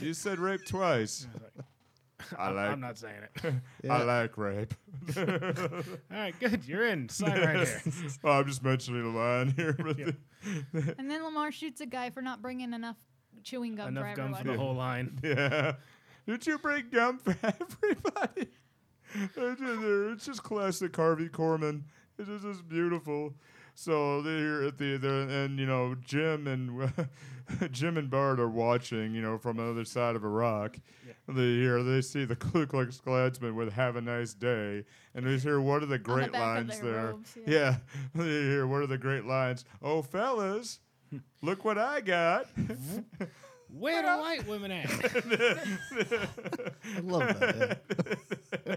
[SPEAKER 6] you said rape twice.
[SPEAKER 4] I was like,
[SPEAKER 6] I like.
[SPEAKER 4] I'm not saying it.
[SPEAKER 6] I like rape.
[SPEAKER 4] All right, good. You're in. Sign right here.
[SPEAKER 6] well, I'm just mentioning a line here. But
[SPEAKER 3] And then Lamar shoots a guy for not bringing enough chewing gum for
[SPEAKER 4] Enough gum
[SPEAKER 3] everyone.
[SPEAKER 4] for the whole line.
[SPEAKER 6] Yeah. Did you bring gum for everybody? It's just- it's just classic Harvey Korman. It's just, it's beautiful. So they're at the they're, and you know Jim and Jim and Bart are watching you know from another side of a rock. They hear they see the Ku Klux Klansman with "Have a nice day," and they hear what are the great
[SPEAKER 3] back of
[SPEAKER 6] lines
[SPEAKER 3] their
[SPEAKER 6] there?
[SPEAKER 3] robes,
[SPEAKER 6] yeah, they hear what are the great lines? Oh, fellas, look what I got!
[SPEAKER 4] Where are white women at?
[SPEAKER 5] I love that. yeah.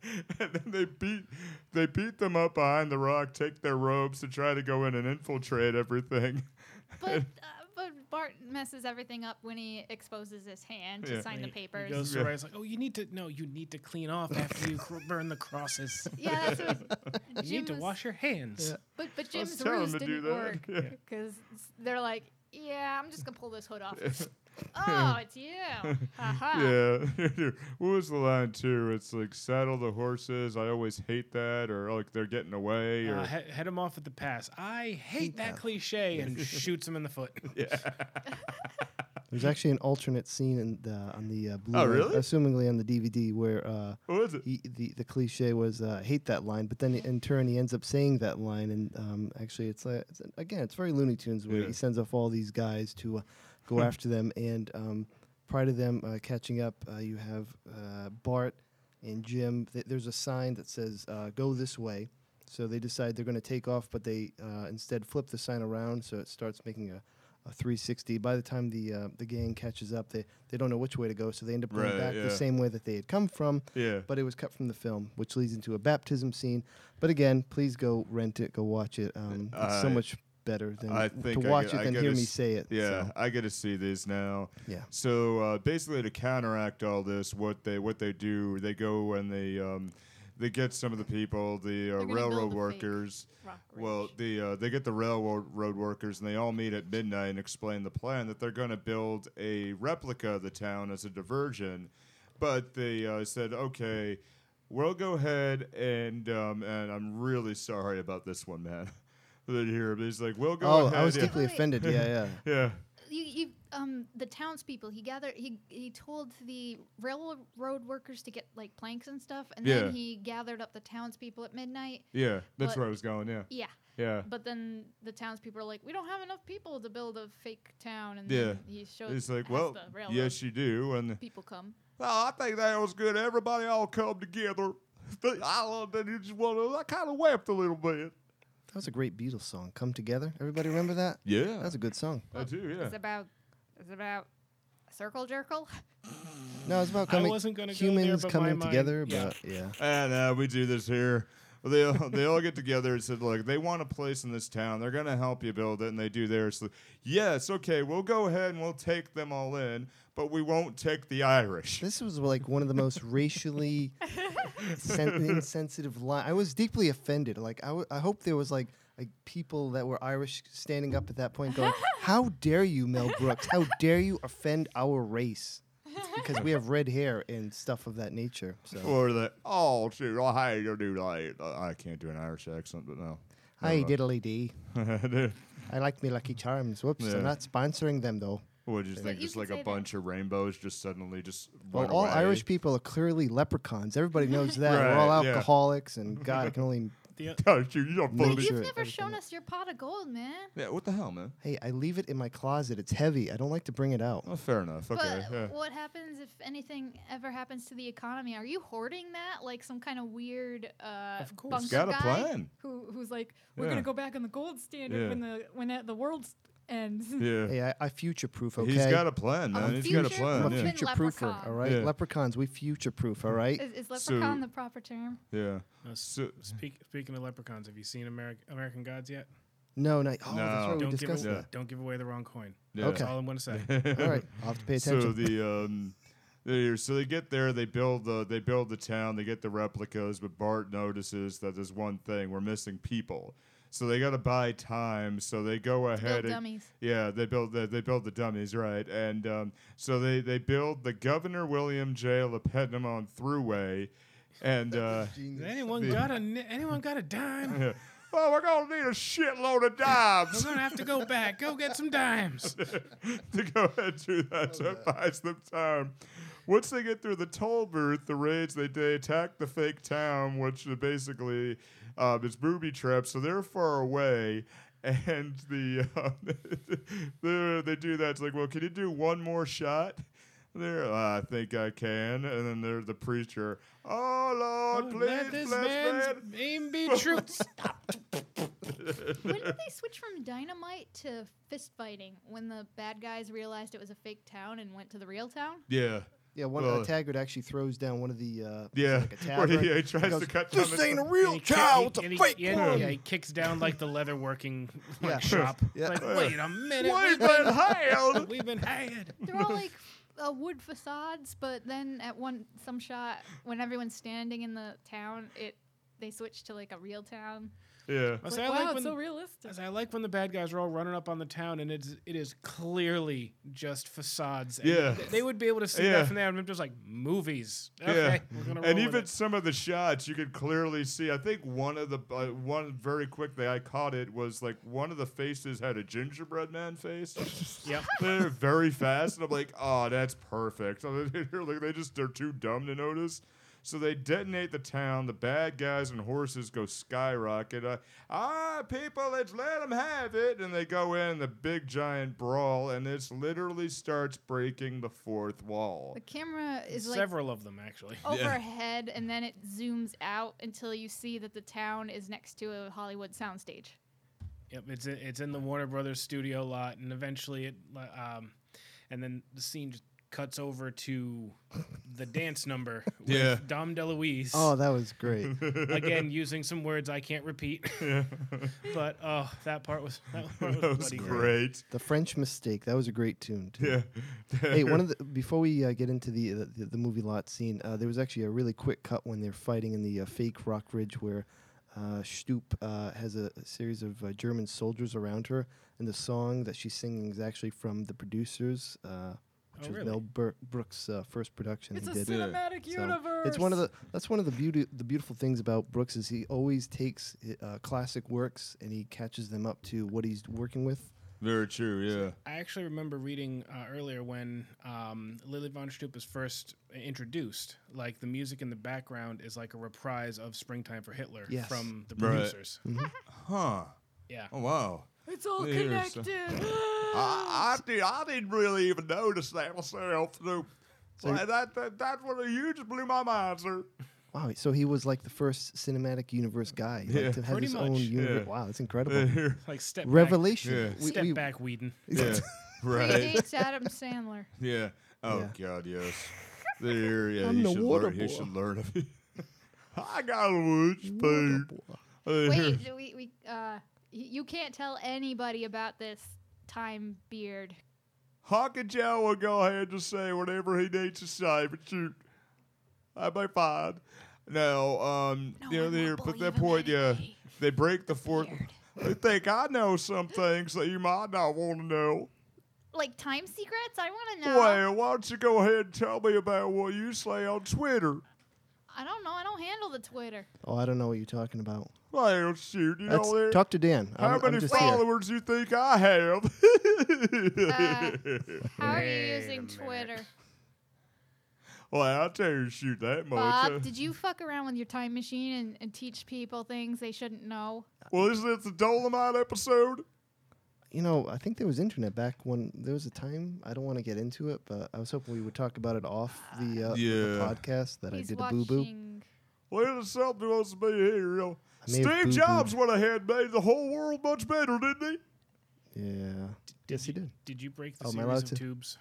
[SPEAKER 6] and then they beat they beat them up behind the rock, take their robes to try to go in and infiltrate everything.
[SPEAKER 3] But uh, but Bart messes everything up when he exposes his hand to
[SPEAKER 6] Yeah.
[SPEAKER 3] sign the
[SPEAKER 4] He
[SPEAKER 3] papers.
[SPEAKER 4] goes to
[SPEAKER 6] Yeah.
[SPEAKER 4] Ryan's like, oh, you need to no, you need to clean off after you cr- burn the crosses.
[SPEAKER 3] yeah, that's what
[SPEAKER 4] You
[SPEAKER 3] Jim
[SPEAKER 4] need to
[SPEAKER 3] was-
[SPEAKER 4] wash your hands.
[SPEAKER 5] Yeah.
[SPEAKER 3] But but Jim's
[SPEAKER 6] telling him
[SPEAKER 3] ruse
[SPEAKER 6] to do
[SPEAKER 3] didn't
[SPEAKER 6] that.
[SPEAKER 3] work
[SPEAKER 6] Yeah.
[SPEAKER 3] because they're like, yeah, I'm just gonna pull this hood off. oh, it's you. Ha ha.
[SPEAKER 6] Yeah. what was the line too? It's like saddle the horses. I always hate that, or like they're getting away, or
[SPEAKER 4] Uh, he- head him off at the pass. I hate that cliche, and shoots him in the foot.
[SPEAKER 5] There's actually an alternate scene in the, on the uh, blue,
[SPEAKER 6] really?
[SPEAKER 5] assumingly on the DVD, where uh,
[SPEAKER 6] what was it?
[SPEAKER 5] he, the the cliche was uh, hate that line, but then in turn he ends up saying that line, and um, actually it's, like, it's again it's very Looney Tunes where
[SPEAKER 6] Yeah. Hmm.
[SPEAKER 5] he sends off all these guys to uh, go after them, and um, prior to them uh, catching up, uh, you have uh, Bart and Jim. Th- there's a sign that says uh, "Go this way," So they decide they're going to take off, but they uh, instead flip the sign around so it starts making a, a 360. By the time the uh, the gang catches up, they, they don't know which way to go, so they end up going
[SPEAKER 6] Right,
[SPEAKER 5] back
[SPEAKER 6] yeah.
[SPEAKER 5] the same way that they had come from,
[SPEAKER 6] Yeah.
[SPEAKER 5] but it was cut from the film, which leads into a baptism scene. But again, please go rent it, go watch it. Um, it's so
[SPEAKER 6] I-
[SPEAKER 5] much better than
[SPEAKER 6] I
[SPEAKER 5] to
[SPEAKER 6] think I
[SPEAKER 5] watch
[SPEAKER 6] get- I
[SPEAKER 5] it than
[SPEAKER 6] gotta
[SPEAKER 5] hear me
[SPEAKER 6] s-
[SPEAKER 5] say it.
[SPEAKER 6] Yeah,
[SPEAKER 5] so,
[SPEAKER 6] I get to see these now.
[SPEAKER 5] yeah.
[SPEAKER 6] So uh, basically, to counteract all this, what they what they do, they go and they um, they get some of the people, the uh,
[SPEAKER 3] They're gonna build a
[SPEAKER 6] railroad
[SPEAKER 3] fake
[SPEAKER 6] workers.
[SPEAKER 3] Rock Ridge.
[SPEAKER 6] Well, the uh, they get the railroad road workers, and they all meet at midnight and explain the plan that they're going to build a replica of the town as a diversion. But they uh, said, okay, we'll go ahead and um, and I'm really sorry about this one, man. that here, but he's like, we'll go
[SPEAKER 5] Oh,
[SPEAKER 6] ahead.
[SPEAKER 5] I was
[SPEAKER 6] yeah.
[SPEAKER 5] deeply
[SPEAKER 3] Wait.
[SPEAKER 5] offended. Yeah, yeah.
[SPEAKER 6] yeah.
[SPEAKER 3] you, you, um, the townspeople. He gathered. He he told the railroad workers to get like planks and stuff, and
[SPEAKER 6] Yeah.
[SPEAKER 3] then he gathered up the townspeople at midnight.
[SPEAKER 6] Yeah, that's
[SPEAKER 3] But-
[SPEAKER 6] where I was going. Yeah,
[SPEAKER 3] Yeah,
[SPEAKER 6] yeah.
[SPEAKER 3] but then the townspeople are like, we don't have enough people to build a fake town, and
[SPEAKER 6] Yeah.
[SPEAKER 3] then he showed.
[SPEAKER 6] It's like,
[SPEAKER 3] has
[SPEAKER 6] well,
[SPEAKER 3] the railroad
[SPEAKER 6] yes, you do. And
[SPEAKER 3] people come.
[SPEAKER 6] oh, I think that was good. Everybody all come together. I love that. You just want to. I kind of wept a little bit.
[SPEAKER 5] That was a great Beatles song. Come together. Everybody remember that?
[SPEAKER 6] Yeah,
[SPEAKER 5] That's a good song.
[SPEAKER 6] I do. Yeah.
[SPEAKER 3] It's about. It's about. Circle jerkle.
[SPEAKER 5] No, it's about
[SPEAKER 4] I
[SPEAKER 5] coming.
[SPEAKER 4] wasn't gonna go there,
[SPEAKER 5] humans
[SPEAKER 4] but my
[SPEAKER 5] coming
[SPEAKER 4] mind-
[SPEAKER 5] together.
[SPEAKER 4] yeah.
[SPEAKER 5] But yeah,
[SPEAKER 6] And uh, we do this here. Well, They all, they all get together and said, "Look, they want a place in this town. They're gonna help you build it." And they do theirs. So, yes, okay, we'll go ahead and we'll take them all in, but we won't take the Irish.
[SPEAKER 5] this was like one of the most racially sen- insensitive line. I was deeply offended. Like I, w- I hope there was like like people that were Irish standing up at that point, going, "How dare you, Mel Brooks? How dare you offend our race?" Because we have red hair and stuff of that nature. So
[SPEAKER 6] Or the oh, shoot, oh, hi, you do like I can't do an Irish accent, but no.
[SPEAKER 5] hi, diddly dee.
[SPEAKER 6] Dude,
[SPEAKER 5] I like me Lucky Charms. Whoops,
[SPEAKER 6] Yeah.
[SPEAKER 5] I'm not sponsoring them though.
[SPEAKER 6] what do you think?
[SPEAKER 3] you
[SPEAKER 6] Just
[SPEAKER 3] can
[SPEAKER 6] like a
[SPEAKER 3] say that.
[SPEAKER 6] bunch of rainbows just suddenly just.
[SPEAKER 5] Well,
[SPEAKER 6] run
[SPEAKER 5] all
[SPEAKER 6] away.
[SPEAKER 5] Irish people are clearly leprechauns. Everybody knows that.
[SPEAKER 6] Right,
[SPEAKER 5] We're all
[SPEAKER 6] yeah.
[SPEAKER 5] alcoholics, and God, I can only.
[SPEAKER 4] The,
[SPEAKER 6] Oh, shoot, you don't
[SPEAKER 5] No
[SPEAKER 6] fully-
[SPEAKER 5] shit.
[SPEAKER 3] You've
[SPEAKER 5] sure,
[SPEAKER 3] never
[SPEAKER 5] everything
[SPEAKER 3] shown
[SPEAKER 5] that-
[SPEAKER 3] us your pot of gold, man.
[SPEAKER 6] Yeah, what the hell, man?
[SPEAKER 5] Hey, I leave it in my closet. It's heavy. I don't like to bring it out.
[SPEAKER 6] Oh, fair enough. Okay.
[SPEAKER 3] but
[SPEAKER 6] yeah.
[SPEAKER 3] what happens if anything ever happens to the economy? Are you hoarding that like some kind of weird uh
[SPEAKER 4] Of course.
[SPEAKER 3] bunker
[SPEAKER 6] Got a
[SPEAKER 3] guy
[SPEAKER 6] plan.
[SPEAKER 3] who who's like we're
[SPEAKER 6] Yeah.
[SPEAKER 3] going to go back on the gold standard
[SPEAKER 6] Yeah.
[SPEAKER 3] when the when at the world ends.
[SPEAKER 6] yeah.
[SPEAKER 5] Hey, I, I future proof, okay?
[SPEAKER 6] He's got a plan, man.
[SPEAKER 3] I'm
[SPEAKER 6] He's got a
[SPEAKER 3] future-
[SPEAKER 6] plan.
[SPEAKER 5] I'm
[SPEAKER 3] I'm
[SPEAKER 5] a
[SPEAKER 6] Yeah.
[SPEAKER 3] Even
[SPEAKER 5] future proofer,
[SPEAKER 3] leprechaun.
[SPEAKER 5] all right?
[SPEAKER 6] Yeah.
[SPEAKER 5] Leprechauns, we future proof, all right?
[SPEAKER 3] Is, is
[SPEAKER 6] So-
[SPEAKER 3] leprechaun the proper term?
[SPEAKER 6] yeah.
[SPEAKER 4] uh, s-
[SPEAKER 6] So,
[SPEAKER 4] speak, speaking of leprechauns, have you seen American American Gods yet?
[SPEAKER 5] No, not. Oh,
[SPEAKER 6] No.
[SPEAKER 5] that's right. We
[SPEAKER 4] Don't give,
[SPEAKER 5] discussed
[SPEAKER 4] away,
[SPEAKER 6] Yeah.
[SPEAKER 4] don't give away the wrong coin.
[SPEAKER 6] yeah.
[SPEAKER 5] Okay.
[SPEAKER 4] That's all I'm going to say.
[SPEAKER 5] that. All right. I'll have to pay attention.
[SPEAKER 6] So the um, they so they get there, they build the they build the town, they get the replicas, but Bart notices that there's one thing we're missing people. So they got to buy time. So they go ahead and
[SPEAKER 3] dummies.
[SPEAKER 6] yeah, they build the, they build the dummies right, and um, so they they build the Governor William J. Lepetamon Thruway, and. Uh,
[SPEAKER 4] Has anyone got a ni- anyone got a dime?
[SPEAKER 6] yeah. Oh, we're gonna need a shitload of
[SPEAKER 4] We're
[SPEAKER 6] dimes
[SPEAKER 4] gonna have to go back. Go get some dimes.
[SPEAKER 6] to go ahead and do that. So it buys them time. Once they get through the toll booth, the raids they, they attack the fake town, which is basically um, is booby traps. So they're far away, and the um, they they do that. It's like, well, can you do one more shot? There, "Ah, I think I can. And then there's the preacher. Oh Lord, please
[SPEAKER 4] Let this
[SPEAKER 6] bless
[SPEAKER 4] man's
[SPEAKER 6] man.
[SPEAKER 4] aim be true.
[SPEAKER 3] when did they switch from dynamite to fist fighting when the bad guys realized it was a fake town and went to the real town?
[SPEAKER 6] Yeah.
[SPEAKER 5] yeah, one
[SPEAKER 6] well-
[SPEAKER 5] uh, Taggart actually throws down one of the. Uh,
[SPEAKER 6] Yeah,
[SPEAKER 5] like a
[SPEAKER 6] where he,
[SPEAKER 5] tavern.
[SPEAKER 6] yeah, he tries
[SPEAKER 5] goes,
[SPEAKER 6] to cut down
[SPEAKER 5] This
[SPEAKER 6] the-
[SPEAKER 5] ain't a real
[SPEAKER 4] And he ki-
[SPEAKER 5] cow. It's
[SPEAKER 4] he- and
[SPEAKER 5] a
[SPEAKER 4] he-
[SPEAKER 5] fake
[SPEAKER 4] yeah,
[SPEAKER 5] one.
[SPEAKER 4] Yeah, he kicks down like the leather working like,
[SPEAKER 5] Yeah.
[SPEAKER 4] shop.
[SPEAKER 5] Yeah.
[SPEAKER 4] Like, wait a minute.
[SPEAKER 6] Wait,
[SPEAKER 4] We've
[SPEAKER 6] but
[SPEAKER 4] been,
[SPEAKER 6] hell,
[SPEAKER 4] we've been hired.
[SPEAKER 3] They're all like uh, wood facades, but then at one some shot when everyone's standing in the town, it they switch to like a real town.
[SPEAKER 6] Yeah.
[SPEAKER 4] I say,
[SPEAKER 3] Like, wow,
[SPEAKER 4] I like
[SPEAKER 3] it's
[SPEAKER 4] when
[SPEAKER 3] so realistic.
[SPEAKER 4] I say, I like when the bad guys are all running up on the town, and it's it is clearly just facades. And
[SPEAKER 6] Yeah.
[SPEAKER 4] th- they would be able to see
[SPEAKER 6] Yeah.
[SPEAKER 4] that from there, and I'm just like movies.
[SPEAKER 6] Yeah.
[SPEAKER 4] Okay, we're gonna roll
[SPEAKER 6] And
[SPEAKER 4] with
[SPEAKER 6] even
[SPEAKER 4] it.
[SPEAKER 6] some of the shots, you could clearly see. I think one of the uh, one very quickly I caught it was like one of the faces had a gingerbread man face.
[SPEAKER 4] Yep.
[SPEAKER 6] They're very fast, and I'm like, oh, that's perfect. Look, they just they're too dumb to notice. So they detonate the town. The bad guys and horses go skyrocket. Uh, ah, people, let's let them have it. And they go in the big giant brawl, and this literally starts breaking the fourth wall.
[SPEAKER 3] The camera is like
[SPEAKER 4] Several of them, actually.
[SPEAKER 3] overhead, and then it zooms out until you see that the town is next to a Hollywood soundstage.
[SPEAKER 4] Yep, it's in, it's in the Warner Brothers studio lot, and eventually it, li- um, and then the scene just cuts over to the dance number with
[SPEAKER 6] Yeah.
[SPEAKER 4] Dom DeLuise
[SPEAKER 5] Oh, that was great.
[SPEAKER 4] again using some words I can't repeat, but oh, that part was that part was,
[SPEAKER 6] that was
[SPEAKER 4] bloody
[SPEAKER 6] great.
[SPEAKER 5] the French Mistake. That was a great tune. Too.
[SPEAKER 6] Yeah.
[SPEAKER 5] hey, one of the before we uh, get into the, the the movie lot scene, uh, there was actually a really quick cut when they're fighting in the uh, fake Rock Ridge where uh, Stoop uh, has a, a series of uh, German soldiers around her, and the song that she's singing is actually from the producers, uh, which
[SPEAKER 4] Oh,
[SPEAKER 5] was
[SPEAKER 4] really?
[SPEAKER 5] Mel Bur- Brooks' uh, first production.
[SPEAKER 3] It's a
[SPEAKER 5] he did.
[SPEAKER 3] cinematic
[SPEAKER 5] So,
[SPEAKER 3] universe.
[SPEAKER 5] It's one of the that's one of the beauty the beautiful things about Brooks is he always takes uh, classic works and he catches them up to what he's working with.
[SPEAKER 6] Very true, yeah.
[SPEAKER 4] I actually remember reading uh, earlier when um, Lily von Stupp was first introduced. Like the music in the background is like a reprise of "Springtime for Hitler"
[SPEAKER 5] Yes.
[SPEAKER 4] from the
[SPEAKER 6] Right.
[SPEAKER 4] producers.
[SPEAKER 6] Huh.
[SPEAKER 4] Yeah,
[SPEAKER 6] Oh, wow.
[SPEAKER 3] It's all
[SPEAKER 6] Here, so-
[SPEAKER 3] connected.
[SPEAKER 6] I, I, did, I didn't really even notice that myself. So, like, that, that, that was you just blew my mind, sir.
[SPEAKER 5] Wow, so he was like the first cinematic universe guy like,
[SPEAKER 6] Yeah.
[SPEAKER 5] to have
[SPEAKER 4] Pretty
[SPEAKER 5] his own
[SPEAKER 4] much,
[SPEAKER 5] universe.
[SPEAKER 6] yeah.
[SPEAKER 5] Wow, that's incredible.
[SPEAKER 4] like step
[SPEAKER 5] Revelation.
[SPEAKER 6] Yeah.
[SPEAKER 4] Back, step back, Whedon.
[SPEAKER 6] yeah. Right.
[SPEAKER 3] Predates Adam Sandler.
[SPEAKER 6] Yeah. Oh God, yes. There, yeah.
[SPEAKER 5] I'm
[SPEAKER 6] he,
[SPEAKER 5] the
[SPEAKER 6] should
[SPEAKER 5] water
[SPEAKER 6] learn, he
[SPEAKER 5] boy.
[SPEAKER 6] should learn of it. I got a wood spade.
[SPEAKER 3] Wait, we, we uh, y- you can't tell anybody about this time beard.
[SPEAKER 6] Hawkinjow will go ahead and say whatever he needs to say, but shoot, I may find. No, um,
[SPEAKER 3] No
[SPEAKER 6] you know,
[SPEAKER 3] one will
[SPEAKER 6] there, but
[SPEAKER 3] believe
[SPEAKER 6] that
[SPEAKER 3] him
[SPEAKER 6] point, yeah,
[SPEAKER 3] anyway.
[SPEAKER 6] they break the fourth. They think I know some things that you might not want to know.
[SPEAKER 3] Like time secrets? I want to know.
[SPEAKER 6] Well, why don't you go ahead and tell me about what you say on Twitter?
[SPEAKER 3] I don't know. I don't handle the Twitter.
[SPEAKER 5] Oh, I don't know what you're talking about.
[SPEAKER 6] Well, shoot, you
[SPEAKER 5] That's,
[SPEAKER 6] know there.
[SPEAKER 5] talk to Dan.
[SPEAKER 6] How
[SPEAKER 5] I'm,
[SPEAKER 6] many
[SPEAKER 5] I'm just here.
[SPEAKER 6] followers you think I have?
[SPEAKER 3] Uh, how are you
[SPEAKER 4] Wait a
[SPEAKER 3] using
[SPEAKER 4] minute.
[SPEAKER 3] Twitter?
[SPEAKER 6] well, I'll tell you, shoot that much. uh,
[SPEAKER 3] Bob, did you fuck around with your time machine and, and teach people things they shouldn't know?
[SPEAKER 6] well, isn't it the Dolomite episode?
[SPEAKER 5] You know, I think there was internet back when there was a time. I don't want to get into it, but I was hoping we would talk about it off the, uh, the
[SPEAKER 6] Yeah.
[SPEAKER 5] podcast that
[SPEAKER 3] He's
[SPEAKER 5] I did a boo boo.
[SPEAKER 3] watching.
[SPEAKER 6] Well, there's something wants to be here. You know.
[SPEAKER 5] I may have
[SPEAKER 6] Steve
[SPEAKER 5] boo-booed.
[SPEAKER 6] Jobs went ahead and made the whole world much better, didn't he?
[SPEAKER 5] Yeah. Yes, he did.
[SPEAKER 4] Did you break the
[SPEAKER 5] Oh, am I
[SPEAKER 4] series
[SPEAKER 5] allowed
[SPEAKER 4] of
[SPEAKER 5] to-
[SPEAKER 4] tubes?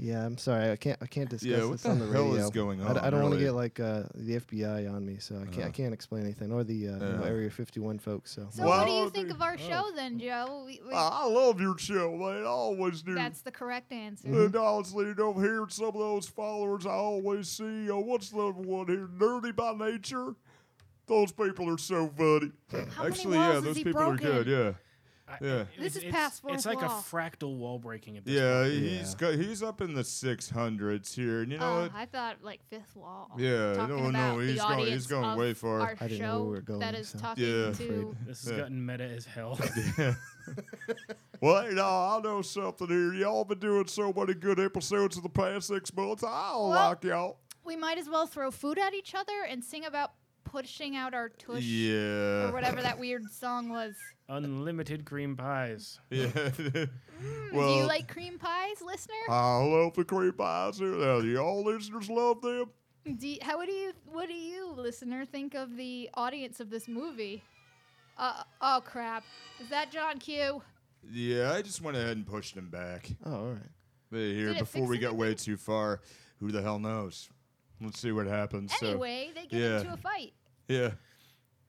[SPEAKER 5] Yeah, I'm sorry. I can't. I can't discuss
[SPEAKER 6] Yeah, what
[SPEAKER 5] this
[SPEAKER 6] the
[SPEAKER 5] on the
[SPEAKER 6] hell is
[SPEAKER 5] radio.
[SPEAKER 6] going
[SPEAKER 5] I, d- I
[SPEAKER 6] on,
[SPEAKER 5] don't want
[SPEAKER 6] really? Uh.
[SPEAKER 5] to get like uh, the FBI on me, so I can't. I can't explain anything, or the uh, you know,
[SPEAKER 6] Yeah.
[SPEAKER 5] Area 51 folks. So,
[SPEAKER 3] So, what do
[SPEAKER 6] Well, oh. Ah.
[SPEAKER 3] you think
[SPEAKER 6] the-
[SPEAKER 3] of our show then, Joe? We, we,
[SPEAKER 6] I love your show, man. I always do.
[SPEAKER 3] that's the correct answer.
[SPEAKER 6] and uh, honestly, you know, hearing some of those followers I always see, uh, what's the other one here? Nerdy by nature? Those people are so funny.
[SPEAKER 3] How many walls has he broken?
[SPEAKER 6] yeah.
[SPEAKER 4] I-
[SPEAKER 6] Yeah.
[SPEAKER 4] it-
[SPEAKER 3] This is
[SPEAKER 4] it's- it's-
[SPEAKER 3] past
[SPEAKER 4] It's
[SPEAKER 3] fourth
[SPEAKER 4] like a
[SPEAKER 3] wall.
[SPEAKER 4] fractal wall breaking at this
[SPEAKER 6] Yeah,
[SPEAKER 4] point.
[SPEAKER 6] he's go- he's up in the six hundreds here, and you know
[SPEAKER 3] Oh,
[SPEAKER 6] what?
[SPEAKER 3] I thought like fifth wall.
[SPEAKER 6] Yeah,
[SPEAKER 3] talking
[SPEAKER 6] no, no,
[SPEAKER 3] about
[SPEAKER 6] he's
[SPEAKER 3] the
[SPEAKER 6] going- he's
[SPEAKER 3] audience
[SPEAKER 6] going
[SPEAKER 3] of
[SPEAKER 6] way far.
[SPEAKER 3] Our
[SPEAKER 5] I didn't know
[SPEAKER 3] show
[SPEAKER 5] where we were going,
[SPEAKER 3] that is
[SPEAKER 5] so-
[SPEAKER 3] talking
[SPEAKER 6] Yeah.
[SPEAKER 3] to.
[SPEAKER 4] This has
[SPEAKER 6] Yeah.
[SPEAKER 4] gotten meta as hell.
[SPEAKER 6] well, you know, I know something here. Y'all been doing so many good episodes in the past six months. I don't
[SPEAKER 3] Well,
[SPEAKER 6] like y'all.
[SPEAKER 3] We might as well throw food at each other and sing about pushing out our tush or
[SPEAKER 6] Yeah,
[SPEAKER 3] whatever that weird song was.
[SPEAKER 4] Unlimited cream pies.
[SPEAKER 6] yeah.
[SPEAKER 3] Do you
[SPEAKER 6] well,
[SPEAKER 3] like cream pies, listener?
[SPEAKER 6] I love the cream pies here. Now, do y'all listeners love them?
[SPEAKER 3] Do you- how what do you what do you listener think of the audience of this movie? Uh, oh crap! Is that John Q?
[SPEAKER 6] Yeah, I just went ahead and pushed him back
[SPEAKER 5] oh, all right.
[SPEAKER 6] here
[SPEAKER 3] Did it
[SPEAKER 6] before
[SPEAKER 3] fix
[SPEAKER 6] we got way too far. Who the hell knows? Let's see what happens.
[SPEAKER 3] Anyway, they get
[SPEAKER 6] yeah.
[SPEAKER 3] into a fight.
[SPEAKER 6] So, yeah.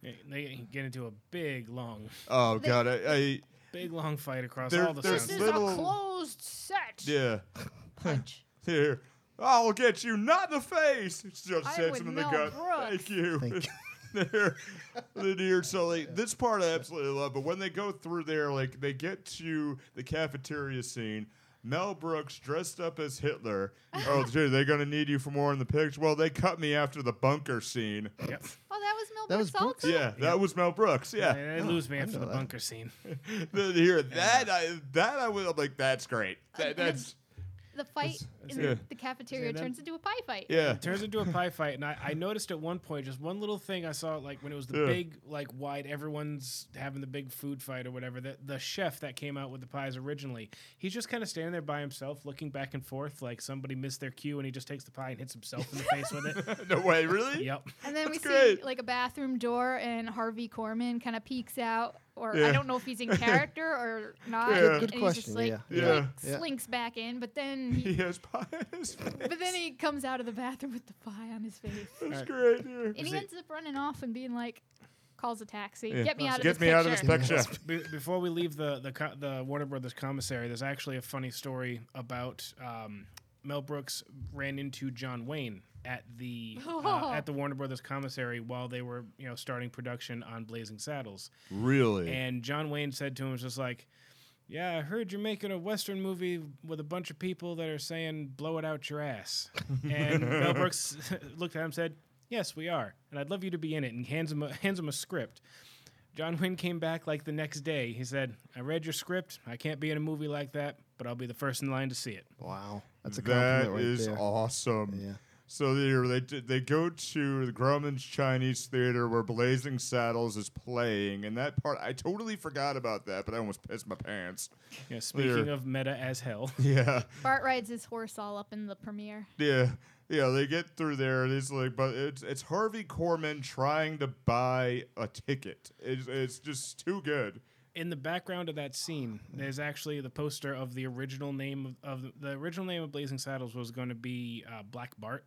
[SPEAKER 4] They- They get into a big, long,
[SPEAKER 6] Oh
[SPEAKER 3] They-
[SPEAKER 6] God, I, I
[SPEAKER 4] big, long fight across
[SPEAKER 6] There-
[SPEAKER 4] all the
[SPEAKER 6] there's
[SPEAKER 3] This
[SPEAKER 4] sounds.
[SPEAKER 3] is
[SPEAKER 6] little-
[SPEAKER 3] a closed set.
[SPEAKER 6] yeah.
[SPEAKER 3] Punch.
[SPEAKER 6] Here, I'll get you, not in the face. It's Just
[SPEAKER 3] I'm
[SPEAKER 6] hits
[SPEAKER 3] with
[SPEAKER 6] him in the
[SPEAKER 3] Mel
[SPEAKER 6] gut.
[SPEAKER 3] Brooks.
[SPEAKER 6] Thank you.
[SPEAKER 5] Thank you.
[SPEAKER 6] there, the deer. So like, this part I absolutely love. But when they go through there, like they get to the cafeteria scene. Mel Brooks dressed up as Hitler. oh, dude, they're gonna need you for more in the picture. Well, they cut me after the bunker scene.
[SPEAKER 4] Yep.
[SPEAKER 3] Oh, that was Mel
[SPEAKER 5] That was
[SPEAKER 3] Brooks also?
[SPEAKER 5] Brooks.
[SPEAKER 6] Yeah, that was Mel Brooks. Yeah.
[SPEAKER 4] They lose me after
[SPEAKER 5] know
[SPEAKER 4] the
[SPEAKER 5] that.
[SPEAKER 4] bunker scene.
[SPEAKER 6] Then here, that I that I was I'm like, that's great. That,
[SPEAKER 3] And- and
[SPEAKER 6] that's
[SPEAKER 3] the fight
[SPEAKER 6] That's-
[SPEAKER 3] in the,
[SPEAKER 6] yeah.
[SPEAKER 3] the cafeteria
[SPEAKER 4] See that?
[SPEAKER 3] turns into a pie fight.
[SPEAKER 6] Yeah.
[SPEAKER 4] It turns into a pie fight, and I, I noticed at one point just one little thing I saw like when it was the
[SPEAKER 6] Yeah.
[SPEAKER 4] big like wide everyone's having the big food fight or whatever. That the chef that came out with the pies originally, he's just kind of standing there by himself, looking back and forth, like somebody missed their cue, and he just takes the pie and hits himself in the face with it.
[SPEAKER 6] no way, really?
[SPEAKER 4] Yep.
[SPEAKER 3] And then we
[SPEAKER 6] That's great.
[SPEAKER 3] see like a bathroom door, and Harvey Corman kind of peeks out, or
[SPEAKER 6] Yeah.
[SPEAKER 3] I don't know if he's in character or not.
[SPEAKER 6] Good-
[SPEAKER 3] and
[SPEAKER 6] good
[SPEAKER 3] he's
[SPEAKER 5] question,
[SPEAKER 3] Just, like,
[SPEAKER 5] yeah.
[SPEAKER 3] he,
[SPEAKER 6] Yeah.
[SPEAKER 3] like,
[SPEAKER 5] Yeah.
[SPEAKER 3] slinks back in, but then he,
[SPEAKER 6] He has pie in his face.
[SPEAKER 3] but then he comes out of the bathroom with the pie on his face,
[SPEAKER 6] That's
[SPEAKER 4] Alright.
[SPEAKER 6] great. Yeah.
[SPEAKER 3] and he ends up running off and being like, calls a taxi,
[SPEAKER 6] Yeah.
[SPEAKER 3] get me out of
[SPEAKER 6] Get
[SPEAKER 3] this
[SPEAKER 6] me
[SPEAKER 3] picture.
[SPEAKER 6] out of this picture.
[SPEAKER 4] Be- before we leave the the co- the Warner Brothers commissary, there's actually a funny story about um, Mel Brooks ran into John Wayne at the uh, at the Warner Brothers commissary while they were you know starting production on Blazing Saddles,
[SPEAKER 6] Really?
[SPEAKER 4] and John Wayne said to him was just like. Yeah, I heard you're making a Western movie with a bunch of people that are saying "blow it out your ass," and Mel Brooks looked at him and said, "Yes, we are, and I'd love you to be in it." And hands him a, hands him a script. John Wayne came back like the next day. He said, I read your script. I can't be in a movie like that, but I'll be the first in line to see it.
[SPEAKER 5] Wow, that's a compliment
[SPEAKER 6] That
[SPEAKER 5] right
[SPEAKER 6] is
[SPEAKER 5] there.
[SPEAKER 6] awesome.
[SPEAKER 5] Yeah.
[SPEAKER 6] So they they d- they go to the Grumman's Chinese Theater where Blazing Saddles is playing, and that part I totally forgot about that, but I almost pissed my pants.
[SPEAKER 4] Yeah, speaking
[SPEAKER 6] Clear.
[SPEAKER 4] of meta as hell.
[SPEAKER 6] Yeah,
[SPEAKER 3] Bart rides his horse all up in the premiere.
[SPEAKER 6] yeah, yeah. They get through there, and it's like, but it's it's Harvey Korman trying to buy a ticket. It's it's just too good.
[SPEAKER 4] In the background of that scene,
[SPEAKER 5] Oh,
[SPEAKER 4] there's actually the poster of the original name of, of the original name of Blazing Saddles was going to be uh, Black Bart.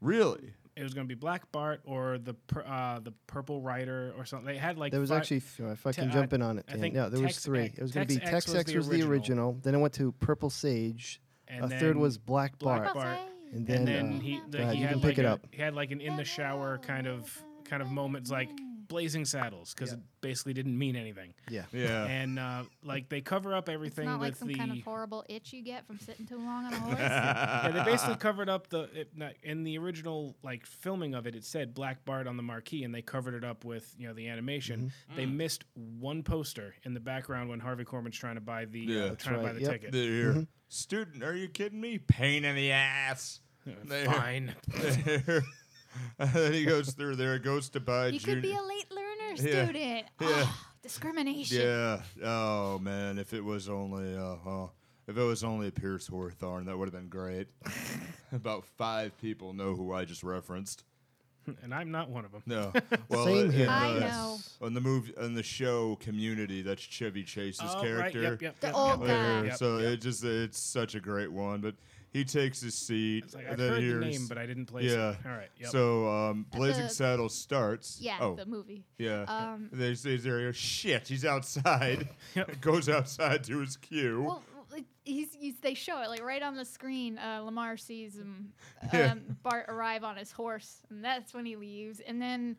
[SPEAKER 6] Really?
[SPEAKER 4] It was going to be Black Bart or the pur- uh, the Purple Rider or something. They had like
[SPEAKER 5] There was
[SPEAKER 4] fi-
[SPEAKER 5] actually, f- if I
[SPEAKER 4] Te-
[SPEAKER 5] can
[SPEAKER 4] I-
[SPEAKER 5] jump in on it,
[SPEAKER 4] I
[SPEAKER 5] Dan.
[SPEAKER 4] think
[SPEAKER 5] Yeah, there was
[SPEAKER 4] Tex
[SPEAKER 5] three.
[SPEAKER 4] X-
[SPEAKER 5] It was going to be
[SPEAKER 4] Tex X
[SPEAKER 5] Tex X was the original. Then it went to Purple Sage.
[SPEAKER 4] and
[SPEAKER 5] a third
[SPEAKER 4] then-
[SPEAKER 5] was Black
[SPEAKER 4] Black
[SPEAKER 5] Bart.
[SPEAKER 4] Bart.
[SPEAKER 5] And
[SPEAKER 4] and
[SPEAKER 5] then,
[SPEAKER 4] then
[SPEAKER 5] uh,
[SPEAKER 4] he, the,
[SPEAKER 5] ahead,
[SPEAKER 4] he
[SPEAKER 5] you
[SPEAKER 4] had
[SPEAKER 5] can pick
[SPEAKER 4] like
[SPEAKER 5] it
[SPEAKER 4] a-
[SPEAKER 5] up.
[SPEAKER 4] he had like an in the shower kind of kind of moments like blazing saddles because it basically didn't mean anything
[SPEAKER 5] Yeah.
[SPEAKER 6] Yeah.
[SPEAKER 4] and uh, like they cover up
[SPEAKER 3] It's
[SPEAKER 4] everything
[SPEAKER 3] not like
[SPEAKER 4] with
[SPEAKER 3] some
[SPEAKER 4] the
[SPEAKER 3] kind of horrible itch you get from sitting too long on a horse.
[SPEAKER 4] yeah, they basically covered up the it, not, in the original like filming of it. It said Black Bart on the marquee, and they covered it up with you know the animation.
[SPEAKER 6] Mm-hmm.
[SPEAKER 4] They
[SPEAKER 6] Mm.
[SPEAKER 4] missed one poster in the background when Harvey Korman's trying to buy the
[SPEAKER 6] Yeah.
[SPEAKER 4] uh,
[SPEAKER 6] That's
[SPEAKER 4] trying to buy
[SPEAKER 5] right,
[SPEAKER 4] the
[SPEAKER 5] yep.
[SPEAKER 4] ticket.
[SPEAKER 6] There. Student, are you kidding me? Pain in the ass. There.
[SPEAKER 4] Fine.
[SPEAKER 6] there. and then he goes through there, goes to buy
[SPEAKER 3] you
[SPEAKER 6] junior.
[SPEAKER 3] could be a late learner
[SPEAKER 6] Yeah.
[SPEAKER 3] student. Ah, discrimination.
[SPEAKER 6] yeah. Oh man, if it was only uh, uh if it was only Pierce Hawthorne, that would have been great. About five people know who I just referenced.
[SPEAKER 4] and I'm not one of them.
[SPEAKER 6] No, well,
[SPEAKER 5] Same
[SPEAKER 6] in
[SPEAKER 5] here.
[SPEAKER 3] I
[SPEAKER 6] the-
[SPEAKER 3] know.
[SPEAKER 6] On the movie, on the show Community, that's Chevy Chase's
[SPEAKER 4] Oh, right,
[SPEAKER 6] character.
[SPEAKER 4] yep, yep,
[SPEAKER 3] The
[SPEAKER 4] yep,
[SPEAKER 3] old
[SPEAKER 4] yep.
[SPEAKER 3] guy.
[SPEAKER 6] There,
[SPEAKER 4] Yep,
[SPEAKER 6] so it just it's such a great one. But he takes his seat.
[SPEAKER 4] It's like
[SPEAKER 6] and
[SPEAKER 4] I've
[SPEAKER 6] then
[SPEAKER 4] heard the
[SPEAKER 6] here's-
[SPEAKER 4] name, but I didn't place
[SPEAKER 6] yeah.
[SPEAKER 4] it. All right. Yep.
[SPEAKER 6] So um, Blazing
[SPEAKER 3] the-
[SPEAKER 6] Saddles starts.
[SPEAKER 3] Yeah,
[SPEAKER 6] Oh,
[SPEAKER 3] the movie.
[SPEAKER 6] yeah.
[SPEAKER 3] Um,
[SPEAKER 6] they say there, he goes, shit, he's outside. Goes outside to his queue.
[SPEAKER 3] Well, it, he's, he's, they show it like right on the screen. Uh, Lamar sees um,
[SPEAKER 6] Yeah.
[SPEAKER 3] um, Bart arrive on his horse, and that's when he leaves. And then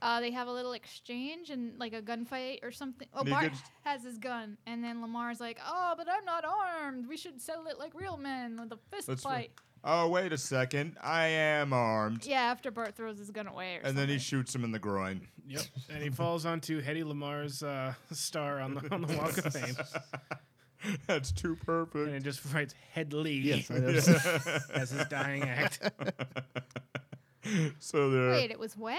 [SPEAKER 3] uh, they have a little exchange and like a gunfight or something. Oh,
[SPEAKER 6] They
[SPEAKER 3] Bart
[SPEAKER 6] could-
[SPEAKER 3] has his gun, and then Lamar's like, "Oh, but I'm not armed. We should settle it like real men with a fist
[SPEAKER 6] That's
[SPEAKER 3] fight."
[SPEAKER 6] right. oh, wait a second. I am armed.
[SPEAKER 3] Yeah, after Bart throws his gun away, or
[SPEAKER 6] and then he
[SPEAKER 3] something.
[SPEAKER 6] shoots him in the groin.
[SPEAKER 4] Yep. And he falls onto Hedy Lamar's uh, star on the on the Walk of Fame,
[SPEAKER 6] That's too
[SPEAKER 4] and it
[SPEAKER 6] perfect.
[SPEAKER 4] just writes Headley
[SPEAKER 5] Yes, I know.
[SPEAKER 4] as his dying act.
[SPEAKER 6] So there.
[SPEAKER 3] Wait, it was wet.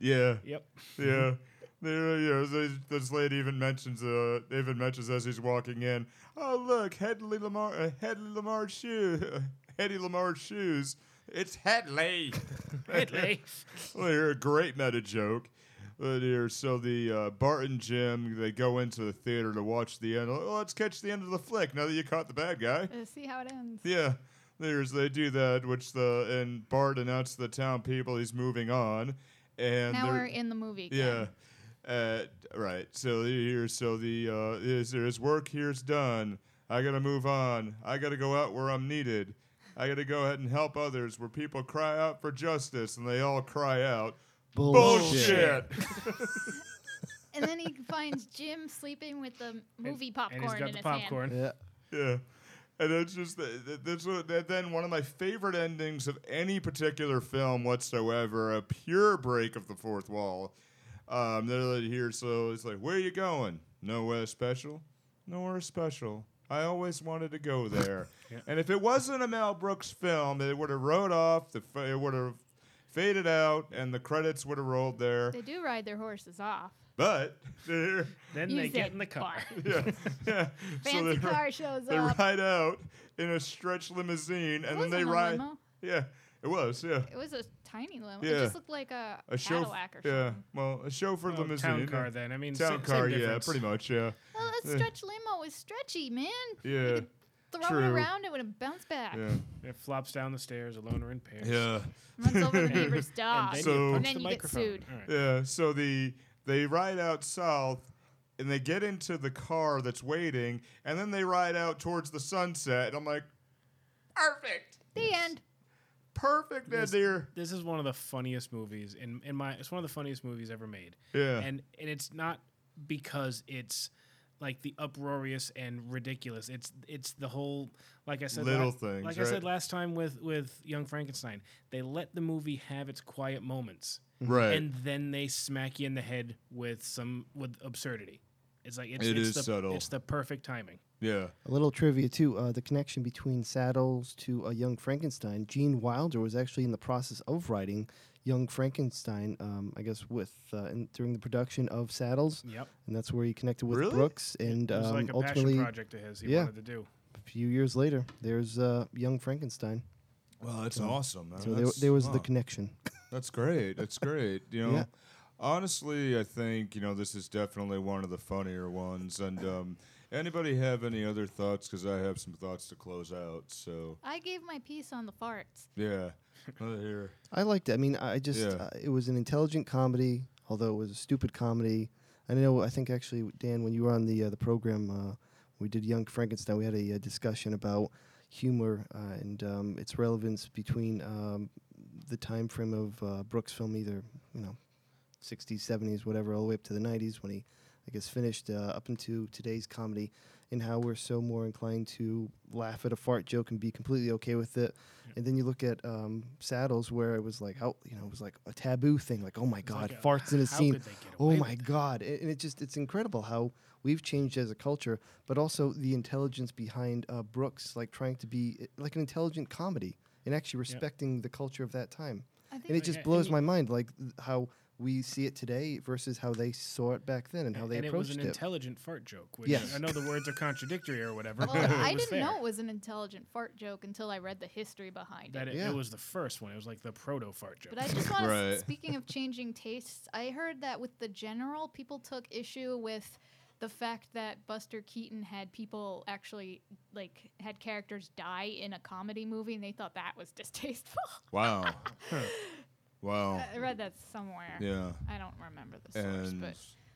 [SPEAKER 6] Yeah.
[SPEAKER 4] Yep.
[SPEAKER 6] Yeah. There, yeah, this, this lady even mentions uh, even mentions as he's walking in. Oh look, Headley Lamar, uh, Headley Lamar's shoe, uh, Hedy Lamar's shoes. It's Headley.
[SPEAKER 4] Headley.
[SPEAKER 6] Well, you're a great meta joke. But here, so the uh, Bart and Jim they go into the theater to watch the end. Oh, let's catch the end of the flick. Now that you caught the bad guy.
[SPEAKER 3] Uh, see how it ends.
[SPEAKER 6] Yeah, there's they do that, which the and Bart announced to the town people he's moving on, and
[SPEAKER 3] Now
[SPEAKER 6] they're-
[SPEAKER 3] we're in the movie.
[SPEAKER 6] yeah.
[SPEAKER 3] again.
[SPEAKER 6] Uh, right. So here, so the uh, is there's work here's done. I gotta move on. I gotta go out where I'm needed. I gotta go ahead and help others where people cry out for justice and they all cry out bullshit.
[SPEAKER 3] And then he finds Jim sleeping with the movie popcorn
[SPEAKER 4] And he's
[SPEAKER 3] in
[SPEAKER 4] got the
[SPEAKER 3] his hand.
[SPEAKER 4] popcorn.
[SPEAKER 5] Yeah.
[SPEAKER 6] yeah. And it's just uh, th- th- that's what, that then one of my favorite endings of any particular film whatsoever, a pure break of the fourth wall. Um, they're like here, so it's like, where you going? Nowhere special. Nowhere special. I always wanted to go there. And if it wasn't a Mel Brooks film, it would have rode off. The f- it would have faded out, and the credits would have rolled there.
[SPEAKER 3] They do ride their horses off.
[SPEAKER 6] But they're
[SPEAKER 4] Then
[SPEAKER 3] You
[SPEAKER 4] they
[SPEAKER 3] said
[SPEAKER 4] get in the car.
[SPEAKER 3] barn.
[SPEAKER 6] yeah, yeah.
[SPEAKER 3] Fancy
[SPEAKER 6] they, ri-
[SPEAKER 3] car shows
[SPEAKER 6] They
[SPEAKER 3] up.
[SPEAKER 6] ride out in a stretch limousine, and
[SPEAKER 3] It
[SPEAKER 6] then
[SPEAKER 3] wasn't
[SPEAKER 6] they
[SPEAKER 3] a
[SPEAKER 6] ride.
[SPEAKER 3] limo.
[SPEAKER 6] Yeah, it was. Yeah,
[SPEAKER 3] It was a tiny limo. It
[SPEAKER 6] Yeah.
[SPEAKER 3] just looked like a,
[SPEAKER 6] a
[SPEAKER 3] Cadillac
[SPEAKER 6] chauff-
[SPEAKER 3] or
[SPEAKER 6] Yeah,
[SPEAKER 3] something.
[SPEAKER 6] well, a chauffeur
[SPEAKER 4] Oh,
[SPEAKER 6] limousine.
[SPEAKER 4] town
[SPEAKER 6] yeah.
[SPEAKER 4] car then. I mean,
[SPEAKER 6] Town
[SPEAKER 4] sa-
[SPEAKER 6] car,
[SPEAKER 4] same
[SPEAKER 6] yeah,
[SPEAKER 4] difference.
[SPEAKER 6] pretty much, yeah.
[SPEAKER 3] Well, that
[SPEAKER 6] Yeah.
[SPEAKER 3] stretch limo is stretchy, man.
[SPEAKER 6] Yeah.
[SPEAKER 3] Throw it
[SPEAKER 6] True.
[SPEAKER 3] around, it would bounce back.
[SPEAKER 6] Yeah.
[SPEAKER 4] It flops down the stairs alone or in pairs.
[SPEAKER 6] Yeah.
[SPEAKER 3] Runs over the neighbor's
[SPEAKER 4] And
[SPEAKER 3] dog.
[SPEAKER 4] then
[SPEAKER 6] So-
[SPEAKER 4] you punch
[SPEAKER 3] And then
[SPEAKER 4] the
[SPEAKER 3] you get
[SPEAKER 4] microphone.
[SPEAKER 3] sued.
[SPEAKER 4] All right.
[SPEAKER 6] Yeah. So the they ride out south and they get into the car that's waiting and then they ride out towards the sunset and I'm like, Perfect.
[SPEAKER 3] the end.
[SPEAKER 6] Perfect
[SPEAKER 4] Yes.
[SPEAKER 6] idea.
[SPEAKER 4] This is one of the funniest movies in, in my it's one of the funniest movies ever made.
[SPEAKER 6] Yeah.
[SPEAKER 4] and and it's not because it's like the uproarious and ridiculous. It's it's the whole like I said
[SPEAKER 6] Little
[SPEAKER 4] la-
[SPEAKER 6] things,
[SPEAKER 4] Like I
[SPEAKER 6] right?
[SPEAKER 4] said last time with with Young Frankenstein, they let the movie have its quiet moments,
[SPEAKER 6] right.
[SPEAKER 4] and then they smack you in the head with some with absurdity. It's like it's,
[SPEAKER 6] It
[SPEAKER 4] it's
[SPEAKER 6] is
[SPEAKER 4] the,
[SPEAKER 6] subtle.
[SPEAKER 4] It's the perfect timing.
[SPEAKER 6] yeah.
[SPEAKER 5] A little trivia too: uh, the connection between Saddles to uh, Young Frankenstein. Gene Wilder was actually in the process of writing Young Frankenstein. Um, I guess with uh, in, during the production of Saddles,
[SPEAKER 4] Yep,
[SPEAKER 5] and that's where he connected with
[SPEAKER 6] Really?
[SPEAKER 5] Brooks. And
[SPEAKER 4] it was
[SPEAKER 5] um,
[SPEAKER 4] like a passion
[SPEAKER 5] ultimately, a
[SPEAKER 4] project of his. He
[SPEAKER 5] yeah.
[SPEAKER 4] wanted to do.
[SPEAKER 5] few years later, there's uh, Young Frankenstein.
[SPEAKER 6] Well, that's awesome. man.
[SPEAKER 5] Mm. So
[SPEAKER 4] Oh,
[SPEAKER 5] there,
[SPEAKER 6] That's-
[SPEAKER 5] there was the
[SPEAKER 6] wow.
[SPEAKER 5] connection.
[SPEAKER 6] That's great. That's great. You know,
[SPEAKER 5] Yeah.
[SPEAKER 6] honestly, I think you know this is definitely one of the funnier ones. And um, anybody have any other thoughts? Because I have some thoughts to close out. So
[SPEAKER 3] I gave my piece on the farts.
[SPEAKER 6] yeah, another here.
[SPEAKER 5] I liked it. I mean, I just
[SPEAKER 6] Yeah.
[SPEAKER 5] uh, it was an intelligent comedy, although it was a stupid comedy. I know. I think actually, Dan, when you were on the uh, the program, uh, we did Young Frankenstein. We had a, uh discussion about humor uh, and um, its relevance between um, the time frame of uh, Brooks' film, either you know, 60s, 70s, whatever, all the way up to the 90s when he, I guess, finished uh, up into today's comedy, and how we're so more inclined to laugh at a fart joke and be completely okay with it. And then you look at um, Saddles, where it was like, how you know, it was like a taboo thing, like, oh my god,
[SPEAKER 4] like a-
[SPEAKER 5] farts in a
[SPEAKER 4] how
[SPEAKER 5] scene.
[SPEAKER 4] could they get
[SPEAKER 5] Oh
[SPEAKER 4] away
[SPEAKER 5] my god, A- and it just it's incredible how we've changed as a culture, but also the intelligence behind uh, Brooks, like trying to be uh, like an intelligent comedy and actually respecting the culture of that time
[SPEAKER 3] I think
[SPEAKER 5] and it
[SPEAKER 4] Yeah,
[SPEAKER 5] just
[SPEAKER 4] and
[SPEAKER 5] blows
[SPEAKER 4] you-
[SPEAKER 5] my mind like th- how we see it today versus how they saw it back then and how they
[SPEAKER 4] and it was
[SPEAKER 5] approached
[SPEAKER 4] an
[SPEAKER 5] it.
[SPEAKER 4] intelligent fart joke. Which
[SPEAKER 5] Yes.
[SPEAKER 4] I know the words are contradictory or whatever.
[SPEAKER 3] Well,
[SPEAKER 4] but it
[SPEAKER 3] I
[SPEAKER 4] was
[SPEAKER 3] didn't
[SPEAKER 4] there.
[SPEAKER 3] know it was an intelligent fart joke until I read the history behind
[SPEAKER 4] that
[SPEAKER 3] it.
[SPEAKER 4] it,
[SPEAKER 5] Yeah.
[SPEAKER 4] it was the first one. It was like the proto fart joke.
[SPEAKER 3] But I just want
[SPEAKER 6] Right.
[SPEAKER 3] to. Speaking of changing tastes, I heard that with the general, people took issue with the fact that Buster Keaton had people actually like had characters die in a comedy movie, and they thought that was distasteful.
[SPEAKER 6] Wow. wow.
[SPEAKER 3] I read that somewhere.
[SPEAKER 6] Oh. Yeah.
[SPEAKER 3] I don't remember the source,
[SPEAKER 6] And
[SPEAKER 3] but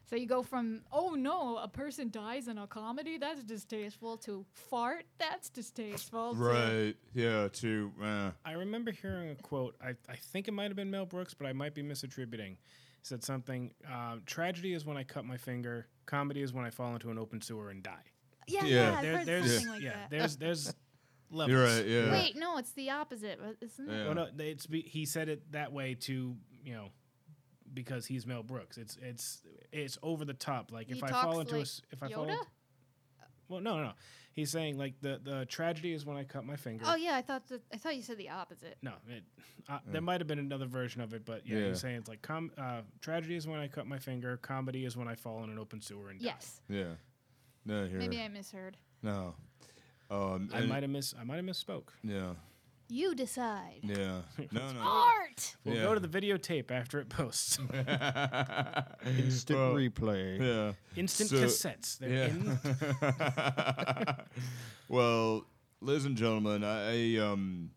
[SPEAKER 3] so you go from oh no, a person dies in a comedy, that's distasteful, to fart, that's distasteful. to-
[SPEAKER 6] right. Yeah. To uh,
[SPEAKER 4] I remember hearing a quote. I, I think it might have been Mel Brooks, but I might be misattributing. He said something. Um, Tragedy is when I cut my finger. Comedy is when I fall into an open sewer and die.
[SPEAKER 3] Yeah,
[SPEAKER 6] Yeah.
[SPEAKER 3] yeah, I've
[SPEAKER 4] There-
[SPEAKER 3] heard
[SPEAKER 4] there's
[SPEAKER 3] something like
[SPEAKER 4] yeah.
[SPEAKER 3] that.
[SPEAKER 4] There's there's levels.
[SPEAKER 6] you're right. Yeah.
[SPEAKER 3] Wait, no, it's the opposite, but isn't it?
[SPEAKER 6] Yeah.
[SPEAKER 4] Oh, no, they- it's be, he said it that way to you know because he's Mel Brooks. It's it's it's over the top. Like
[SPEAKER 3] He
[SPEAKER 4] if I
[SPEAKER 3] talks
[SPEAKER 4] fall into a
[SPEAKER 3] like
[SPEAKER 4] s- if I fall.
[SPEAKER 3] Yoda?
[SPEAKER 4] Well, no, no, no. He's saying like the the tragedy is when I cut my finger.
[SPEAKER 3] Oh yeah, I thought that I thought you said the opposite.
[SPEAKER 4] No, it, uh, there might have been another version of it, but yeah,
[SPEAKER 6] Hmm. Yeah.
[SPEAKER 4] you're saying it's like com- uh, tragedy is when I cut my finger, comedy is when I fall in an open sewer and die.
[SPEAKER 3] Yes,
[SPEAKER 6] Yeah. No. Here.
[SPEAKER 3] maybe I misheard.
[SPEAKER 6] no. Um.
[SPEAKER 4] I
[SPEAKER 6] and-
[SPEAKER 4] might have miss I might have misspoke.
[SPEAKER 6] Yeah.
[SPEAKER 3] You decide.
[SPEAKER 6] Yeah. No. No.
[SPEAKER 3] Fart.
[SPEAKER 4] We'll
[SPEAKER 6] Yeah.
[SPEAKER 4] go to the videotape after it posts.
[SPEAKER 6] Instant
[SPEAKER 5] replay.
[SPEAKER 6] Yeah.
[SPEAKER 4] Instant
[SPEAKER 6] So-
[SPEAKER 4] cassettes. They're in.
[SPEAKER 6] Yeah. well, ladies and gentlemen, I, I um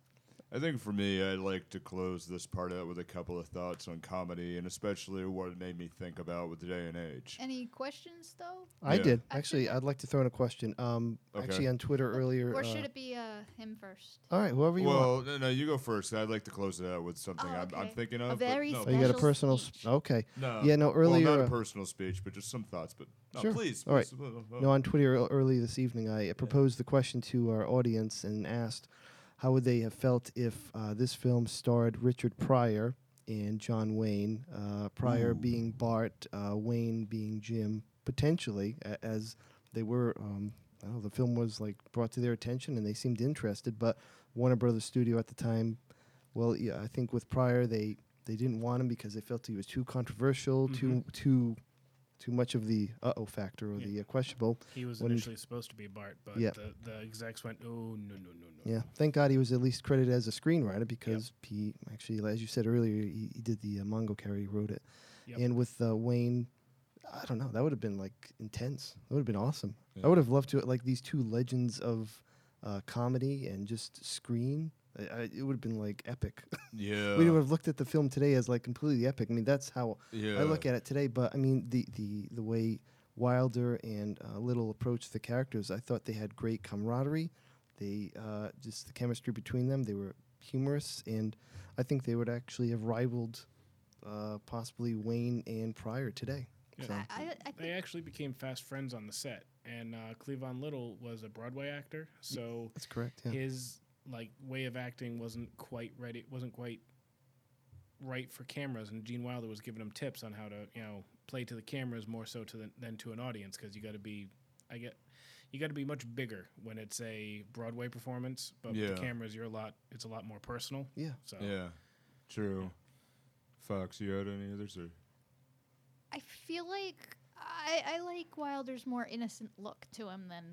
[SPEAKER 6] I think for me, I'd like to close this part out with a couple of thoughts on comedy and especially what it made me think about with the day and age.
[SPEAKER 3] Any questions though,
[SPEAKER 5] I
[SPEAKER 6] Yeah.
[SPEAKER 5] did actually. I'd like to throw in a question. Um,
[SPEAKER 6] Okay.
[SPEAKER 5] actually on Twitter earlier.
[SPEAKER 3] or
[SPEAKER 5] uh,
[SPEAKER 3] should it be uh, him first?
[SPEAKER 5] all right, whoever you want.
[SPEAKER 6] well, no, no, you go first. I'd like to close it out with something
[SPEAKER 3] Oh,
[SPEAKER 6] I'm, I'm
[SPEAKER 3] okay.
[SPEAKER 6] thinking
[SPEAKER 3] A
[SPEAKER 6] of. but
[SPEAKER 3] very
[SPEAKER 6] no,
[SPEAKER 5] Oh, you got a
[SPEAKER 3] Special
[SPEAKER 5] personal. s-
[SPEAKER 3] speech.
[SPEAKER 5] okay.
[SPEAKER 6] no,
[SPEAKER 5] yeah, no,
[SPEAKER 6] Well,
[SPEAKER 5] earlier,
[SPEAKER 6] not a
[SPEAKER 5] uh,
[SPEAKER 6] personal speech, but just some thoughts. But no,
[SPEAKER 5] Sure.
[SPEAKER 6] please.
[SPEAKER 5] All right.
[SPEAKER 6] please, uh, uh,
[SPEAKER 5] No, on Twitter ear- early this evening, I uh, proposed the question to our audience and asked how would they have felt if uh, this film starred Richard Pryor and John Wayne, uh, Pryor being Bart, uh, Wayne being Jim, potentially, a- as they were um, I don't know, the film was like brought to their attention and they seemed interested, but Warner Brothers Studio at the time, well, yeah, I think with Pryor they they didn't want him because they felt he was too controversial, too too too much of the uh oh factor or
[SPEAKER 4] Yeah.
[SPEAKER 5] the uh, questionable.
[SPEAKER 4] He was
[SPEAKER 5] When-
[SPEAKER 4] initially supposed to be Bart, but
[SPEAKER 5] Yeah.
[SPEAKER 4] the, the execs went, "Oh no, no, no, no."
[SPEAKER 5] Yeah, thank God he was at least credited as a screenwriter because he actually, as you said earlier, he, he did the uh, Mongo Carry, he wrote it,
[SPEAKER 4] Yep.
[SPEAKER 5] and with uh, Wayne, I don't know, that would have been like intense. That would have been awesome. I would have loved to like these two legends of uh, comedy and just screen. I, I, it would have been like epic.
[SPEAKER 6] Yeah.
[SPEAKER 5] we would have looked at the film today as like completely epic. I mean, that's how
[SPEAKER 6] yeah.
[SPEAKER 5] I look at it today. But I mean, the the the way Wilder and uh, Little approached the characters, I thought they had great camaraderie. They uh, just the chemistry between them. They were humorous, and I think they would actually have rivaled uh, possibly Wayne and Pryor today. So,
[SPEAKER 3] I, I, I
[SPEAKER 4] They
[SPEAKER 3] think
[SPEAKER 4] actually became fast friends on the set, and uh, Cleavon Little was a Broadway actor, so
[SPEAKER 5] that's correct. Yeah.
[SPEAKER 4] his like way of acting wasn't quite ready. wasn't quite right for cameras, and Gene Wilder was giving him tips on how to you know play to the cameras more so to the, than to an audience because you got to be, I get. You got to be much bigger when it's a Broadway performance, but with
[SPEAKER 6] Yeah.
[SPEAKER 4] the cameras, you're a lot. It's a lot more personal.
[SPEAKER 5] Yeah.
[SPEAKER 4] So
[SPEAKER 6] Yeah. True. Fox, you had any others? Or?
[SPEAKER 3] I feel like I, I like Wilder's more innocent look to him than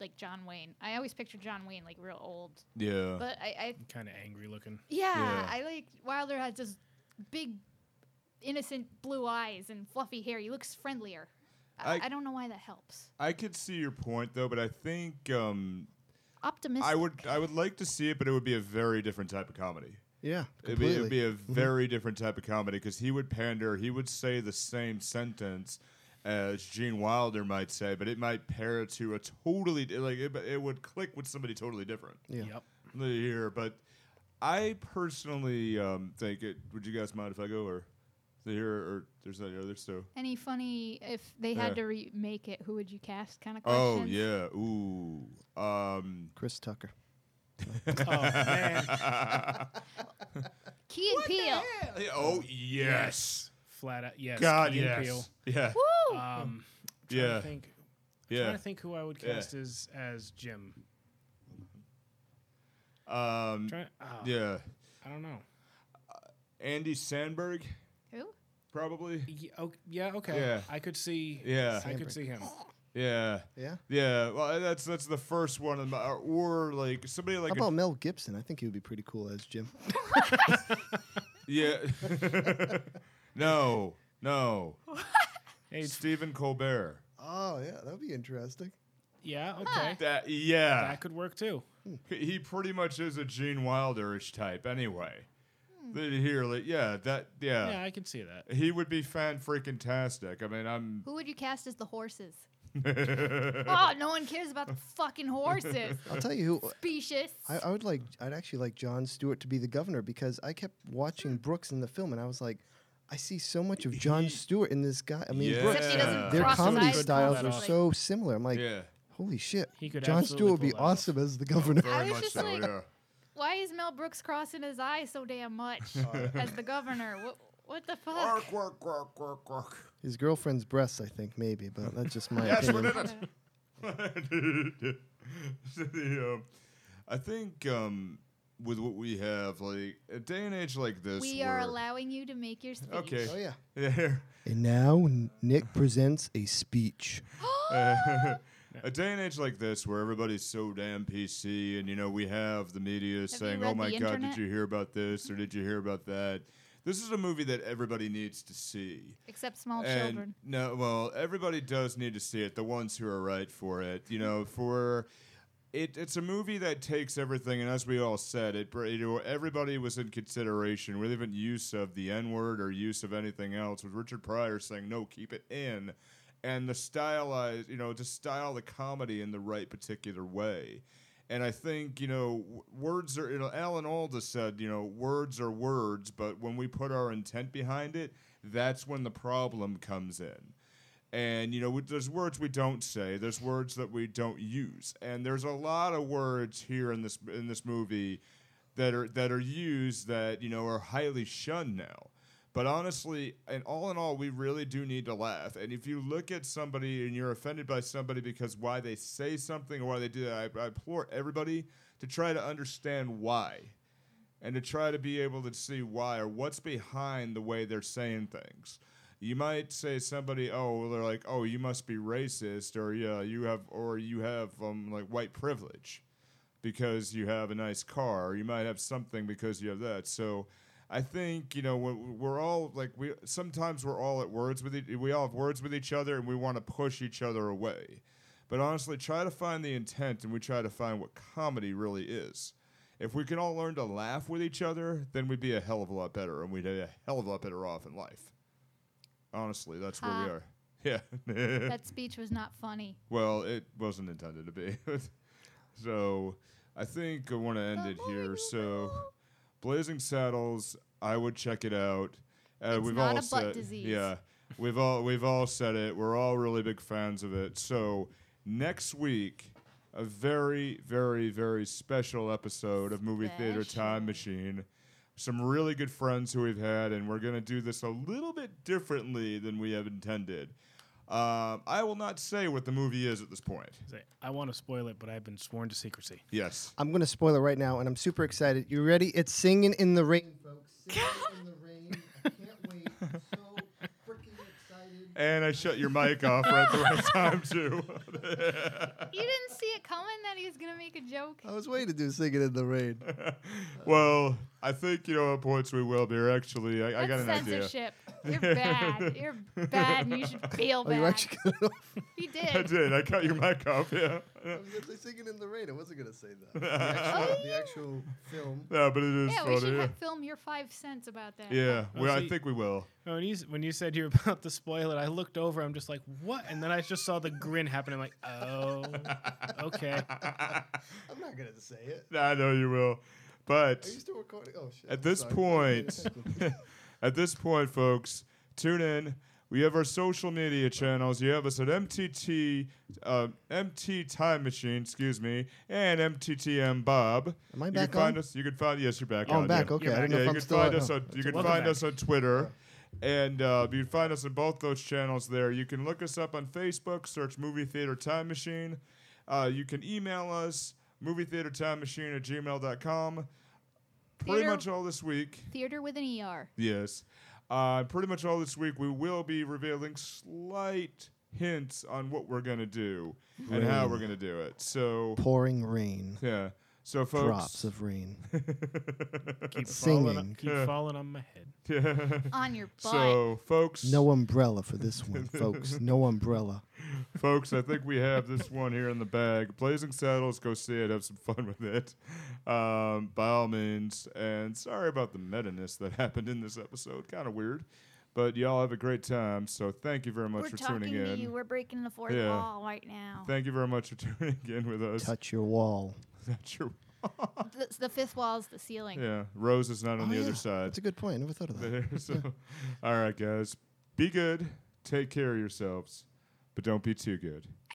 [SPEAKER 3] like John Wayne. I always picture John Wayne like real old,
[SPEAKER 6] Yeah.
[SPEAKER 3] but I, I
[SPEAKER 4] kind of angry looking.
[SPEAKER 3] yeah,
[SPEAKER 6] Uh, Yeah.
[SPEAKER 3] I like Wilder has just big, innocent blue eyes and fluffy hair. He looks friendlier. I,
[SPEAKER 6] I-
[SPEAKER 3] I don't know why that helps.
[SPEAKER 6] I could see your point though, but I think um,
[SPEAKER 3] Optimistic.
[SPEAKER 6] I would I would like to see it, but it would be a very different type of comedy.
[SPEAKER 5] Yeah.
[SPEAKER 6] It'd be,
[SPEAKER 5] Completely.
[SPEAKER 6] it'd be a very different type of comedy because he would pander. He would say the same sentence as Gene Wilder might say, but it might pair to a totally di- like it, it would click with somebody totally different
[SPEAKER 5] Yeah.
[SPEAKER 4] Yep.
[SPEAKER 6] here. But I personally um, think it. Would you guys mind if I go or here or there's any others too?
[SPEAKER 3] Any funny if they
[SPEAKER 6] Yeah.
[SPEAKER 3] had to remake it, who would you cast? Kind of question.
[SPEAKER 6] Oh yeah. Ooh. Um,
[SPEAKER 5] Chris Tucker.
[SPEAKER 4] Oh man,
[SPEAKER 3] Key and Peele.
[SPEAKER 6] Oh yes.
[SPEAKER 4] flat out yes.
[SPEAKER 6] God
[SPEAKER 4] Key and
[SPEAKER 6] yes.
[SPEAKER 4] Peele.
[SPEAKER 6] Yeah.
[SPEAKER 3] Woo!
[SPEAKER 4] Um, I'm trying
[SPEAKER 6] Yeah.
[SPEAKER 4] to think. I'm
[SPEAKER 6] Yeah.
[SPEAKER 4] Trying to think who I would
[SPEAKER 6] Yeah.
[SPEAKER 4] cast as as Jim.
[SPEAKER 6] Um,
[SPEAKER 4] Trying, ah,
[SPEAKER 6] yeah.
[SPEAKER 4] I don't know.
[SPEAKER 6] Andy Sandberg
[SPEAKER 3] who?
[SPEAKER 6] probably.
[SPEAKER 4] Ye- oh, Yeah. Okay.
[SPEAKER 6] Yeah.
[SPEAKER 4] I could see.
[SPEAKER 6] Yeah.
[SPEAKER 4] I
[SPEAKER 5] Sandberg.
[SPEAKER 4] could see him.
[SPEAKER 6] Yeah.
[SPEAKER 5] Yeah.
[SPEAKER 6] Yeah. Well, that's that's the first one, of my, or like somebody like
[SPEAKER 5] How
[SPEAKER 6] a-
[SPEAKER 5] about Mel Gibson? I think he would be pretty cool as Jim.
[SPEAKER 6] yeah. no, no.
[SPEAKER 4] Hey, it's-
[SPEAKER 6] Stephen Colbert.
[SPEAKER 5] Oh yeah, that would be interesting.
[SPEAKER 4] yeah. Okay.
[SPEAKER 6] That yeah.
[SPEAKER 4] That could work too.
[SPEAKER 6] He pretty much is a Gene Wilderish type anyway. Here, like yeah, that
[SPEAKER 4] Yeah,
[SPEAKER 6] yeah.
[SPEAKER 4] I can see that.
[SPEAKER 6] He would be fan freaking tastic. I mean, I'm
[SPEAKER 3] Who would you cast as the horses? oh, no one cares about the fucking horses.
[SPEAKER 5] I'll tell you who
[SPEAKER 3] Specious.
[SPEAKER 5] I, uh, I would like. I'd actually like John Stewart to be the governor because I kept watching Brooks in the film, and I was like, I see so much of John Stewart in this guy. I mean,
[SPEAKER 6] Yeah.
[SPEAKER 5] Brooks,
[SPEAKER 6] Except he doesn't
[SPEAKER 5] their
[SPEAKER 3] cross his
[SPEAKER 5] comedy
[SPEAKER 3] eyes
[SPEAKER 5] styles are
[SPEAKER 4] constantly.
[SPEAKER 5] so similar. I'm like,
[SPEAKER 6] yeah.
[SPEAKER 5] holy shit,
[SPEAKER 4] He could
[SPEAKER 5] John
[SPEAKER 4] absolutely
[SPEAKER 5] Stewart would be
[SPEAKER 4] pull that off.
[SPEAKER 5] awesome as the governor.
[SPEAKER 6] Very
[SPEAKER 3] was
[SPEAKER 6] much
[SPEAKER 3] just
[SPEAKER 6] so.
[SPEAKER 3] like-
[SPEAKER 6] yeah.
[SPEAKER 3] Why is Mel Brooks crossing his eyes so damn much as the governor? What, what the fuck?
[SPEAKER 6] Work, work, work, work, work.
[SPEAKER 5] His girlfriend's breasts, I think, maybe, but that's just my
[SPEAKER 6] Yes, we're
[SPEAKER 5] opinion.
[SPEAKER 6] in it. So the, um, I think um, with what we have, like a day and age like this,
[SPEAKER 3] We are
[SPEAKER 6] where-
[SPEAKER 3] allowing you to make your speech.
[SPEAKER 6] Okay.
[SPEAKER 5] Oh yeah.
[SPEAKER 6] Yeah.
[SPEAKER 5] And now N- Nick presents a speech.
[SPEAKER 6] Uh, a day and age like this, where everybody's so damn PC, and you know we have the media
[SPEAKER 3] you
[SPEAKER 6] saying,
[SPEAKER 3] read
[SPEAKER 6] "Oh my
[SPEAKER 3] the
[SPEAKER 6] God,
[SPEAKER 3] internet?"
[SPEAKER 6] did you hear about this or did you hear about that?" This is a movie that everybody needs to see.
[SPEAKER 3] Except small
[SPEAKER 6] And
[SPEAKER 3] children.
[SPEAKER 6] No, well, everybody does need to see it. The ones who are right for it, you know, for it. It's a movie that takes everything, and as we all said, it. br- You know, everybody was in consideration with even use of the N word or use of anything else. With Richard Pryor saying no, keep it in, and the stylized, you know, to style the comedy in the right particular way. And I think you know w- words are. You know, Alan Alda said you know words are words, but when we put our intent behind it, that's when the problem comes in. And you know, with- there's words we don't say. There's words that we don't use. And there's a lot of words here in this in this movie that are that are used that you know are highly shunned now But honestly, and all in all, we really do need to laugh. And if you look at somebody and you're offended by somebody because why they say something or why they do that, I, I implore everybody to try to understand why and to try to be able to see why or what's behind the way they're saying things. You might say somebody, oh, well, they're like, oh, you must be racist, or yeah, you have, or you have um, like white privilege because you have a nice car, or you might have something because you have that. So, I think you know when we're all like we sometimes we're all at words with e- we all have words with each other, and we want to push each other away. But honestly, try to find the intent, and we try to find what comedy really is if we can all learn to laugh with each other, then we'd be a hell of a lot better, and we'd be a hell of a lot better off in life. Honestly, that's
[SPEAKER 3] Ha.
[SPEAKER 6] where we are. Yeah.
[SPEAKER 3] that speech was not funny.
[SPEAKER 6] well, it wasn't intended to be. so, I think I want to end
[SPEAKER 3] The
[SPEAKER 6] it here.
[SPEAKER 3] morning
[SPEAKER 6] So,
[SPEAKER 3] will-
[SPEAKER 6] Blazing Saddles, I would check it out. Uh,
[SPEAKER 3] It's
[SPEAKER 6] we've
[SPEAKER 3] not
[SPEAKER 6] all
[SPEAKER 3] a butt
[SPEAKER 6] said,
[SPEAKER 3] disease.
[SPEAKER 6] Yeah, we've all we've all said it. We're all really big fans of it. So next week, a very very very special episode of Movie Theater Time
[SPEAKER 3] Special.
[SPEAKER 6] Machine. Some really good friends who we've had, and we're gonna do this a little bit differently than we have intended. Um, I will not say what the movie is at this point.
[SPEAKER 4] Say, I want to spoil it, but I've been sworn to secrecy.
[SPEAKER 6] Yes.
[SPEAKER 5] I'm going to spoil it right now, and I'm super excited. You ready? It's Singing in the Rain, folks. Singing in the Rain. I can't wait. I'm so freaking excited.
[SPEAKER 6] And I shut your mic off right at the right time too.
[SPEAKER 3] You didn't see it coming that he was gonna make a joke.
[SPEAKER 5] I was waiting to do Singing in the Rain.
[SPEAKER 6] well, I think you know at points we will be. Or Actually, I, I got
[SPEAKER 3] That's
[SPEAKER 6] an idea.
[SPEAKER 3] censorship. You're bad. You're bad, and you should feel
[SPEAKER 5] Oh, you
[SPEAKER 3] bad.
[SPEAKER 5] actually cut it off.
[SPEAKER 3] He
[SPEAKER 6] I
[SPEAKER 3] did.
[SPEAKER 6] did. I cut your mic off. Yeah.
[SPEAKER 5] I was going to say Singing in the Rain. I wasn't going to say that. The actual, the actual film.
[SPEAKER 6] No, but it is
[SPEAKER 3] Yeah, we
[SPEAKER 6] funny.
[SPEAKER 3] should
[SPEAKER 6] yeah.
[SPEAKER 3] have film your five cents about that.
[SPEAKER 6] yeah.
[SPEAKER 4] Oh,
[SPEAKER 6] well,
[SPEAKER 4] so
[SPEAKER 6] I
[SPEAKER 4] you-
[SPEAKER 6] think we will.
[SPEAKER 4] Oh, When you, s- when you said you were about to spoil it, I looked over. I'm just like, what? And then I just saw the grin happen. I'm like, oh, okay.
[SPEAKER 5] I'm not going to say it.
[SPEAKER 6] I know you will. But
[SPEAKER 5] Are you still recording? Oh, shit.
[SPEAKER 6] at
[SPEAKER 5] I'm
[SPEAKER 6] this
[SPEAKER 5] sorry.
[SPEAKER 6] point, at this point, folks, tune in. We have our social media channels. You have us at MTT, uh, MT Time Machine, excuse me, and MTTM Bob.
[SPEAKER 5] Am I
[SPEAKER 6] you
[SPEAKER 5] back
[SPEAKER 6] can find
[SPEAKER 5] on?
[SPEAKER 6] us. You can find yes, you're back
[SPEAKER 5] Oh,
[SPEAKER 6] on.
[SPEAKER 5] I'm back.
[SPEAKER 6] yeah.
[SPEAKER 5] Okay. I
[SPEAKER 4] back.
[SPEAKER 5] don't know
[SPEAKER 6] Yeah,
[SPEAKER 5] if
[SPEAKER 6] you
[SPEAKER 5] I'm
[SPEAKER 6] can
[SPEAKER 5] still
[SPEAKER 6] find
[SPEAKER 5] on.
[SPEAKER 6] us
[SPEAKER 5] Oh.
[SPEAKER 6] on you can
[SPEAKER 4] welcome
[SPEAKER 6] find
[SPEAKER 4] back.
[SPEAKER 6] us on Twitter, and uh, you can find us on both those channels. There, you can look us up on Facebook. Search Movie Theater Time Machine. Uh, you can email us movie theater time machine at gmail.com. Pretty
[SPEAKER 3] Theater-
[SPEAKER 6] much all this week.
[SPEAKER 3] Theater with an ER.
[SPEAKER 6] Yes. Uh, pretty much all this week, we will be revealing slight hints on what we're going to do and how we're going to do it. So,
[SPEAKER 5] Pouring rain.
[SPEAKER 6] yeah. So, folks.
[SPEAKER 5] Drops of rain.
[SPEAKER 4] Keep
[SPEAKER 5] Singing.
[SPEAKER 4] falling, keep
[SPEAKER 6] Yeah.
[SPEAKER 4] falling on my head.
[SPEAKER 6] yeah.
[SPEAKER 3] On your butt.
[SPEAKER 6] So, folks.
[SPEAKER 5] No umbrella for this one, folks. No umbrella.
[SPEAKER 6] folks, I think we have this one here in the bag. Blazing Saddles, go see it, have some fun with it, um, by all means. And sorry about the meta ness that happened in this episode, kind of weird, but y'all have a great time. So thank you very much
[SPEAKER 3] We're
[SPEAKER 6] for
[SPEAKER 3] talking
[SPEAKER 6] tuning
[SPEAKER 3] to
[SPEAKER 6] in.
[SPEAKER 3] you. We're breaking the fourth
[SPEAKER 6] Yeah.
[SPEAKER 3] wall right now.
[SPEAKER 6] Thank you very much for tuning in with us.
[SPEAKER 5] Touch your wall.
[SPEAKER 6] That's your-
[SPEAKER 3] The, the fifth wall is the ceiling.
[SPEAKER 6] yeah, Rose is not on
[SPEAKER 5] Oh,
[SPEAKER 6] the
[SPEAKER 5] yeah.
[SPEAKER 6] other side.
[SPEAKER 5] That's a good point. I never thought of that.
[SPEAKER 6] there, so, all right, guys, be good, take care of yourselves, but don't be too good.